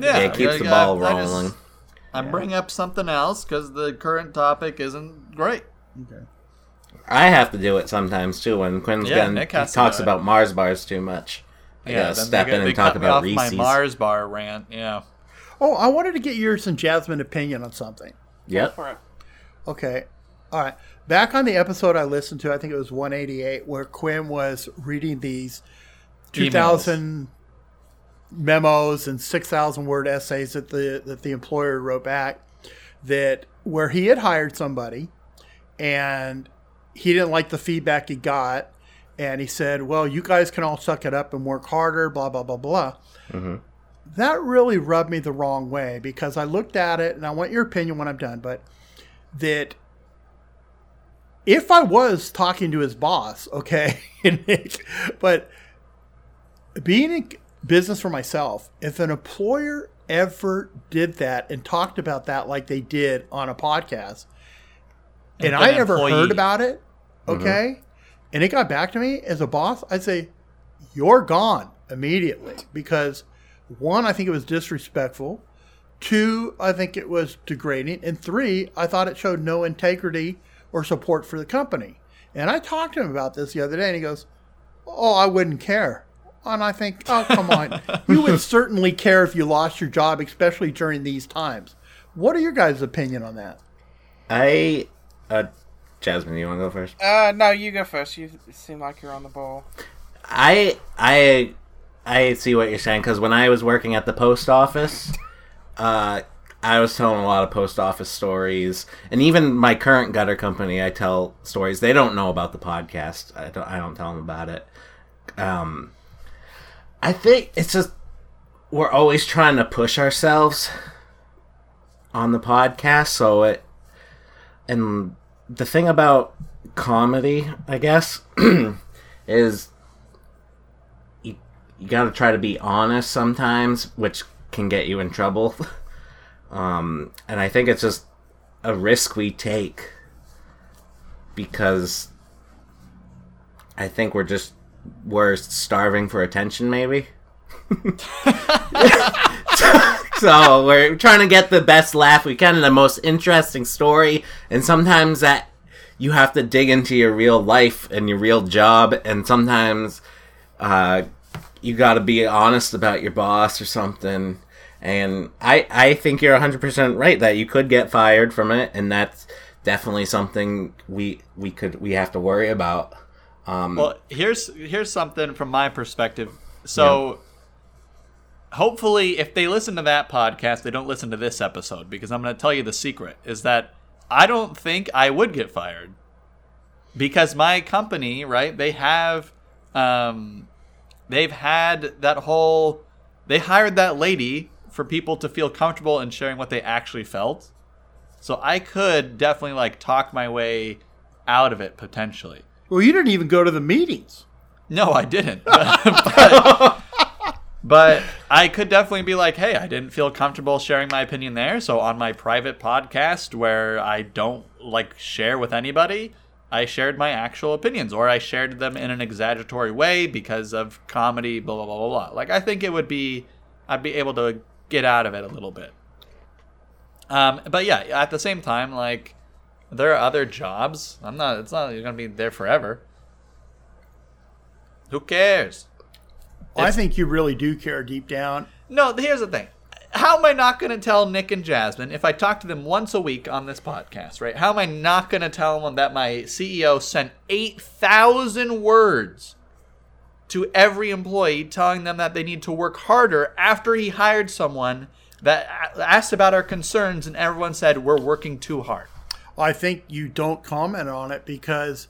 Speaker 1: Yeah,
Speaker 3: it keeps
Speaker 1: I-
Speaker 3: the
Speaker 1: I-
Speaker 3: ball
Speaker 1: I just-
Speaker 3: rolling.
Speaker 1: I bring up something else because the current topic isn't great.
Speaker 2: okay.
Speaker 3: I have to do it sometimes too when Quinn's
Speaker 1: Yeah,
Speaker 3: been
Speaker 1: Nick
Speaker 3: he
Speaker 1: has to
Speaker 3: talks
Speaker 1: do it.
Speaker 3: about Mars bars too much. I
Speaker 1: then
Speaker 3: gotta step
Speaker 1: they-
Speaker 3: in
Speaker 1: they
Speaker 3: and talk
Speaker 1: cut me
Speaker 3: about
Speaker 1: off my
Speaker 3: Reese's.
Speaker 1: Mars bar rant. Yeah,
Speaker 2: Oh, I wanted to get yours and Jasmine opinion on something.
Speaker 3: Yep.
Speaker 4: For it.
Speaker 2: Okay. All right. Back on the episode I listened to, I think it was 188, where Quinn was reading these 2,000 memos and 6,000 word essays that the that the employer wrote back that where he had hired somebody and he didn't like the feedback he got and he said, "Well, you guys can all suck it up and work harder, blah blah blah blah." That really rubbed me the wrong way because I looked at it and I want your opinion when I'm done, but that if I was talking to his boss, okay, Nick, but being in business for myself, if an employer ever did that and talked about that like they did on a podcast, and,
Speaker 1: Like
Speaker 2: I
Speaker 1: an
Speaker 2: never
Speaker 1: employee.
Speaker 2: heard about it, okay, and it got back to me as a boss, I'd say, you're gone immediately because one, I think it was disrespectful. Two, I think it was degrading. And three, I thought it showed no integrity or support for the company. And I talked to him about this the other day, and he goes, Oh, I wouldn't care. And I think, Oh, come on. you would certainly care if you lost your job, especially during these times. What are your guys' opinion on that?
Speaker 3: I uh Jasmine, you wanna go first?
Speaker 4: Uh, no, you go first. You seem like you're on the ball.
Speaker 3: I I I see what you're saying because when I was working at the post office, uh, I was telling a lot of post office stories, and even my current gutter company, I tell stories. They don't know about the podcast. I don't. I don't tell them about it. Um, I think it's just we're always trying to push ourselves on the podcast, so it and the thing about comedy, I guess, is you, you got to try to be honest sometimes, which can get you in trouble. um, and I think it's just a risk we take because I think we're just we're starving for attention, maybe. so we're trying to get the best laugh we can and the most interesting story, and sometimes that you have to dig into your real life and your real job, and sometimes uh, you got to be honest about your boss or something. And I, I think you're 100% right that you could get fired from it, and that's definitely something we we could we have to worry about. Um,
Speaker 1: Well, here's here's something from my perspective. So hopefully if they listen to that podcast, they don't listen to this episode because I'm going to tell you the secret is that I don't think I would get fired because my company, right? They have um they've had that whole they hired that lady for people to feel comfortable in sharing what they actually felt. So I could definitely like talk my way out of it potentially.
Speaker 2: Well, you didn't even go to the meetings.
Speaker 1: No, I didn't. but, but I could definitely be like, hey, I didn't feel comfortable sharing my opinion there. So on my private podcast where I don't like share with anybody, I shared my actual opinions, or I shared them in an exaggeratory way because of comedy, blah blah blah blah blah. Like I think it would be, I'd be able to get out of it a little bit. Um, but yeah, at the same time, like there are other jobs. I'm not. It's not. You're gonna be there forever. Who cares?
Speaker 2: I think you really do care deep down.
Speaker 1: No, here's the thing. How am I not going to tell Nick and Jasmine if I talk to them once a week on this podcast, right? How am I not going to tell them that my CEO sent 8,000 words to every employee telling them that they need to work harder after he hired someone that a- asked about our concerns and everyone said we're working too hard?
Speaker 2: I think you don't comment on it because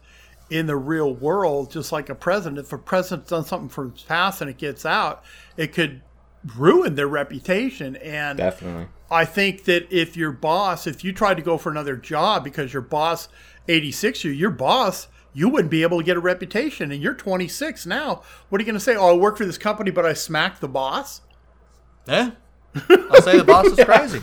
Speaker 2: in the real world, just like a president, if a president's done something from his past and it gets out, it could ruin their reputation. And
Speaker 3: Definitely.
Speaker 2: I think that if your boss, if you tried to go for another job because your boss, 86 you, your boss, you wouldn't be able to get a reputation. And you're 26 now. What are you going to say? Oh, I work for this company, but I smacked the boss.
Speaker 1: Eh? I'll say the boss is crazy.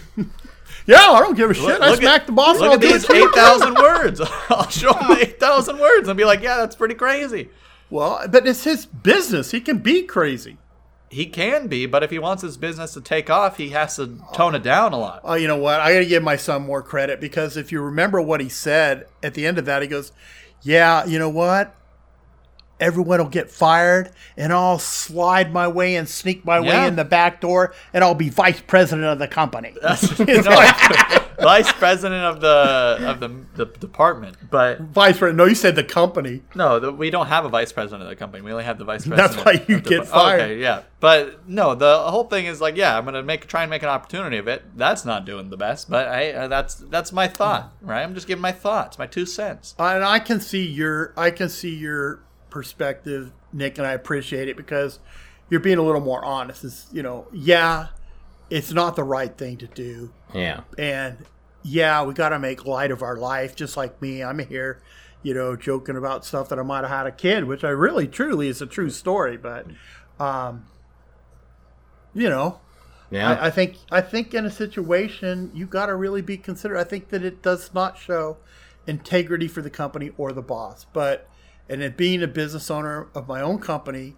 Speaker 2: Yeah, I don't give a shit. I smacked the boss.
Speaker 1: Look
Speaker 2: and I'll
Speaker 1: at
Speaker 2: do it
Speaker 1: these
Speaker 2: too.
Speaker 1: 8,000 words. I'll show them 8,000 words and be like, yeah, that's pretty crazy.
Speaker 2: Well, but it's his business. He can be crazy.
Speaker 1: He can be, but if he wants his business to take off, he has to tone it down a lot.
Speaker 2: Oh, you know what? I got to give my son more credit because if you remember what he said at the end of that, he goes, Yeah, you know what? Everyone will get fired and I'll slide my way and sneak my
Speaker 1: Yeah.
Speaker 2: way in the back door and I'll be vice president of the company.
Speaker 1: That's no, vice president of the of the, the department, but
Speaker 2: vice president. No, you said the company.
Speaker 1: no, the, we don't have a vice president of the company. We only have the vice
Speaker 2: That's
Speaker 1: president.
Speaker 2: why you
Speaker 1: of the
Speaker 2: get
Speaker 1: depar-
Speaker 2: fired.
Speaker 1: Okay, yeah, but no, the whole thing is like, yeah, I'm gonna make try and make an opportunity of it. That's not doing the best, but I uh, that's that's my thought, right? I'm just giving my thoughts, my two cents.
Speaker 2: and I can see your I can see your perspective, Nick, and I appreciate it because you're being a little more honest. It's, you know, yeah, it's not the right thing to do,
Speaker 3: Yeah.
Speaker 2: and yeah, we got to make light of our life. Just like me, I'm here, you know, joking about stuff that I might have had a kid, which I really, truly is a true story. But, um, you know,
Speaker 3: Yeah.
Speaker 2: I, I think I think in a situation you got to really be considerate. I think that it does not show integrity for the company or the boss. But and it being a business owner of my own company,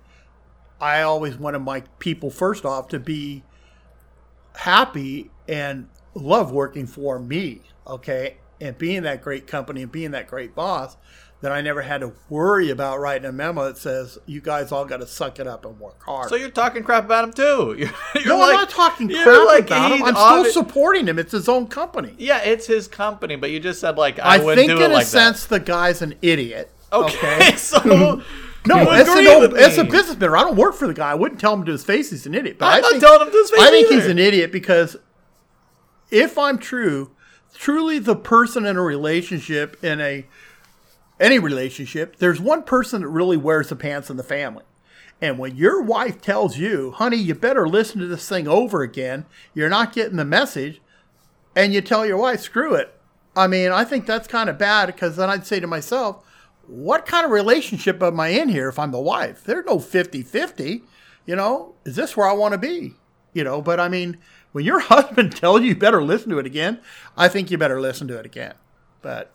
Speaker 2: I always wanted my people first off to be happy and love working for me. Okay, and being that great company and being that great boss. That I never had to worry about writing a memo that says you guys all got to suck it up and work hard.
Speaker 1: So you're talking crap about him too. You're, you're
Speaker 2: No,
Speaker 1: like-
Speaker 2: I'm not talking
Speaker 1: you're
Speaker 2: crap
Speaker 1: like,
Speaker 2: about him.
Speaker 1: he's
Speaker 2: I'm
Speaker 1: obvi-
Speaker 2: still supporting him. It's his own company.
Speaker 1: Yeah, it's his company, but you just said like I,
Speaker 2: I,
Speaker 1: wouldn't
Speaker 2: think,
Speaker 1: do
Speaker 2: in
Speaker 1: it
Speaker 2: a
Speaker 1: like that.
Speaker 2: sense, the guy's an idiot.
Speaker 1: Okay, so
Speaker 2: No,
Speaker 1: you
Speaker 2: as an
Speaker 1: agree
Speaker 2: old,
Speaker 1: with
Speaker 2: as a
Speaker 1: me.
Speaker 2: businessman, I don't work for the guy. I wouldn't tell him to his face he's an idiot. But
Speaker 1: I'm
Speaker 2: I
Speaker 1: not
Speaker 2: think,
Speaker 1: telling him to his face
Speaker 2: I think
Speaker 1: either.
Speaker 2: he's an idiot because if I'm true, truly the person in a relationship in a any relationship, there's one person that really wears the pants in the family. And when your wife tells you, honey, you better listen to this thing over again, you're not getting the message, and you tell your wife, screw it. I mean, I think that's kind of bad because then I'd say to myself, what kind of relationship am I in here if I'm the wife? There's no 50 50. You know, is this where I want to be? You know, but I mean, when your husband tells you you better listen to it again, I think you better listen to it again. But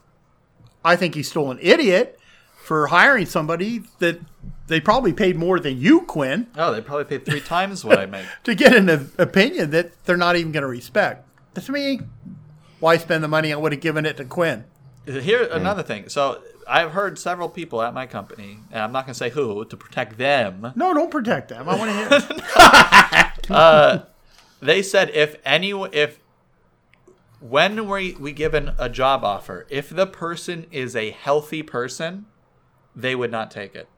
Speaker 2: I think he's still an idiot for hiring somebody that they probably paid more than you, Quinn,
Speaker 1: Oh, they probably paid three times what I make.
Speaker 2: to get an op- opinion that they're not even going to respect. That's me. Why spend the money? I would have given it to Quinn.
Speaker 1: Here, another thing. So I've heard several people at my company, and I'm not going to say who to protect them.
Speaker 2: No, don't protect them. I want to hear.
Speaker 1: They said if any, if when we we given a job offer, if the person is a healthy person, they would not take it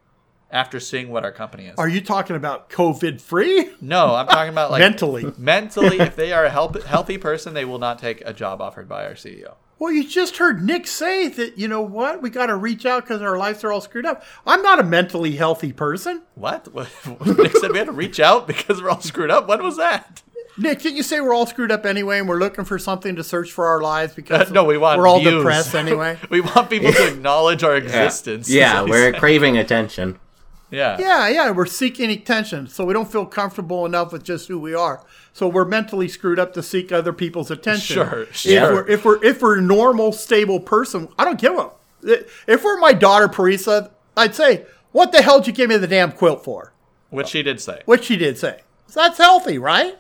Speaker 1: after seeing what our company is.
Speaker 2: Are you talking about COVID free?
Speaker 1: no, I'm talking about like
Speaker 2: Mentally.
Speaker 1: Mentally, if they are a help, healthy person, they will not take a job offered by our E CEO.
Speaker 2: Well, you just heard Nick say that, you know what? We got to reach out because our lives are all screwed up. I'm not a mentally healthy person.
Speaker 1: What? What- Nick said we had to reach out because we're all screwed up. When was that?
Speaker 2: Nick, didn't you say we're all screwed up anyway and we're looking for something to search for our lives because
Speaker 1: Uh, no, we want
Speaker 2: we're all
Speaker 1: views.
Speaker 2: depressed anyway?
Speaker 1: We want people to acknowledge our
Speaker 3: Yeah.
Speaker 1: existence. is
Speaker 3: Yeah,
Speaker 1: what he
Speaker 3: we're
Speaker 1: said.
Speaker 3: craving attention.
Speaker 1: yeah.
Speaker 2: Yeah, yeah, we're seeking attention, so we don't feel comfortable enough with just who we are. So we're mentally screwed up to seek other people's attention.
Speaker 1: Sure,
Speaker 2: If
Speaker 1: sure.
Speaker 2: we're if we're if we're a normal, stable person, I don't give up. If we're my daughter Parisa, I'd say, "What the hell did you give me the damn quilt for?"
Speaker 1: Which she did say.
Speaker 2: Which she did say. So that's healthy, right?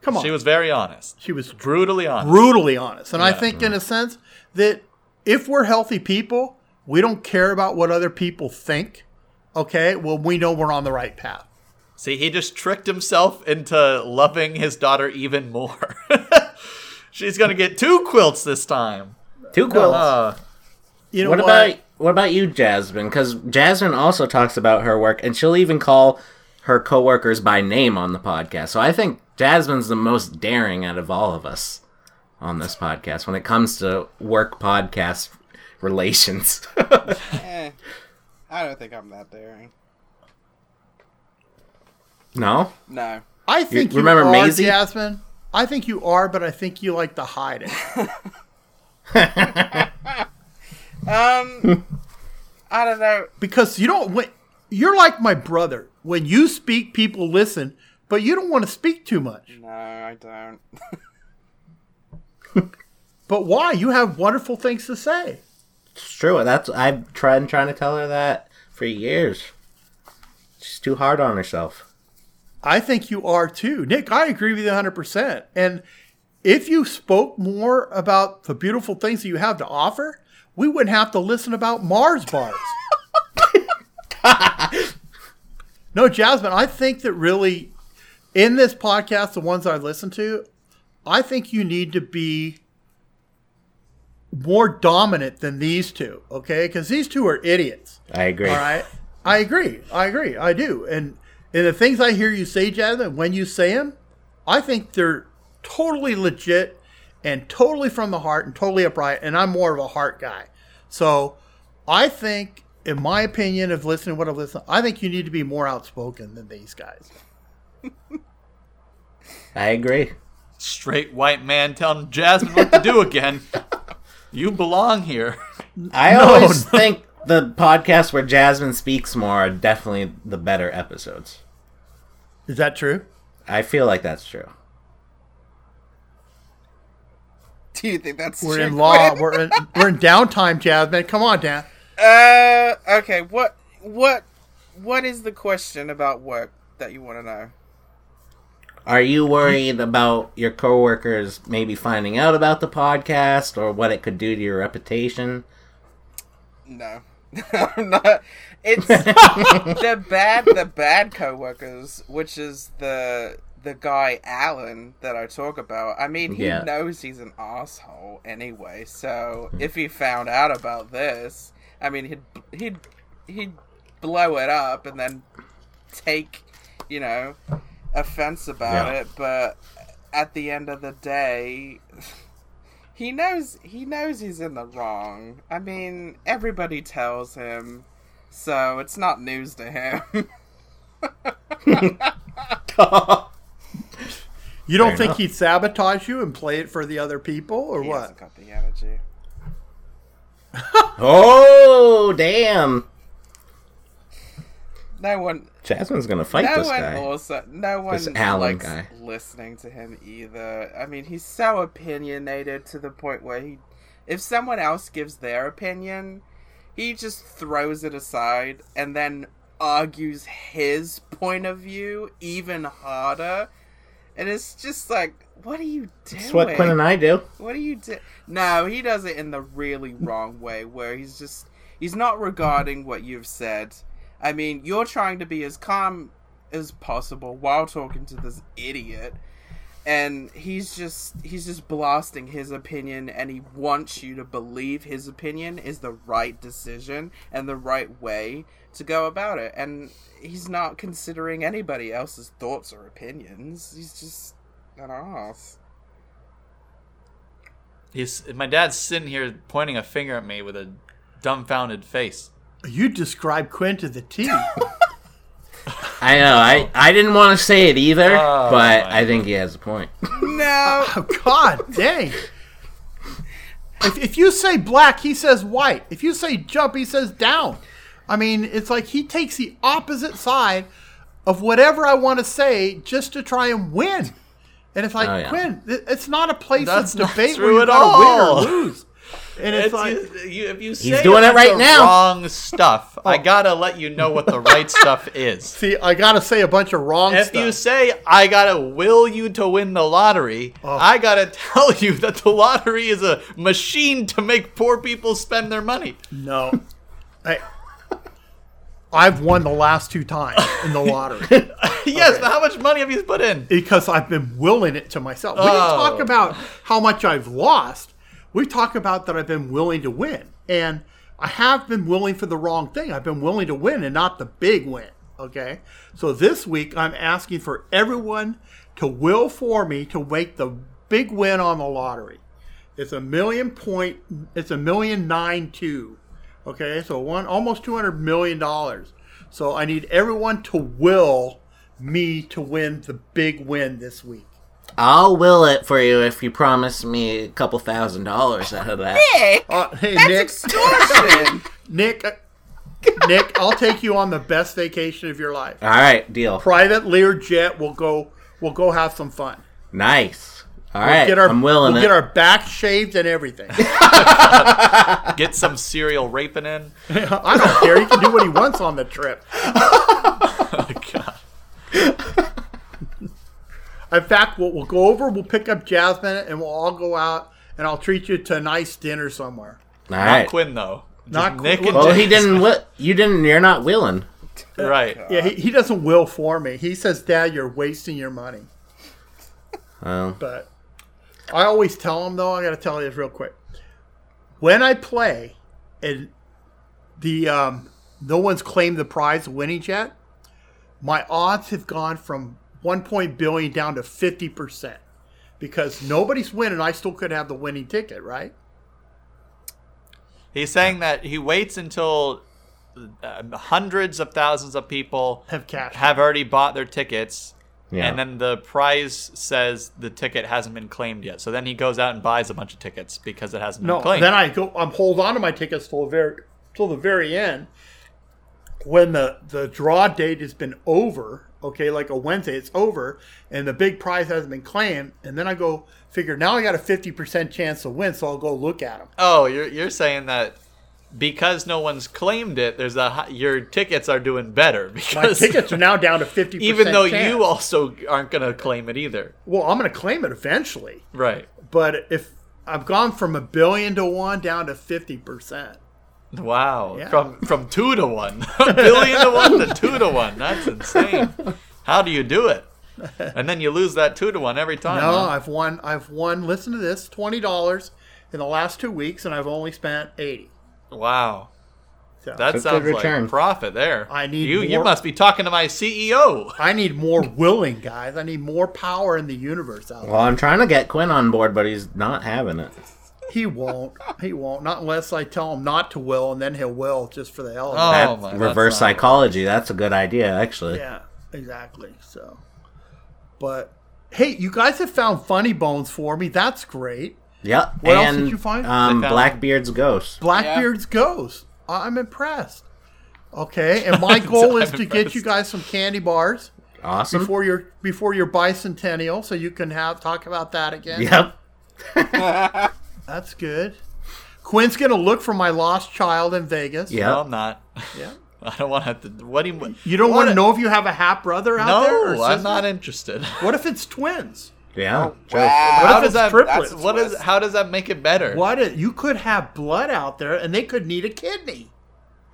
Speaker 2: Come on.
Speaker 1: She was very honest.
Speaker 2: She was
Speaker 1: Brutally honest.
Speaker 2: brutally honest. And I
Speaker 1: Yeah.
Speaker 2: think, in a sense, that if we're healthy people, we don't care about what other people think. Okay, well, we know we're on the right path.
Speaker 1: See, he just tricked himself into loving his daughter even more. She's gonna get two quilts this time.
Speaker 3: Two quilts.
Speaker 1: Uh,
Speaker 2: You know
Speaker 3: what
Speaker 2: what?
Speaker 3: about what about you, Jasmine? Because Jasmine also talks about her work, and she'll even call her coworkers by name on the podcast. So I think Jasmine's the most daring out of all of us on this podcast when it comes to work podcast relations.
Speaker 4: Eh, I don't think I'm that daring.
Speaker 3: no,
Speaker 4: No.
Speaker 2: I think you,
Speaker 3: remember
Speaker 2: are,
Speaker 3: Maisie?
Speaker 2: Jasmine. I think you are, but I think you like to hide it.
Speaker 4: Um, I don't know.
Speaker 2: because you don't when, you're like my brother when you speak people listen but you don't want to speak too much
Speaker 4: No, I don't.
Speaker 2: but why you have wonderful things to say
Speaker 3: it's true. That's I've tried trying to tell her that for years. She's too hard on herself.
Speaker 2: i think you are too nick i agree with you 100% and if you spoke more about the beautiful things that you have to offer we wouldn't have to listen about mars bars no jasmine i think that really in this podcast the ones i listen to i think you need to be more dominant than these two, okay? Because these two are idiots.
Speaker 3: I agree.
Speaker 2: All right, I agree. I agree. I do. And and the things I hear you say, Jasmine, when you say them, I think they're totally legit and totally from the heart and totally upright. And I'm more of a heart guy, so I think, in my opinion, of listening to what I've listened, I think you need to be more outspoken than these guys.
Speaker 3: I agree.
Speaker 1: straight white man telling Jasmine what to do again. You belong here.
Speaker 3: I always think the podcasts where Jasmine speaks more are definitely the better episodes.
Speaker 2: Is that true?
Speaker 3: I feel like that's true.
Speaker 4: Do you think that's
Speaker 2: We're
Speaker 4: true,
Speaker 2: in law.
Speaker 4: Quinn?
Speaker 2: We're in, we're in downtime, Jasmine. Come on, Dan.
Speaker 4: Uh, okay. What what what is the question about work that you want to know?
Speaker 3: Are you worried about your coworkers maybe finding out about the podcast or what it could do to your reputation?
Speaker 4: No, I'm not. It's the bad the bad coworkers, which is the the guy Alan that I talk about. I mean, he
Speaker 3: Yeah.
Speaker 4: knows he's an asshole anyway. So
Speaker 2: Mm-hmm.
Speaker 4: if he found out about this, I mean, he'd he'd he'd blow it up and then take you know offense about
Speaker 3: Yeah.
Speaker 4: it. But at the end of the day, he knows he knows he's in the wrong. I mean, everybody tells him, so it's not news to him.
Speaker 2: You don't
Speaker 3: Fair
Speaker 2: think
Speaker 3: enough.
Speaker 2: he'd sabotage you and play it for the other people, or
Speaker 4: he
Speaker 2: what?
Speaker 4: hasn't got the energy.
Speaker 3: oh, damn.
Speaker 4: No one,
Speaker 3: Jasmine's going to fight
Speaker 4: no
Speaker 3: this
Speaker 4: one
Speaker 3: guy.
Speaker 4: also, no one
Speaker 3: This Alan
Speaker 4: likes
Speaker 3: guy.
Speaker 4: listening to him either. I mean, he's so opinionated to the point where he, if someone else gives their opinion, he just throws it aside and then argues his point of view even harder. And it's just like, what are you doing?
Speaker 3: That's what Quinn and I do.
Speaker 4: What do you do? No, he does it in the really wrong way, where he's just he's not regarding what you've said. I mean, you're trying to be as calm as possible while talking to this idiot, and he's just he's just blasting his opinion, and he wants you to believe his opinion is the right decision and the right way to go about it, and he's not considering anybody else's thoughts or opinions. He's just an ass.
Speaker 1: He's my dad's sitting here pointing a finger at me with a dumbfounded face.
Speaker 2: You describe Quinn to the T.
Speaker 3: I know. I, I didn't want to say it either,
Speaker 1: Oh,
Speaker 3: but
Speaker 1: my.
Speaker 3: I think he has a point.
Speaker 4: No.
Speaker 2: oh God, dang! If, if you say black, he says white. If you say jump, he says down. I mean, it's like he takes the opposite side of whatever I want to say just to try and win. And it's like
Speaker 3: Oh, yeah.
Speaker 2: Quinn, th- it's not a place
Speaker 1: That's
Speaker 2: of
Speaker 1: not
Speaker 2: debate
Speaker 1: true
Speaker 2: where you
Speaker 1: at
Speaker 2: gotta win
Speaker 1: all.
Speaker 2: or lose. and it's
Speaker 1: It's-
Speaker 2: like
Speaker 1: you- you- if you say
Speaker 3: He's doing it
Speaker 1: it's
Speaker 3: right
Speaker 1: the
Speaker 3: now.
Speaker 1: Wrong stuff. I gotta let you know what the right stuff is.
Speaker 2: Oh. see i gotta say a bunch of wrong
Speaker 1: If
Speaker 2: stuff
Speaker 1: you say I gotta will you to win the lottery,
Speaker 2: Oh.
Speaker 1: I gotta tell you that the lottery is a machine to make poor people spend their money.
Speaker 2: no I, i've won the last two times in the lottery
Speaker 1: yes, but how much money have you put in?
Speaker 2: because I've been willing it to myself. We didn't talk
Speaker 1: Oh.
Speaker 2: about how much I've lost. We talk about that I've been willing to win. And I have been willing for the wrong thing. I've been willing to win and not the big win. Okay. So this week, I'm asking for everyone to will for me to make the big win on the lottery. It's a million point, it's a million nine two. Okay. So one, almost $200 million. So I need everyone to will me to win the big win this week.
Speaker 3: I'll will it for you if you promise me a couple thousand dollars out of that.
Speaker 4: Hey,
Speaker 2: Uh, hey,
Speaker 4: that's extortion.
Speaker 2: Nick, Nick, uh, Nick, I'll take you on the best vacation of your life.
Speaker 3: All right, deal.
Speaker 2: Private Learjet. We'll go. We'll go have some fun.
Speaker 3: Nice. All
Speaker 2: We'll
Speaker 3: right,
Speaker 2: get our,
Speaker 3: I'm willing
Speaker 2: we'll
Speaker 3: it.
Speaker 2: get our back shaved and everything.
Speaker 1: Get some serial raping in.
Speaker 2: I don't care. He can do what he wants on the trip.
Speaker 1: Oh, God.
Speaker 2: In fact, we'll, we'll go over. We'll pick up Jasmine, and we'll all go out. And I'll treat you to a nice dinner somewhere.
Speaker 3: All
Speaker 1: Not
Speaker 3: right.
Speaker 1: Quinn though. Just
Speaker 2: Not Quinn.
Speaker 1: Nick and
Speaker 3: Well, he
Speaker 1: James.
Speaker 3: didn't. Wi- you didn't. You're not willing.
Speaker 1: Right.
Speaker 2: Yeah, he, he doesn't will for me. He says, "Dad, you're wasting your money."
Speaker 3: Oh,
Speaker 2: but I always tell them though. I got to tell you this real quick. When I play, and the um, no one's claimed the prize of winning yet, my odds have gone from one point billion down to fifty percent because nobody's winning. I still could have the winning ticket, right?
Speaker 1: He's saying that he waits until uh, hundreds of thousands of people
Speaker 2: Have cash.
Speaker 1: have already bought their tickets,
Speaker 3: Yeah.
Speaker 1: and then the prize says the ticket hasn't been claimed yet. So then he goes out and buys a bunch of tickets because it hasn't
Speaker 2: No,
Speaker 1: been claimed.
Speaker 2: then I go. I'm hold on to my tickets till the very till the very end when the the draw date has been over. Okay, like a Wednesday, it's over, and the big prize hasn't been claimed. And then I go figure now I got a fifty percent chance to win, so I'll go look at them.
Speaker 1: oh, you're you're saying that because no one's claimed it, there's a hi- your tickets are doing better
Speaker 2: My
Speaker 1: because
Speaker 2: tickets are now down to fifty. percent
Speaker 1: even though you also aren't going to claim it either.
Speaker 2: well, I'm going to claim it eventually,
Speaker 1: Right.
Speaker 2: but if I've gone from a billion to one down to fifty percent.
Speaker 1: Wow,
Speaker 2: Yeah.
Speaker 1: from from two to one, a billion to one to two to one. That's insane. How do you do it? And then you lose that two to one every time.
Speaker 2: No,
Speaker 1: huh?
Speaker 2: I've won. I've won. Listen to this: twenty dollars in the last two weeks, and I've only spent eighty.
Speaker 1: Wow,
Speaker 2: So
Speaker 1: that
Speaker 3: That's a good
Speaker 1: sounds
Speaker 3: return.
Speaker 1: like profit there.
Speaker 2: I need
Speaker 1: you. You
Speaker 2: more- Oh,
Speaker 1: must be talking to my E CEO.
Speaker 2: I need more willing guys. I need more power in the universe out there.
Speaker 3: well, I'm trying to get Quinn on board, but he's not having it.
Speaker 2: He won't. He won't. Not unless I tell him not to will, and then he'll will just for the hell of it.
Speaker 1: Oh,
Speaker 3: That
Speaker 1: my, that's
Speaker 3: reverse
Speaker 1: not-
Speaker 3: psychology. That's a good idea, actually.
Speaker 2: Yeah, exactly. So, but hey, you guys have found funny bones for me. That's great.
Speaker 3: Yep.
Speaker 2: What else
Speaker 3: and,
Speaker 2: did you find?
Speaker 3: Um,
Speaker 1: They found-
Speaker 3: Blackbeard's ghost.
Speaker 2: Blackbeard's ghost. I- I'm impressed. Okay, and my goal is to get you
Speaker 1: impressed.
Speaker 2: guys some candy bars
Speaker 3: Awesome.
Speaker 2: before your before your bicentennial, so you can have talk about that again.
Speaker 3: Yep.
Speaker 2: That's good. Quinn's gonna look for my lost child in Vegas.
Speaker 3: Yep.
Speaker 1: No, I'm not.
Speaker 2: Yeah.
Speaker 1: I don't want to have to. What do you?
Speaker 2: You don't
Speaker 1: what
Speaker 2: want to
Speaker 1: a-
Speaker 2: know if you have a half brother out there? or
Speaker 1: No, I'm
Speaker 2: sister?
Speaker 1: not interested.
Speaker 2: What if it's twins?
Speaker 3: Yeah.
Speaker 2: Oh,
Speaker 3: Sure.
Speaker 4: Wow.
Speaker 1: How does
Speaker 2: it's
Speaker 1: that?
Speaker 2: triplets?
Speaker 1: What is? How does that make it better?
Speaker 2: What if you could have blood out there and they could need a kidney?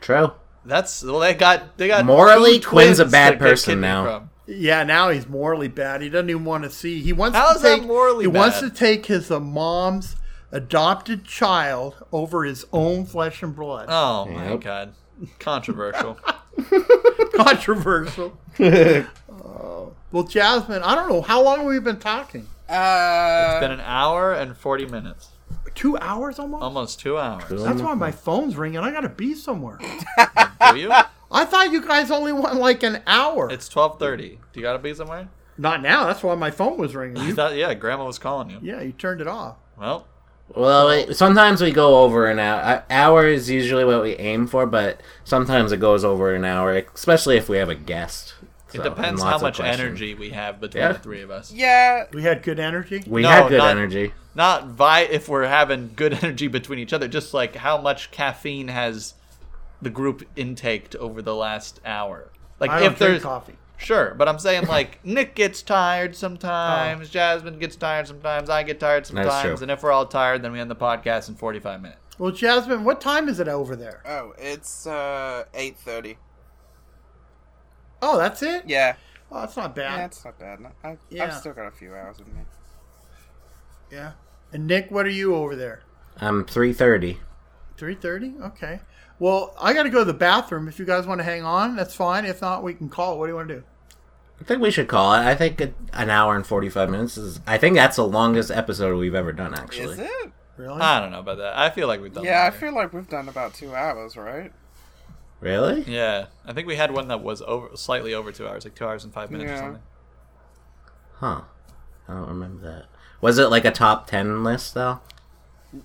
Speaker 3: True.
Speaker 1: That's well, they got. They got.
Speaker 3: Morally,
Speaker 1: two
Speaker 3: Quinn's a
Speaker 1: to
Speaker 3: bad
Speaker 1: get
Speaker 3: person
Speaker 1: kidney
Speaker 3: now.
Speaker 1: from.
Speaker 2: Yeah, now he's morally bad. He doesn't even want to see. He wants
Speaker 1: How
Speaker 2: to
Speaker 1: is that
Speaker 2: take,
Speaker 1: morally
Speaker 2: He wants to
Speaker 1: bad?
Speaker 2: take his uh, mom's adopted child over his own flesh and blood.
Speaker 1: Oh my
Speaker 3: Yep.
Speaker 1: god. Controversial.
Speaker 2: Controversial. Oh. well, Jasmine, I don't know how long have we been talking.
Speaker 4: Uh,
Speaker 1: it's been an hour and 40 minutes.
Speaker 2: Two hours almost.
Speaker 1: Almost 2 hours.
Speaker 2: That's why my phone's ringing. I gotta be somewhere.
Speaker 1: Do you?
Speaker 2: I thought you guys only want like an hour.
Speaker 1: It's 12:30. Do you got to be somewhere?
Speaker 2: Not now. That's why my phone was ringing.
Speaker 1: I
Speaker 2: You,
Speaker 1: thought- yeah, grandma was calling you.
Speaker 2: yeah, you turned it off.
Speaker 1: Well,
Speaker 3: Well, it, sometimes we go over an hour. A- Hour is e, usually what we aim for, but sometimes it goes over an hour, especially if we have a guest. so,
Speaker 1: it depends
Speaker 3: and
Speaker 1: how
Speaker 3: lots of
Speaker 1: much
Speaker 3: questions.
Speaker 1: energy we have between
Speaker 3: Yeah.
Speaker 1: the three of us.
Speaker 4: Yeah,
Speaker 2: We had good energy.
Speaker 3: We
Speaker 1: No,
Speaker 3: had good
Speaker 1: not-
Speaker 3: energy.
Speaker 1: Not vi- if we're having good energy between each other, just like how much caffeine has the group intaked over the last hour. Like
Speaker 2: I don't
Speaker 1: if
Speaker 2: drink
Speaker 1: there's
Speaker 2: coffee.
Speaker 1: Sure, but I'm saying like Nick gets tired
Speaker 2: Oh.
Speaker 1: sometimes, Jasmine gets tired sometimes, I get tired
Speaker 3: true.
Speaker 1: sometimes, and if we're all tired, then we end the podcast in 45 minutes.
Speaker 2: Well, Jasmine, what time is it over there?
Speaker 4: oh, it's uh eight thirty.
Speaker 2: Oh, that's it.
Speaker 4: Yeah,
Speaker 2: Oh, that's not
Speaker 4: yeah,
Speaker 2: bad.
Speaker 4: it's not bad. I,
Speaker 2: Yeah.
Speaker 4: I've still got a few hours in me.
Speaker 2: Yeah. And Nick, what are you over there?
Speaker 3: I'm three thirty.
Speaker 2: Three thirty. Okay. Well, I got to go to the bathroom. If you guys want to hang on, that's fine. If not, we can call it. What do you want to do?
Speaker 3: I think we should call it. I think it- an hour and forty five minutes is. I think that's the longest episode we've ever done. Actually,
Speaker 4: Is it?
Speaker 2: Really?
Speaker 1: I don't know about that. I feel like we've
Speaker 2: Oh,
Speaker 1: done
Speaker 4: Yeah, I
Speaker 1: that.
Speaker 4: feel like we've done about two hours, right?
Speaker 3: really?
Speaker 1: Yeah, I think we had one that was over slightly over two hours, like two hours and five minutes or
Speaker 4: Yeah.
Speaker 1: something.
Speaker 3: Huh. I don't remember that. Was it like a top ten list though?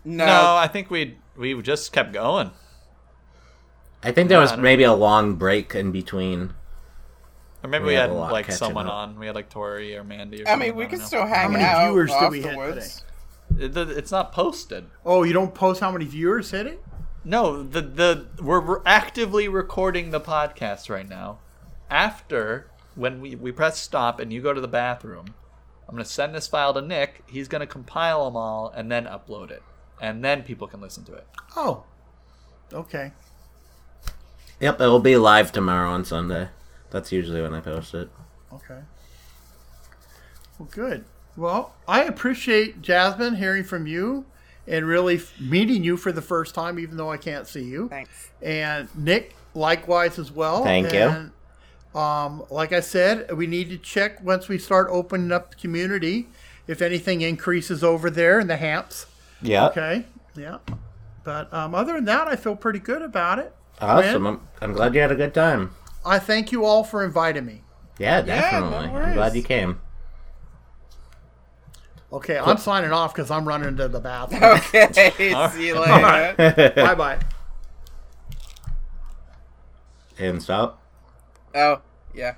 Speaker 4: No,
Speaker 1: No, I think we we just kept going.
Speaker 3: I think there
Speaker 1: No,
Speaker 3: was
Speaker 1: I don't-
Speaker 3: maybe a long break in between.
Speaker 1: Or maybe
Speaker 3: We
Speaker 1: we,
Speaker 3: had
Speaker 1: had
Speaker 3: a lot
Speaker 1: like
Speaker 3: catching
Speaker 1: someone
Speaker 3: up.
Speaker 1: on. We had like Tori or Mandy. Or
Speaker 4: I
Speaker 1: someone,
Speaker 4: mean we
Speaker 1: don't
Speaker 4: can
Speaker 1: know.
Speaker 4: still hang
Speaker 2: many
Speaker 4: out
Speaker 2: viewers did we hit
Speaker 4: afterwards.
Speaker 1: It- the- It's not posted.
Speaker 2: Oh, you don't post how many viewers hit it?
Speaker 1: No, the the we're re- actively recording the podcast right now. After when we we press stop and you go to the bathroom, I'm gonna send this file to Nick. He's gonna compile them all and then upload it, and then people can listen to it.
Speaker 2: Oh. Okay.
Speaker 3: Yep, it'll be live tomorrow on Sunday. That's usually when I post it.
Speaker 2: Okay. Well, good. Well, I appreciate Jasmine hearing from you and really f- meeting you for the first time, even though I can't see you.
Speaker 4: Thanks.
Speaker 2: And Nick, likewise as well.
Speaker 3: Thank you.
Speaker 2: and, you. Um, like I said, we need to check once we start opening up the community if anything increases over there in the Hamps.
Speaker 3: Yeah.
Speaker 2: Okay. Yeah. But um, other than that, I feel pretty good about it.
Speaker 3: Awesome.
Speaker 2: Gwen,
Speaker 3: I'm, I'm glad you had a good time.
Speaker 2: I thank you all for inviting me.
Speaker 3: Yeah,
Speaker 4: no
Speaker 3: definitely. I'm
Speaker 4: worries.
Speaker 3: glad you came.
Speaker 2: Okay, I'm signing off because I'm running to the bathroom.
Speaker 4: Okay, see you later.
Speaker 2: bye bye.
Speaker 3: And stop.
Speaker 4: Oh, yeah.